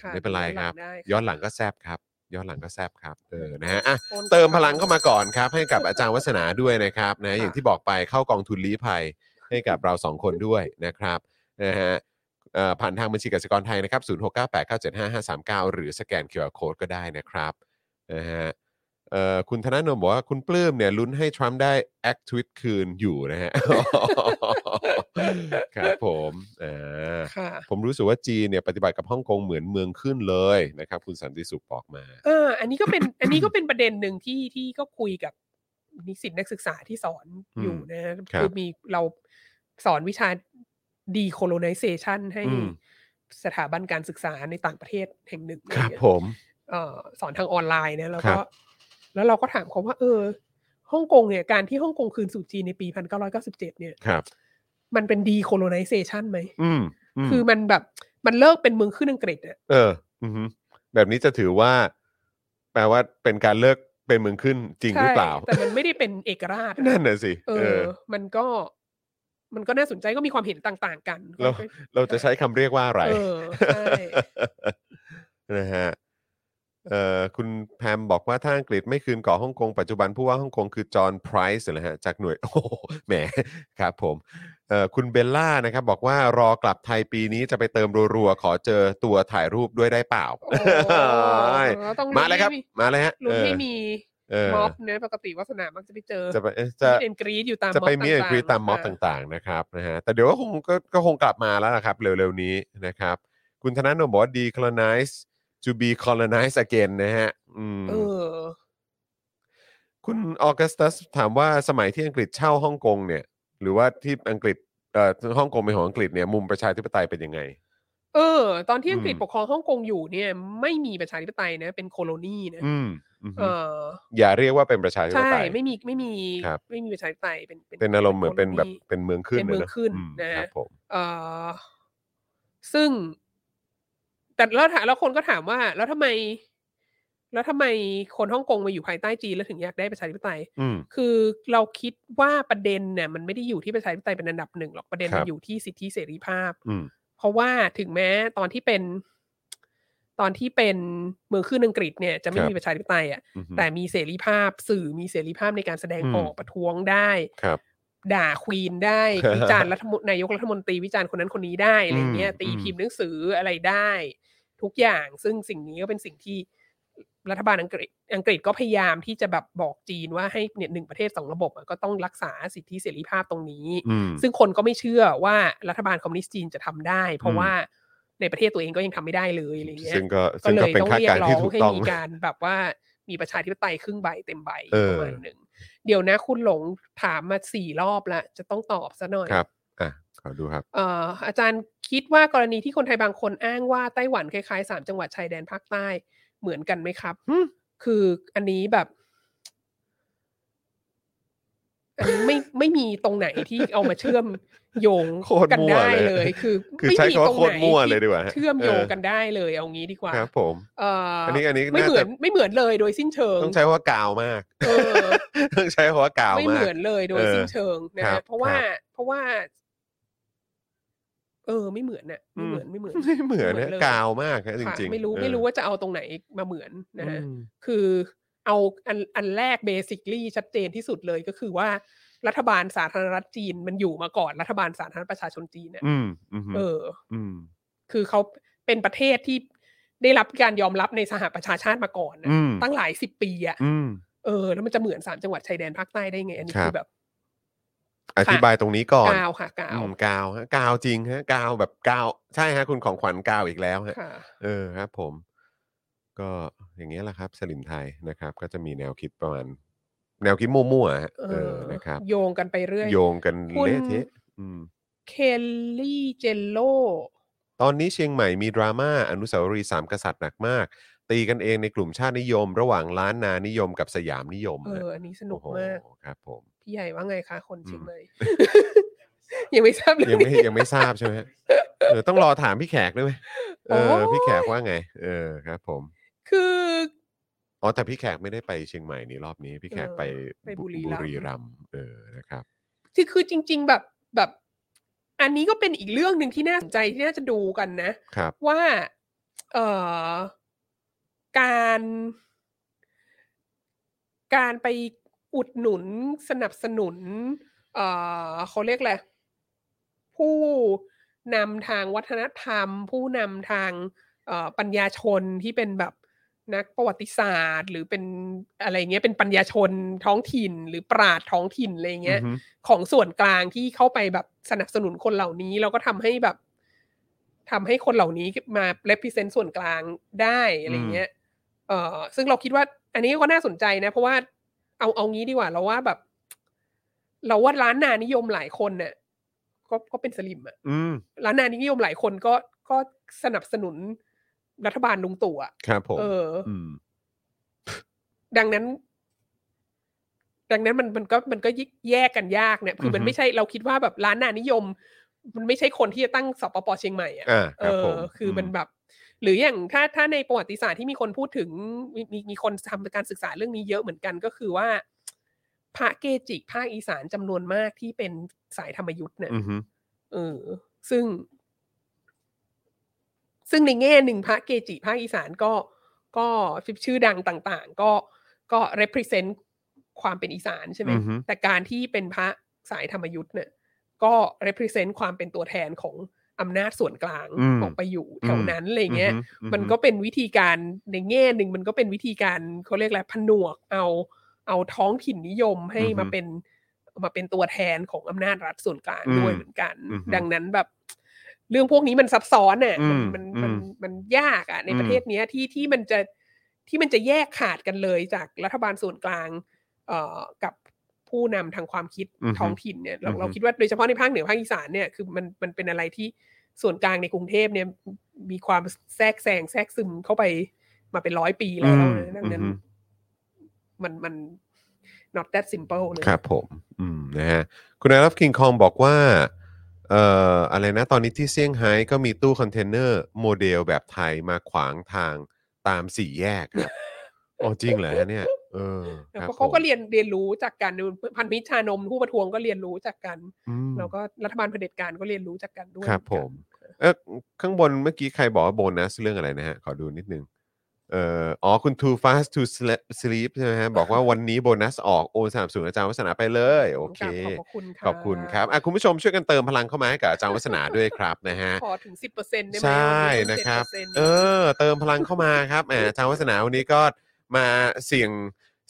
S3: ไม่เป็นไรครับ ย้อนหลังก็แซบครับ ย้อนหลังก็แซบครับ เออ นะฮะอ่ะ เติมพลังเข้ามาก่อนครับ ให้กับอาจารย์วัฒนาด้วยนะครับนะอย่างที่บอกไปเข้ากองทุนลี้ภัยให้กับเราสองคนด้วยนะครับนะฮะเอ่อผ่านทางบัญชีกสิกรไทยนะครับ0 6 9 8 9 7 5 5 3 9 หรือสแกน QR Code ก็ได้นะครับนะฮะเอ่อคุณธนาโนมบอกว่าคุณปลื้มเนี่ยลุ้นให้ทรัมป์ได้แอคทวิตคืนอยู่นะฮ [laughs] ะ ครับผมอ่า
S4: ค่ะ
S3: ผมรู้สึกว่าจีนเนี่ยปฏิบัติกับฮ่องกงเหมือนเมืองขึ้นเลยนะครับ คุณสันติสุขบอกมา
S4: เออ อันนี้ก็เป็น [coughs] อันนี้ก็เป็นประเด็นหนึ่งที่ที่ก็คุยกับนิสิตนักศึกษาที่สอนอยู่
S3: อืม
S4: นะ
S3: ครับ
S4: อมีเราสอนวิชา decolonization ให้
S3: อืม
S4: สถาบันการศึกษาในต่างประเทศแห่งหนึ่ง
S3: ครับ
S4: เนี่ย
S3: ผม
S4: เอ่อสอนทางออนไลน์นะแล้ว
S3: ครั
S4: ก็
S3: บ
S4: แล้วเราก็ถามเขาว่า เออฮ่องกงเนี่ยการที่ฮ่องกงคืนสู่จีนในปี 1997 เนี่ย
S3: ครับ
S4: มันเป็น decolonization ไหม
S3: อืมม
S4: คือมันแบบมันเลิกเป็นเมืองขึ้นอังกฤษอะ
S3: เอออือฮึแบบนี้จะถือว่า แปลว่าเป็นการเลิกเป็นเมืองขึ้นจริงหรือเปล่า
S4: ใช่แต่มันไม่ได้เป็นเอกราชอะ
S3: นั่นน่ะสิ
S4: เอ
S3: เออ
S4: อมันก็ มันก็น่าสนใจก็มีความเห็นต่างๆกัน
S3: แล้ว
S4: ก็
S3: เราจะใช้คำเรียกว่าอะไร
S4: เออ ใช่
S3: [laughs] นะฮะเอ่อคุณแพมบอกว่าถ้าอังกฤษไม่คืนเกาะฮ่องกงปัจจุบันผู้ว่าฮ่องกงคือจอห์นไพรส์นะฮะจากหน่วย [laughs] โอ้โหแหมครับผมเอ่อคุณเบลล่านะครับ บอกว่ารอกลับไทยปีนี้จะไปเติมรัวๆ ขอเจอตัวถ่ายรูปด้วยได้เปล่า
S4: โอ้เราต้อง
S3: มาเลยครับ
S4: ลุ้นให้มี
S3: มาเลยฮะ
S4: ลุ้นให้มี
S3: เออ
S4: ม็อบเนอะปกติวัสนามักจะไปเจอ
S3: จะไปเอ๊ะจะ
S4: มีเอ็นกรีดอยู่ตาม
S3: จะไป
S4: อบ
S3: มีเอ็นกรีด
S4: งๆ
S3: ตามม็อบ
S4: ค่ะ
S3: ต่างๆนะครับนะฮะแต่เดี๋ยวก็คงก็ก็คงกลับมาแล้วนะครับ เร็วๆนี้นะครับ คุณธนาโนมบอกว่า decolonize to be colonized again นะฮะอืม
S4: เออ
S3: คุณออกัสตัสถามว่าสมัยที่อังกฤษเช่าฮ่องกงเนี่ย หรือว่าที่อังกฤษเอ่อฮ่องกงเป็นของอังกฤษเนี่ยมุมประชาธิปไตยเป็นยังไง
S4: เออ ตอนที่อังกฤษ
S3: อืม
S4: ปกครองฮ่องกงอยู่เนี่ย ไม่มีประชาธิปไตยนะ เป็นโคโลนีนะ
S3: อืมอืม
S4: เออ
S3: อย่าเรียกว่าเป็นประชาธิป
S4: ใช่
S3: ไตย
S4: ไม่มีไม่มี
S3: ครับ
S4: ไม่มีประชาธิปไตยเป็น
S3: เป็นอารมณ์เหมือนเป็นแบบ
S4: colony
S3: เป็นเมืองขึ้น
S4: เป็นเมืองขึ้นนะ
S3: นะ
S4: ฮะ
S3: ครับผม
S4: เออซึ่ง แต่แล้วถามแล้วคนก็ถามว่า แล้วทำไม แล้วทำไมคนฮ่องกงมาอยู่ภายใต้จีนแล้วถึงอยากได้ประชาธิปไตย
S3: อืม
S4: คือเราคิดว่าประเด็นเนี่ย มันไม่ได้อยู่ที่ประชาธิปไตยเป็นอันดับหนึ่งหรอกประเด็น
S3: ครั
S4: มั
S3: บ
S4: นอยู่ที่สิทธิเสรีภาพ
S3: อืม
S4: เพราะว่าถึงแม้ตอนที่เป็น ตอนที่เป็นเมืองขึ้นอังกฤษเนี่ยจะไม่
S3: ครับ
S4: มีประชาธิปไตยอ่ะ
S3: อือฮึ
S4: แต่มีเสรีภาพสื่อมีเสรีภาพในการแสดง
S3: อืม
S4: ออกประท้วงได้
S3: ครับ
S4: ด่าควีน
S3: [laughs]
S4: ได้ วิจารณ์รัฐมนนายกรัฐมนตรีวิจารณ์คนนั้นคนนี้ได้อะไรเงี้ย
S3: อืม
S4: ตี
S3: อืม
S4: พิมพ์หนังสืออะไรได้ ทุกอย่างซึ่งสิ่งนี้ก็เป็นสิ่งที่รัฐบาลอังกฤษอังกฤษก็พยายามที่จะแบบบอกจีนว่าให้เนี่ยหนึ่งประเทศสองระบบอะก็ต้องรักษาสิทธิเสรีภาพตรงนี้
S3: อืม
S4: ซึ่งคนก็ไม่เชื่อว่ารัฐบาลคอมมิวนิสต์จีนจะทำได้ เพ
S3: อื
S4: ราะ
S3: ม
S4: ว่าในประเทศตัวเองก็ยังทำไม่ได้เลยอะไรเงี้ย
S3: ซึ่งก็
S4: ก็
S3: ซึ่ง
S4: เล
S3: ก็
S4: ย
S3: เป็น
S4: ต้อง
S3: ค่าด
S4: เรีย
S3: การ
S4: ก
S3: ณ์
S4: ร้อ
S3: ที่
S4: ง
S3: ถูก
S4: ให้
S3: ต้อง
S4: มีการแบบว่ามีประชาธิปไตยครึ่งใบเต็มใบ
S3: เอ
S4: ป
S3: อ
S4: ระมาณหนึ่งเดี๋ยวนะคุณหลงถามมาสี่รอบละจะต้องตอบซะหน่อย
S3: ครับ อ่ะ ขอดูครับ
S4: เอ่ออาจารย์คิดว่ากรณีที่คนไทยบางคนอ้างว่าไต้หวันคล้ายๆสามจังหวัดชายแดนภาคใต้เหมือนกันไหมครับหึคืออันนี้แบบ อันนี้ไม่ไม่มีตรงไหนที่เอามาเชื่อมโยง
S3: โคตร
S4: กัน
S3: มั่ว
S4: ได้
S3: เลย
S4: เลย คือ
S3: คือ
S4: ไม่
S3: ใช้
S4: มี
S3: คำว่า
S4: ตรง
S3: โคตร
S4: ไหน
S3: มั่ว
S4: ที่
S3: เลยดีกว่า
S4: เชื่อมโยง
S3: เออ
S4: กันได้เลยเอางี้ดีกว่า
S3: ครับผม
S4: เอ่อ
S3: อั
S4: อั
S3: นนี้อันนี้
S4: ไม่
S3: น่า
S4: เหมื
S3: จะ
S4: อนไม่เหมือนเลยโดยสิ้นเชิง
S3: ต้องใช้คำว่ากาวมาก [laughs]
S4: เออ
S3: ต้องใช้คำว่ากาว
S4: ไม่
S3: มาก
S4: เหมือนเลยโดย
S3: เออ
S4: สิ้นเชิงนะ
S3: ครั
S4: ฮะ
S3: บ
S4: เพราะว่า
S3: ครับ
S4: เพราะว่า เออ ไม่เหมือนน่ะไม่เหมือนไม่เหมือน
S3: ไม่เหมือนนะ
S4: ลย
S3: กาวมากนะจ
S4: ค่ะ
S3: ริงๆ
S4: ไม่รู้
S3: เออ
S4: ไม่รู้ว่าจะเอาตรงไหนมาเหมือนนะฮะ
S3: อืม
S4: คือเอาอันอันแรกเบสิคลี่ชัดเจนที่สุดเลยก็คือว่า รัฐบาลสาธารณรัฐจีนมันอยู่มาก่อนรัฐบาลสาธารณประชาชนจีนเนี่ย
S3: อืมอืม
S4: เออ
S3: อืม
S4: คือเขาเป็นประเทศที่ได้รับการยอมรับในสหประชาชาติมาก่อนนะ
S3: อืม
S4: ตั้งหลายสิบปีอะ
S3: อืม
S4: เออแล้วมันจะเหมือนสามจังหวัดชายแดนภาคใต้ได้ไง อันนี้
S3: ครับ
S4: คือแบบ
S3: อธิบายตรงนี้ก่อน
S4: กาวค่ะกาว
S3: อืมกาวฮะกาวจริงฮะกาวแบบกาว ใช่ฮะ คุณของขวัญกาวอีกแล้วฮะ
S4: ค่ะ
S3: เออครับผม ก็อย่างเงี้ยแหละครับ สลิมไทยนะครับ ก็จะมีแนวคิดประมาณ แนวคิดมั่วๆฮะ
S4: เอ
S3: เออ
S4: อ
S3: นะครับ
S4: โยงกันไปเรื่อย
S3: โยงกัน
S4: คุณ
S3: เละเทะอืม
S4: เคลลี่เจลโล
S3: ตอนนี้เชียงใหม่มีดราม่าอนุสาวรีย์สามกษัตริย์หนักมาก ตีกันเองในกลุ่มชาตินิยม ระหว่างล้านนานิยมกับสยามนิยม
S4: เอ
S3: ฮะ
S4: อ อันนี้สนุก
S3: โอ้โห
S4: มาก
S3: ครับ ผม
S4: พี่ใหญ่ว่าไงคะคนเชียง
S3: อืม
S4: ใหม่ [laughs] ยังไม่ทราบเล
S3: ยัง
S4: ย
S3: ไม่ยังไม่ทราบใช่ไหมฮะเออต้องรอถามพี่แขกด้วยไหมเอ
S4: โอ้
S3: อย พี่แขกว่าไง เออครับ ผม
S4: คือ
S3: อ๋อแต่พี่แขกไม่ได้ไปเชียงใหม่นี่รอบนี้ พี่แขกไป
S4: เออไปบุ
S3: บุรี
S4: รีรั
S3: รั
S4: ม
S3: ม
S4: ย์
S3: ย์เออนะครับ
S4: ที่คือจริง ๆ แบบแบบ อันนี้ก็เป็นอีกเรื่องหนึ่งที่น่าสนใจที่น่าจะดูกันนะ
S3: ครับ
S4: ว่าเอ่อการ การไปอุดหนุนสนับสนุน เอ่อเขาเรียกอะไรผู้นำทางวัฒนธรรม ผู้นำทางเอ่อปัญญาชนที่เป็นแบบนักประวัติศาสตร์ หรือเป็นอะไรเงี้ยเป็นปัญญาชนท้องถิ่น หรือปราชญ์ท้องถิ่นอะไรเงี้ย
S3: อือฮึ
S4: ของส่วนกลางที่เข้าไปแบบสนับสนุนคนเหล่านี้ แล้วก็ทำให้แบบทำให้คนเหล่านี้มา represent ส่วนกลางได้อะไรเงี้ยเออซึ่งเราคิดว่า อันนี้ก็น่าสนใจนะ เพราะว่าเอาเอางี้ดีกว่า เราว่าแบบ เราว่าร้านนานิยมหลายคนเนี่ยก็ก็เป็นสลิมอะ
S3: อืม
S4: ร้านนานิยมหลายคนก็ก็สนับสนุนรัฐบาลลุงตู่อะ
S3: ครับผม
S4: เออ
S3: ม
S4: ดังนั้น ดังนั้นมันมันก็มันก็ยิ่งแยกกันยากเนี่ย คือมันไม่ใช่เราคิดว่าแบบร้านนานิยม มันไม่ใช่คนที่จะตั้งสปปเชียงใหม่อ่ะ
S3: อ่าค
S4: เอ
S3: รับ
S4: อ
S3: ผม
S4: คือมันแบบ หรืออย่างถ้าถ้าในประวัติศาสตร์ที่มีคนพูดถึงมีมีมีคนทำการศึกษาเรื่องนี้เยอะเหมือนกันก็คือว่า พระเกจิภาคอีสานจำนวนมากที่เป็นสายธรรมยุทธ์เนี่ย
S3: อืมอือฮึ
S4: เออซึ่ง ซึ่งในแง่หนึ่งพระเกจิภาคอีสานก็ก็ชื่อดังต่าง ๆ ก็ก็ represent ความเป็นอีสานใช่ไหม
S3: อือฮึ
S4: แต่การที่เป็นพระสายธรรมยุทธ์เนี่ย ก็ represent ความเป็นตัวแทนของอำนาจส่วนกลาง
S3: อืม
S4: ออกไปอยู่แถวนั้นอะไรเงี้ย
S3: อือฮึอือฮึ
S4: มันก็เป็นวิธีการในแง่หนึ่งมันก็เป็นวิธีการเขาเรียกอะไรผนวกเอาเอาท้องถิ่นนิยมให้
S3: อือฮึ
S4: มาเป็นมาเป็นตัวแทนของอำนาจรัฐส่วนกลาง
S3: อืม
S4: ด้วยเหมือนกัน
S3: อือฮึ
S4: ดังนั้นแบบ เรื่องพวกนี้มันซับซ้อนน่ะ
S3: อื
S4: มั
S3: ม
S4: มันมัน
S3: อืม
S4: มันยากอ่ะใน
S3: อืม
S4: ประเทศเนี้ยที่ที่มันจะที่มันจะแยกขาดกันเลยจากรัฐบาลส่วนกลาง เอ่อกับผู้นำทางความคิด
S3: อือฮึ
S4: ท้องถิ่นเนี่ยเรา
S3: อือฮึ
S4: เราคิดว่าโดยเฉพาะในภาคเหนือภาคอีสานเนี่ยคือมันมันเป็นอะไรที่ส่วนกลางในกรุงเทพเนี่ยมีความแทรกแซงแทรกซึมเข้าไปมาเป็นร้อยปีแล้วนะดังนั้น
S3: อืม
S4: มันมัน not that simple เลย
S3: ครับผม อืม นะฮะ คุณนายรับคิงคองบอกว่า เอ่อ อะไรนะ ตอนนี้ที่เซี่ยงไฮ้ก็มีตู้คอนเทนเนอร์โมเดลแบบไทยมาขวางทางตามสี่แยก
S4: [laughs]
S3: ครับอ๋อจริงเหรอฮะเนี่ย เออ
S4: แล้ว
S3: ครับ
S4: ก็เขาก็
S3: ผม
S4: เรียนเรียนรู้จากการพันธมิตรชานมผู้ประท้วงก็เรียนรู้จากกัน
S3: อืม
S4: แล้วก็รัฐบาลเผด็จการก็เรียนรู้จากกันด้วย
S3: ครับ
S4: เห
S3: ผ
S4: มือนกัน
S3: ม เออข้างบนเมื่อกี้ใครบอกว่าโบนัสเรื่องอะไรนะฮะ ขอดูนิดนึง เอ่ออ๋อคุณ too fast to Sle- sleep ใช่ไหมฮะ บอกว่าวันนี้โบนัสออกโอนสามสูนอาจารย์วัฒนาไปเลย โอเค
S4: ขอบพระคุณค่ะ
S3: ขอบคุณครับอ่ะคุณผู้ชมช่วยกันเติมพลังเข้ามาให้กับอาจารย์วัฒนาด้วยครับนะฮะ
S4: ขอถึงสิบเปอร์เซ็นต์ได้ไหม
S3: ใช่
S4: วันนี้
S3: นะครับ
S4: 7%
S3: เออ เติมพลังเข้ามาครับ
S4: [laughs]
S3: แหมอาจารย์วัฒนาวันนี้ก็มาเสี่ยง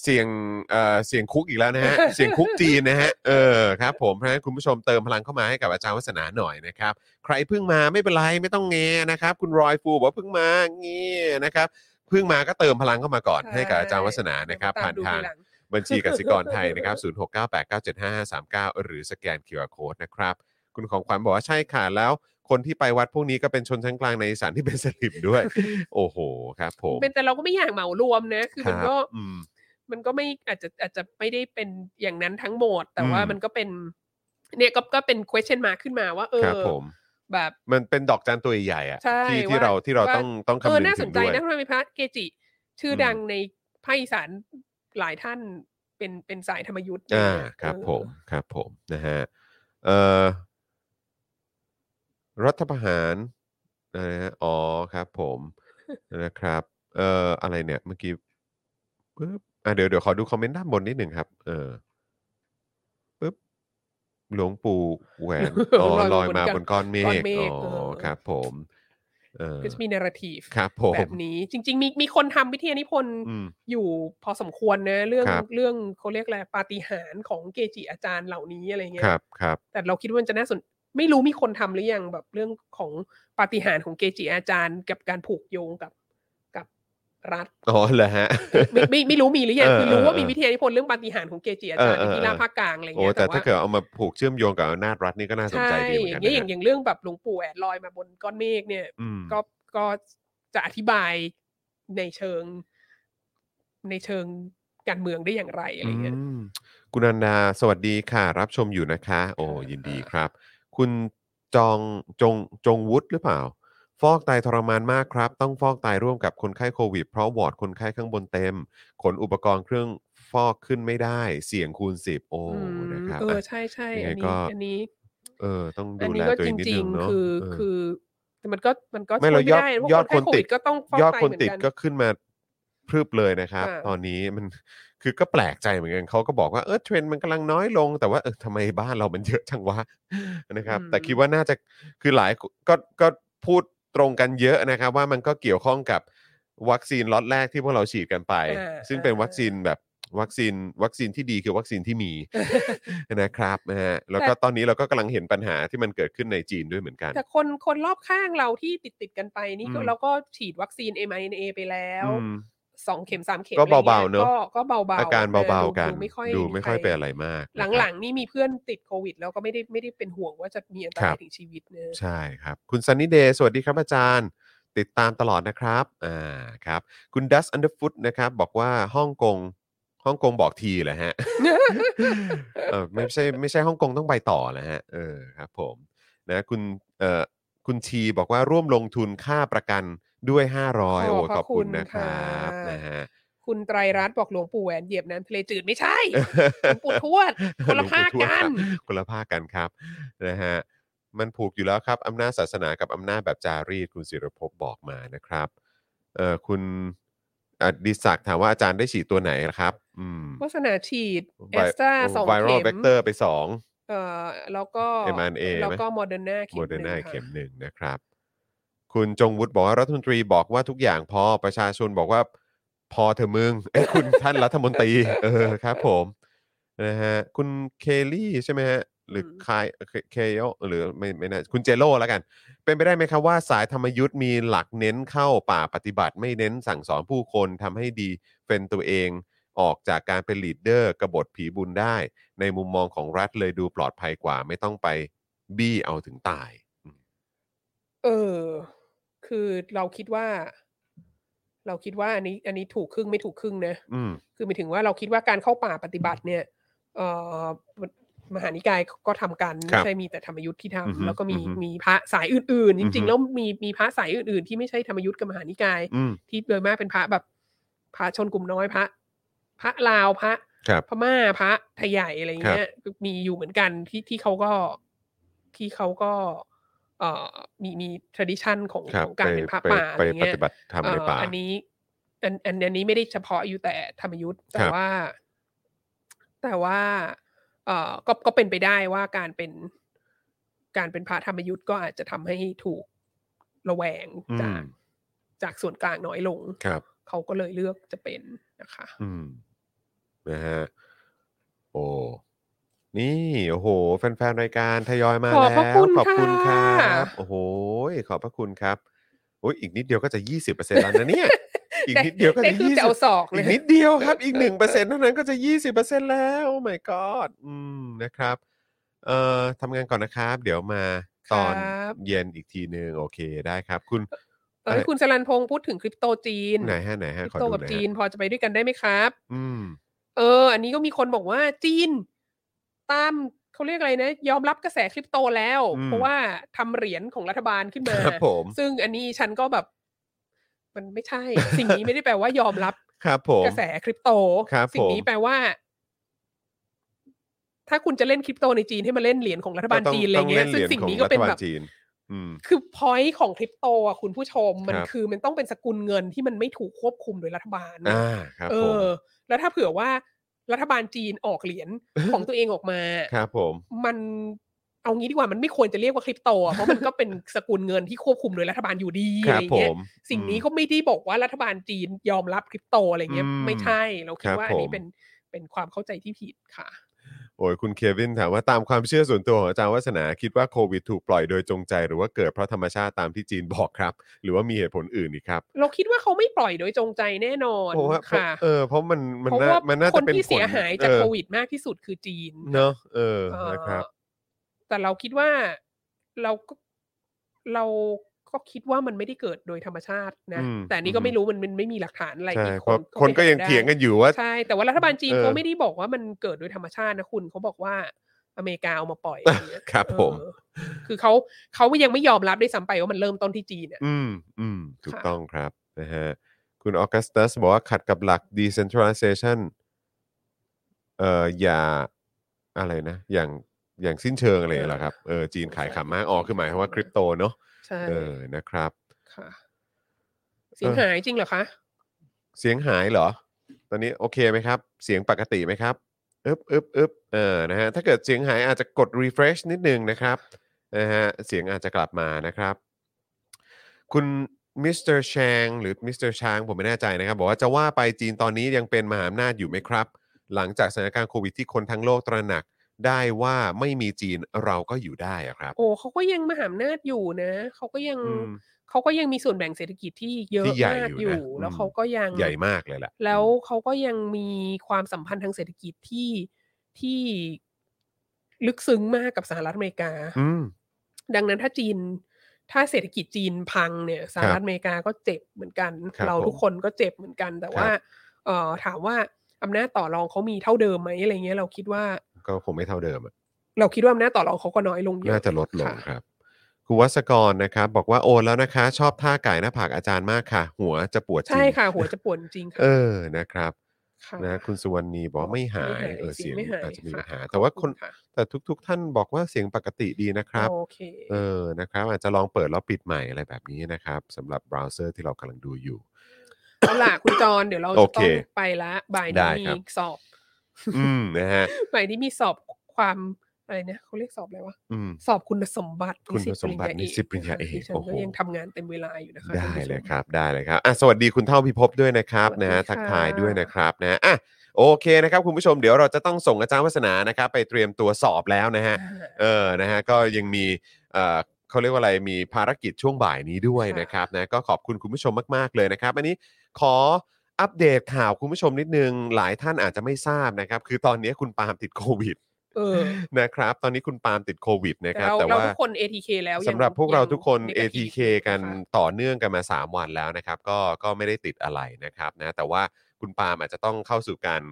S3: เสี่ยงเอ่อเสี่ยงคุกอีกแล้วนะฮะ เสี่ยงคุกจีน
S4: [laughs]
S3: นะฮะเออครับ ผมเพราะฉะนั้นคุณผู้ชมเติมพลังเข้ามาให้กับอาจารย์วัฒนาหน่อยนะครับ ใครเพิ่งมาไม่เป็นไรไม่ต้องแงนะครับ คุณรอยฟูบอกว่าเพิ่งมาเงี้ยนะครับเพิ่งมาก็เติมพลังเข้ามาก่อนให้กับอาจารย์วัฒนานะครับ ผ่านทาง
S4: เดี๋ยวตมดูทีหลัง
S3: บัญชีกสิกรไทยนะครับ 0698975539 หรือสแกน QR Code นะครับ คุณของขวัญบอกว่าใช่ค่ะ แล้วคนที่ไปวัดพวกนี้ก็เป็นชนชั้นกลางในอีสานที่เป็นสลิมด้วย
S4: [laughs]
S3: โอ้โห ครับผม
S4: เป็นแต่เราก็ไม่อยากเหมารวมนะคือมัน
S3: ครับ
S4: ก็
S3: อืม
S4: มันก็ไม่อาจจะอาจจะไม่ได้เป็นอย่างนั้นทั้งหมด แต่
S3: อืม
S4: ว่ามันก็เป็น เนี่ยก็ก็เป็น question mark ขึ้นมาว่า เอ
S3: ค
S4: อ
S3: รับผม
S4: แบบ
S3: มันเป็นดอกจันตัวใหญ่ๆอะ
S4: ใช่
S3: ที่ที่
S4: ว่า
S3: เราที่เรา
S4: ว่า
S3: ต้องต้อง
S4: เอ
S3: คำ
S4: อ
S3: นึง
S4: น่าส
S3: ถึ
S4: น
S3: ง
S4: ใจ
S3: ด้วย
S4: นะทำไมพระเกจิ ชื่ออ
S3: ม
S4: ดังในภาคอีสานหลายท่านเป็นเป็นสายธรรมยุทธ์
S3: อ่า
S4: เนี่ย
S3: ครับ
S4: เออ
S3: ผมครับผมนะฮะเอ่อรัฐประหารอะไรนะฮะอ๋อครับผมนะครับเอ่ออะไรเนี่ยเมื่อกี้ปึ๊บอ่ะเดี๋ยวเดี๋ยวขอดูคอมเมนต์ด้านบนนิดหนึ่งครับ เออปึ๊บหลวงปู่แห [laughs] วนอ๋อลอยมาบนก้อนเมฆอ๋อครับ ผมเออ
S4: ก็จะมี narrative
S3: ครับผม
S4: แบบนี้จริง ๆ มีมีคนทำพิธีนิพนธ์
S3: อืม
S4: อยู่พอสมควรนะเรื่อง
S3: ครับ
S4: เรื่องเขาเรียกอะไรปาฏิหาริย์ของเกจิอาจารย์เหล่านี้อะไรเงี้
S3: ค
S4: ย
S3: รับครับ
S4: แต่เราคิดว่ามันจะน่าสนไม่รู้มีคนทำหรือยังแบบเรื่องของปาฏิหาริย์ของเกจิอาจารย์ กับการผูกโยงกับกับรัฐ
S3: อ๋อเหรอฮะ
S4: ไม่ไม่ไม่รู้มีหรือยัง
S3: เออ
S4: คือรู้ว่า
S3: เออ
S4: มีวิทยานิพนธ์เรื่องปาฏิหาริย์ของเกจิอาจารย์
S3: เออเออ
S4: ที่ลาภาคกลางอะไร
S3: โอ้
S4: เงี้ย
S3: แต่ถ้าเกิดเอามาผูกเชื่อมโยงกับอำนาจรัฐนี่ก็น่าสน
S4: ใช่
S3: ใจดีเหมือ
S4: อน
S3: กั
S4: ย่าน
S3: นะ
S4: งเงี้ยอย่างอย่างเรื่องแบบหลวงปู่แอดลอยมาบนก้อนเมฆเนี่ย
S3: อืม
S4: ก็ก็จะอธิบายในเชิง ในเชิงการเมืองได้อย่างไรอะไรเงี้ย
S3: อืมคุณอันดาสวัสดีค่ะ รับชมอยู่นะคะ โอ้ยินดีครับ คุณจองจงจงวุฒิหรือเปล่า ฟอกไตทรมานมากครับ ต้องฟอกไตร่วมกับคนไข้โควิด เพราะวอร์ดคนไข้ข้างบนเต็ม ขนอุปกรณ์เครื่องฟอกขึ้นไม่ได้ เสี่ยงคูณ 10 โอ้
S4: ม
S3: นะครับ
S4: เออ
S3: อ่ะ
S4: ใช่ใช่
S3: ยังไง
S4: อัน
S3: ก็
S4: นี้อันนี้
S3: เออ ต้อง
S4: อั
S3: ดู
S4: น
S3: แล
S4: นี้ก็
S3: ตัวเอ
S4: จ
S3: งนิด
S4: ริ
S3: นึ
S4: ง
S3: งเนาะ
S4: ๆ คือ
S3: เ
S4: คือแต่มันก็มันก็
S3: ไม่เรา
S4: ช่ว
S3: ย
S4: ย
S3: อด
S4: ด้เพราะ
S3: ยอด
S4: ไข้
S3: คน
S4: โวิ
S3: ติด
S4: ก็ต้องฟอก
S3: ยอด
S4: ไต
S3: คน
S4: เหมื
S3: ติด
S4: กั
S3: ก็ขึ้นมาพรึบเลยนะครับ
S4: อ่า
S3: ตอนนี้มัน [laughs] คือก็แปลกใจเหมือนกันเขาก็บอกว่าเออเทรนด์มันกำลังน้อยลง แต่ว่าเออทำไมบ้านเรามันเยอะจังวะ [laughs] นะครับ แต่คิดว่าน่าจะคือหลายก็ก็พูดตรงกันเยอะนะครับ ว่ามันก็เกี่ยวข้องกับวัคซีนล็อตแรกที่พวกเราฉีดกันไป
S4: อ่า
S3: ซึ่งเป็น
S4: อ่า
S3: วัคซีนแบบวัคซีนวัคซีนที่ดีคือวัคซีนที่มี
S4: [laughs]
S3: นะครับนะฮะแล้วก็ตอนนี้เราก็กำลังเห็นปัญหาที่มันเกิดขึ้นในจีนด้วยเหมือนกัน
S4: แต่คนคนรอบข้างเราที่ติดติดๆกันไปนี่ก็
S3: อืม
S4: เราก็ฉีดวัคซีน m อ n a ไปแล้ว
S3: อืม
S4: สองเข็มสามเข็ม
S3: ก็
S4: อะไรงี้ย
S3: เบาๆเนอะ
S4: ก็ก็เบาๆ
S3: อาการเบาๆกัน
S4: ดูไม่ค่อย
S3: ดูไม่ค่อย
S4: ใร
S3: เป็นอะไรมากนะครับ
S4: หลังๆนี่มีเพื่อนติดโควิด แล้วก็ไม่ได้ไม่ได้เป็นห่วงว่าจะมีอันต
S3: ครั
S4: ราย
S3: บ
S4: ถึงชีวิตเนอะ
S3: ใช่ครับ คุณซันนี่เดย์สวัสดีครับอาจารย์ ติดตามตลอดนะครับอ่าครับคุณดัสอันเดอร์ฟุตนะครับบอกว่าฮ่องกงฮ่องกงบอกทีเหรอฮะ [laughs] เออไม่ใช่ไม่ใช่ฮ่องกงต้องไปต่อนะฮะเออครับผมนะคุณเอ่อคุณชีบอกว่าร่วมลงทุนค่าประกันด้วย 500โอ้ขอบคุณนะครับนะฮะ
S4: คุณไตรรัตน์บอกหลวงปู่แหวนเหยียบน้ำทะเลจืดไม่ใช่ [laughs] หลวงปู่ทวด คนละภาคกัน
S3: หลวงปู่ทวดครับคนละภาคกันครับนะฮะมันผูกอยู่แล้วครับอำนาจศาสนากับอำนาจแบบจารีตคุณศิรภพบอกมานะครับเอ่อคุณอดิศักดิ์ถามว่าอาจารย์ได้ฉีดตัวไหนนะครับอืม
S4: วาสนาฉีดแอ
S3: ไว
S4: สตราสอง
S3: ไวรั
S4: เข็
S3: ล
S4: ม
S3: เวกเตอร์ไปสอง
S4: เอ่อแล้วก็
S3: mRNA ไหม
S4: แล้วก็โมเดอร์นาเข็ม
S3: โมเดอร์นา
S4: หงค่ะ
S3: เข็มหนึ่งนะครับ คุณจงวุฒิบอกว่ารัฐมนตรีบอกว่าทุกอย่างพอประชาชนบอกว่าพอเธอะมึง [laughs] เอ้ยคุณ ท่านรัฐมนตรี เออครับผมนะฮะคุณเคลลี่ใช่ไหมฮะ หรือคายเคเคโยหรือไม่ไม่แน่าคุณเจโร่แล้วกัน เป็นไปได้ไหมครับว่าสายธรรมยุทธ์มีหลักเน้นเข้าป่าปฏิบัติ ไม่เน้นสั่งสอนผู้คนทำให้ดีเป็นตัวเองออกจากการเป็นลีดเดอร์กบฏผีบุญได้ ในมุมมองของรัฐเลยดูปลอดภัยกว่า ไม่ต้องไปบี้เอาถึงตาย
S4: เออ คือเราคิดว่า เราคิดว่าอันนี้ อันนี้ถูกครึ่งไม่ถูกครึ่งนะ
S3: อืม
S4: คือหมายถึงว่าเราคิดว่าการเข้าป่าปฏิบัติเนี่ยเอ่อมหานิกายก็ทำกัน
S3: ครั
S4: ไม่
S3: บ
S4: ใช่มีแต่ธรรมยุทธ์ที่
S3: อือฮึ
S4: ทำแล้วก็มี
S3: อือฮึ
S4: มีพระสายอื่น ๆ จ
S3: อือฮึ
S4: ริง ๆ แล้วมีมีพระสายอื่น ๆ ที่ไม่ใช่ธรรมยุทธ์กับมหานิกาย
S3: อืม
S4: ที่โดยมากเป็นพระแบบพระชนกลุ่มน้อยพระ พระลาวพระ
S3: ครับ
S4: พม่าพระไทยใหญ่อะไรอย่างเงี้ยมีอยู่เหมือนกันที่ที่เขาก็ที่เขาก็ เอ่อมีมี tradition ของ
S3: ค
S4: ข
S3: รับ
S4: อง
S3: ไป
S4: การเป็นพระ
S3: ไป
S4: ป่า
S3: ไป
S4: อย่า
S3: ป
S4: งเงี้ย
S3: ฏิบัติธรรมในป่า
S4: เอ่ออันนี้อันอันอันนี้ไม่ได้เฉพาะอยู่แต่ธรรมยุทธ์แต่
S3: ครับ
S4: ว่า แต่ว่า เอ่อก็ก็เป็นไปได้ว่าการเป็นการเป็นพระธรรมยุทธ์ก็อาจจะทำให้ถูกระแวง
S3: อืม
S4: จากจากส่วนกลางน้อยลง
S3: ครับ
S4: เขาก็เลยเลือกจะเป็นนะคะ
S3: อืมนะฮะโอ้นี่โอ้โห แฟนๆรายการทยอยมา
S4: ขอ
S3: แล้
S4: บ
S3: ว
S4: พระคุณ
S3: ขอบคุณครั
S4: ค่ะ
S3: บ โอ้โหขอบพระคุณครับโอ้ยอีกนิดเดียวก็จะ 20%แล้วนะ
S4: [laughs]
S3: เนี่ย อีกนิดเดียวก็
S4: ได้
S3: จะ
S4: คือ
S3: ยี่สิ
S4: จะเอา
S3: บ
S4: ศอกเล
S3: อี
S4: ย
S3: กนิดเดียว
S4: [laughs]
S3: ครับ อีกหนึ่งเปอร์เซ็นต์เท่านั้นก็จะ 20%แล้ว โอ้ my god อืมนะครับ เอ่อทำงานก่อนนะครับ เดี๋ยวมาตอน
S4: ครับ
S3: เย็นอีกทีหนึ่งโอเคได้ครับ คุณ
S4: เอ้ยคุณสรันพงษ์พูดถึงคริปโตจีน
S3: ไหนฮะไหน
S4: ค
S3: ฮะ
S4: ริป
S3: ขอ
S4: โต
S3: ดูห
S4: กับ
S3: น่อย
S4: จี
S3: ฮะ
S4: นพอจะไปด้วยกันได้ไหมครับ
S3: อืม
S4: เออ อันนี้ก็มีคนบอกว่าจีนตามเขาเรียกอะไรนะ ยอมรับกระแสคริปโตแล้ว
S3: อืม
S4: เพราะว่าทำเหรียญของรัฐบาลขึ้นมา
S3: ครับผม
S4: ซึ่งอันนี้ฉันก็แบบ มันไม่ใช่ สิ่งนี้ไม่ได้แปลว่ายอมรับ
S3: ครับผม
S4: กระแสคริปโต
S3: ครับ
S4: สิ่งนี้
S3: ผม
S4: แปลว่า ถ้าคุณจะเล่นคริปโตในจีนให้มาเล่นเหรียญของรัฐบาล
S3: ก็ต้
S4: จีนอะไร
S3: ต้
S4: เงี้ย
S3: ล่
S4: ซึ่
S3: ห
S4: ง
S3: รียญ
S4: สิ่ง
S3: ขอ
S4: นี้ก็เป็น
S3: รั
S4: แบบ
S3: ฐา
S4: บ
S3: ลจีน อืม
S4: คือ point ของคริปโตอ่ะคุณผู้ชม มัน
S3: ครับ
S4: คือมันต้องเป็นสกุลเงินที่มันไม่ถูกควบคุมโดยรัฐบาล
S3: อ่าครับ
S4: เอ
S3: ผม
S4: อ แล้วถ้าเผื่อว่ารัฐบาลจีนออกเหรี
S3: [laughs]
S4: ยญของตัวเองออกมา
S3: ครับผม
S4: มันเอางี้ดีกว่ามันไม่ควรจะเรียกว่าคริปโตอะเพราะมันก็เป็นสกุลเงินที่ควบคุมโดยรัฐบาลอยู่ดี
S3: ค
S4: อะไร
S3: รับผ
S4: เงี้ย
S3: ม
S4: สิ่งนี้ก็ไม่ได้บอกว่ารัฐบาลจีนยอมรับคริปโตอะไรเงี้ย
S3: อืม
S4: ไม่ใช่เราคิ
S3: ค
S4: ด
S3: รับ
S4: ว่าอันนี้
S3: ผม
S4: เป็นเป็นความเข้าใจที่ผิดค่ะ
S3: โอ้ยคุณเควินถามว่าตามความเชื่อส่วนตัวของอาจารย์วัฒนาคิดว่าโควิดถูกปล่อยโดยจงใจ หรือว่าเกิดเพราะธรรมชาติตามที่จีนบอกครับ หรือว่ามีเหตุผลอื่นอีกครับ
S4: เราคิดว่าเขาไม่ปล่อยโดยจงใจแน่นอน
S3: เพราะว่า
S4: ค่ะ
S3: เออเพราะมันมัน
S4: เพราะ
S3: น่า
S4: ว่า
S3: มันน่า
S4: ค
S3: จะ
S4: น
S3: เป็น
S4: ที่เสีย
S3: ผล
S4: หายจาก
S3: เออ
S4: โควิดมากที่สุดคือจีน
S3: เนาะเออ
S4: เอ่อ
S3: นะครับ
S4: แต่เราคิดว่าเราก็เราก็คิดว่ามันไม่ได้เกิดโดยธรรมชาตินะ
S3: อืม
S4: แต่อันนี้ก็
S3: อืม
S4: ไม่รู้มันมันไม่มีหลักฐานอะไร
S3: ใช่
S4: ที่
S3: เพราะ
S4: ข้าไป
S3: คนก็ยัง
S4: หาได้
S3: เถียงกันอยู่ว่า
S4: ใช่ แต่ว่ารัฐบาลจีน
S3: เออ
S4: เขาไม่ได้บอกว่ามันเกิดโดยธรรมชาตินะคุณเขาบอกว่าอเมริกาเอามาปล่อยอะไรเงี้ย
S3: ครับผม
S4: เออคือเขาเขายังไม่ยอมรับด้วยซ้ำไปว่ามันเริ่มต้นที่จีนเนี่ย
S3: อืมอืมถูก
S4: ค่ะ
S3: ต้องครับนะฮะคุณออกัสตัสบอกว่าขัดกับหลัก decentralization เอ่ออย่าอะไรนะ อย่างอย่างสิ้นเชิงอะไรอย่างเงี้ยเหรอครับเออจีนขายขำมากอ๋อคือหมายความว่าคริปโตเนาะ
S4: ใช่
S3: เออนะครับ
S4: ค่ะ เสียงหายจริงเหรอคะ
S3: เสียงหายเหรอ ตอนนี้โอเคไหมครับ เสียงปกติไหมครับอึบอึบอึบเออนะฮะถ้าเกิดเสียงหายอาจจะกด refresh นิดนึงนะครับนะฮะเสียงอาจจะกลับมานะครับ คุณมิสเตอร์ชงหรือมิสเตอร์ชางผมไม่แน่ใจนะครับ บอกว่าจะว่าไปจีนตอนนี้ยังเป็นมหาอำนาจอยู่ไหมครับ หลังจากสถานการณ์โควิดที่คนทั้งโลกตระหนักได้ว่าไม่มีจีนเราก็อยู่ได้อะครับ
S4: โอ้เขาก็ยังมหาอำนาจอยู่นะเขาก็ยัง
S3: อืม
S4: เขาก็ยังมีส่วนแบ่งเศรษฐกิจที่เยอะ
S3: ที่ใหญ่
S4: มาก
S3: อ
S4: อยู่
S3: นะ
S4: ยู่
S3: อืม
S4: แล้วเขาก็ยัง
S3: ใหญ่มากเลยแหละ
S4: แล้วเขาก็ยังมีความสัมพันธ์ทางเศรษฐกิจที่ที่ลึกซึ้งมากกับสหรัฐอเมริกา
S3: อืม
S4: ดังนั้นถ้าจีน ถ้าเศรษฐกิจจีนพังเนี่ยสหรัฐอเมริกาก็เจ็บเหมือนกัน
S3: ครับ
S4: เรา
S3: ผม
S4: ทุกคนก็เจ็บเหมือนกัน แต่
S3: ครับ
S4: ว่าเอ่อถามว่าอำนาจต่อรองเขามีเท่าเดิมไหมอะไรเงี้ยเราคิดว่า
S3: ก็คงไม่เท่าเดิมอะ
S4: เราคิดว่าอำนาจต่อรองเขาก็น้อยลงเยอะ
S3: น่าจะลดลง
S4: ค่ะ
S3: ครับคุณวัสกรนะครับ บอกว่าโอนแล้วนะคะ ชอบท่าไก่หน้าผากอาจารย์มากค่ะ หัวจะปวดจริง
S4: ใช่ค่ะ หัวจะปวดจริงค่ะ
S3: เออนะครับ
S4: ค่ะ
S3: นะคุณสุวรรณีบอกว่าไม่หายเออเสียง
S4: ไม่หาย
S3: อาจจะมีปัญหา
S4: ค่
S3: แต่ว่า
S4: ขอบ
S3: ค
S4: ณ
S3: น
S4: ค่ะ
S3: แต่ทุก ๆ ท่านบอกว่าเสียงปกติดีนะครับ
S4: โอเค
S3: เออนะครับ อาจจะลองเปิดแล้วปิดใหม่อะไรแบบนี้นะครับสำหรับเบราว์เซอร์ที่เรากำลังดูอยู่
S4: เอาล่ะคุณจรเดี๋ยวเรา
S3: โอ
S4: จะ
S3: เค
S4: ต้องไปละบ่าย
S3: ได้ค
S4: นี้
S3: รั
S4: มี
S3: บ
S4: สอบ
S3: อืมนะฮะ
S4: บ่ายนี้มีสอบความอะไรนะเขาเรียกสอบอะไรวะ
S3: อืม
S4: สอบคุณสมบัติ
S3: คุณสมบัตินิสิตปริญญาเอก
S4: ดิฉัน
S3: โอ้โห
S4: ก็ยังทำงานเต็มเวลาอยู่นะคะ
S3: ได้
S4: ท่านผู้ชม
S3: เลยครับได้เลยครับอ่ะสวัสดีคุณเท่าพิภพด้วยนะครับ
S4: สวัสดี
S3: นะฮะทัก
S4: ค่ะ
S3: ทายด้วยนะครับนะอ่ะโอเคนะครับคุณผู้ชมเดี๋ยวเราจะต้องส่งอาจารย์วัฒนานะครับไปเตรียมตัวสอบแล้วนะฮะ
S4: อ่า
S3: เออนะฮะก็ยังมีเอ่อเขาเรียกว่าอะไรมีภารกิจช่วงบ่ายนี้ด้วย
S4: ค่ะ
S3: นะครับนะก็ขอบคุณคุณผู้ชมมากๆเลยนะครับ อันนี้ขออัปเดตข่าวคุณผู้ชมนิดนึงหลายท่านอาจจะไม่ทราบนะครับ คือตอนนี้คุณปาล์มติดโควิด
S4: เออ
S3: นะครับ ตอนนี้คุณปาล์มติดโควิดนะค
S4: แต่
S3: รับ
S4: เรา
S3: แต่
S4: เรา
S3: ว่า
S4: ทุกคน ATK แล้วยัง
S3: สำหรับพวกเรา
S4: ยัง
S3: ทุกคน
S4: negative
S3: ATK กัน
S4: ะคะ
S3: ต่อเนื่องกันมา 3 วันแล้วนะครับ ก็ก็ไม่ได้ติดอะไรนะครับนะแต่ว่าคุณปาล์มอาจจะต้องเข้าสู่การ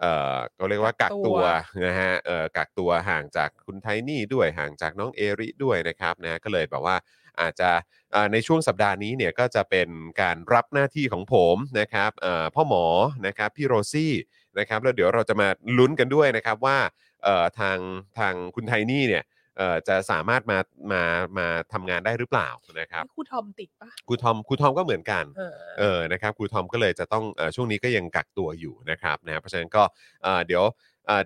S3: เอ่อก็เรียกว่ากัก
S4: กักตั
S3: ตัว
S4: ว
S3: นะฮะเอ่อกักตัวห่างจากคุณไทนี่ด้วยห่างจากน้องเอริด้วยนะครับนะก็เลยแบบว่าอาจจะเอ่อในช่วงสัปดาห์นี้เนี่ยก็จะเป็นการรับหน้าที่ของผมนะครับเอ่อพ่อหมอนะครับพี่โรซี่นะครับแล้วเดี๋ยวเราจะมาลุ้นกันด้วยนะครับว่าเอ่อทางทางคุณไทนี่เนี่ย เ เอ่อจะสามารถมามามาทำงานได้หรือเปล่านะครับ
S4: ครูทอมติดปะ
S3: ครูทอมครูทอมก็เหมือนกัน
S4: เออ
S3: เออ นะครับ ครูทอมก็เลยจะต้องเออช่วงนี้ก็ยังกักตัวอยู่นะครับ นะ เพราะฉะนั้นก็เอ่อเดี๋ยว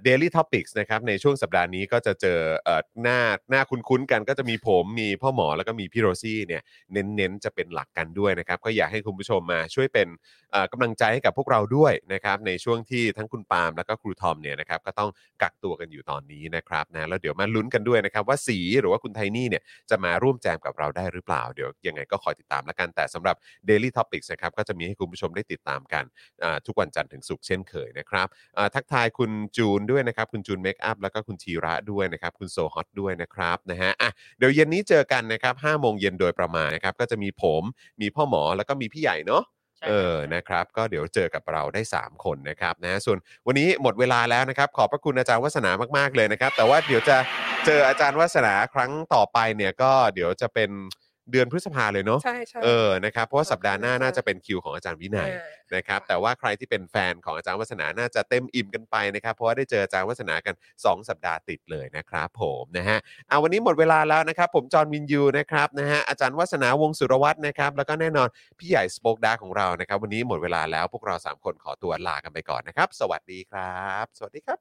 S3: เดลี่ท็อปิกส์นะครับ ในช่วงสัปดาห์นี้ก็จะเจอเอ่อหน้าหน้าคุ้นๆกันก็จะมีผม มีพ่อหมอ แล้วก็มีพี่โรซี่เนี่ย เน้นๆ จะเป็นหลักกันด้วยนะครับ ก็อยากให้คุณผู้ชมมาช่วยเป็นเอ่อกำลังใจให้กับพวกเราด้วยนะครับ ในช่วงที่ทั้งคุณปาล์มแล้วก็ครูทอมเนี่ยนะครับ ก็ต้องกักตัวกันอยู่ตอนนี้นะครับ นะ แล้วเดี๋ยวมาลุ้นกันด้วยนะครับว่าสีหรือว่าคุณไทนี่เนี่ย จะมาร่วมแจมกับเราได้หรือเปล่า เดี๋ยวยังไงก็คอยติดตามแล้วกันแต่สำหรับ Daily Topics นะครับก็จะมีให้คุณผู้ชมได้ติดตามกันอ่าทุกวันจันทร์ถึงศุกร์เช่นเคยนะครับอ่าทักทายคุณจูนด้วยนะครับ คุณจูนเมคอัพแล้วก็คุณธีระด้วยนะครับ คุณโซฮอตด้วยนะครับนะฮะอ่ะเดี๋ยวเย็นนี้เจอกันนะครับห้าโมงเย็นโดยประมาณนะครับก็จะมีผมมีพ่อหมอแล้วก็มีพี่ใหญ่เนาะ เออ นะครับ ก็เดี๋ยวเจอกับเราได้ 3 คนนะครับนะ ส่วนวันนี้หมดเวลาแล้วนะครับ ขอบพระคุณอาจารย์วัฒนามาก ๆ เลยนะครับ แต่ว่าเดี๋ยวจะเจออาจารย์วัฒนาครั้งต่อไปเนี่ยก็เดี๋ยวจะเป็นเดือนพฤษภาเลยเนาะ
S4: ใช่ใช่
S3: เออ นะครับ เพราะว่าสัปดาห์หน้าน่าจะเป็นคิวของอาจารย์วินัย
S4: อ่า
S3: นะครับแต่ว่าใครที่เป็นแฟนของอาจารย์วัฒนาน่าจะเต็มอิ่มกันไปนะครับเพราะว่าได้เจออาจารย์วัฒนากัน 2 สัปดาห์ติดเลยนะครับผมนะฮะเอาวันนี้หมดเวลาแล้วนะครับ ผมจอห์นวินยูนะครับนะฮะอาจารย์วัฒนาวงศ์สุรวัตรนะครับแล้วก็แน่นอนพี่ใหญ่สปอคดาร์กของเรานะครับ วันนี้หมดเวลาแล้วพวกเรา 3 คนขอตัวลากันไปก่อนนะครับ สวัสดีครับ สวัสดีครับ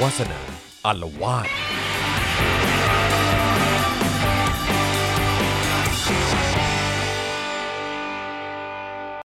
S2: วาสนาอารวาส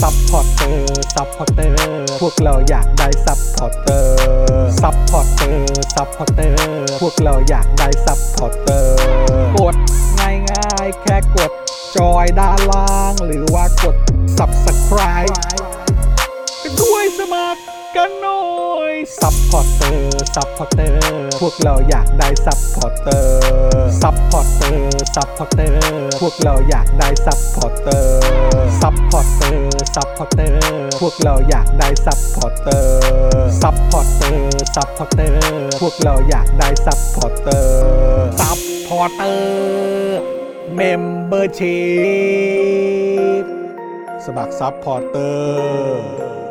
S1: ซัพพอร์เตอร์ซัพพอร์เตอร์พวกเราอยากได้ซัพพอร์เตอร์ซัพพอร์เตอร์ซัพพอร์เตอร์พวกเราอยากได้ซัพพอร์เตอร์กดง่ายๆแค่กด จอยด้านล่างหรือว่ากด subscribe ไปด้วยสมัครกันหน่อย ซัพพอร์เตอร์ซัพพอร์เตอร์พวกเราอยากได้ซัพพอร์เตอร์ซัพพอร์เตอร์ซัพพอร์เตอร์พวกเราอยากได้ซัพพอร์เตอร์ซัพพอร์เตอร์ซัพพอร์เตอร์พวกเราอยากได้ซัพพอร์เตอร์ซัพพอร์เตอร์ซัพพอร์เตอร์พวกเราอยากได้ซัพพอร์เตอร์ซัพพอร์เตอร์เมมเบอร์ชีพสมัครซัพพอร์เตอร์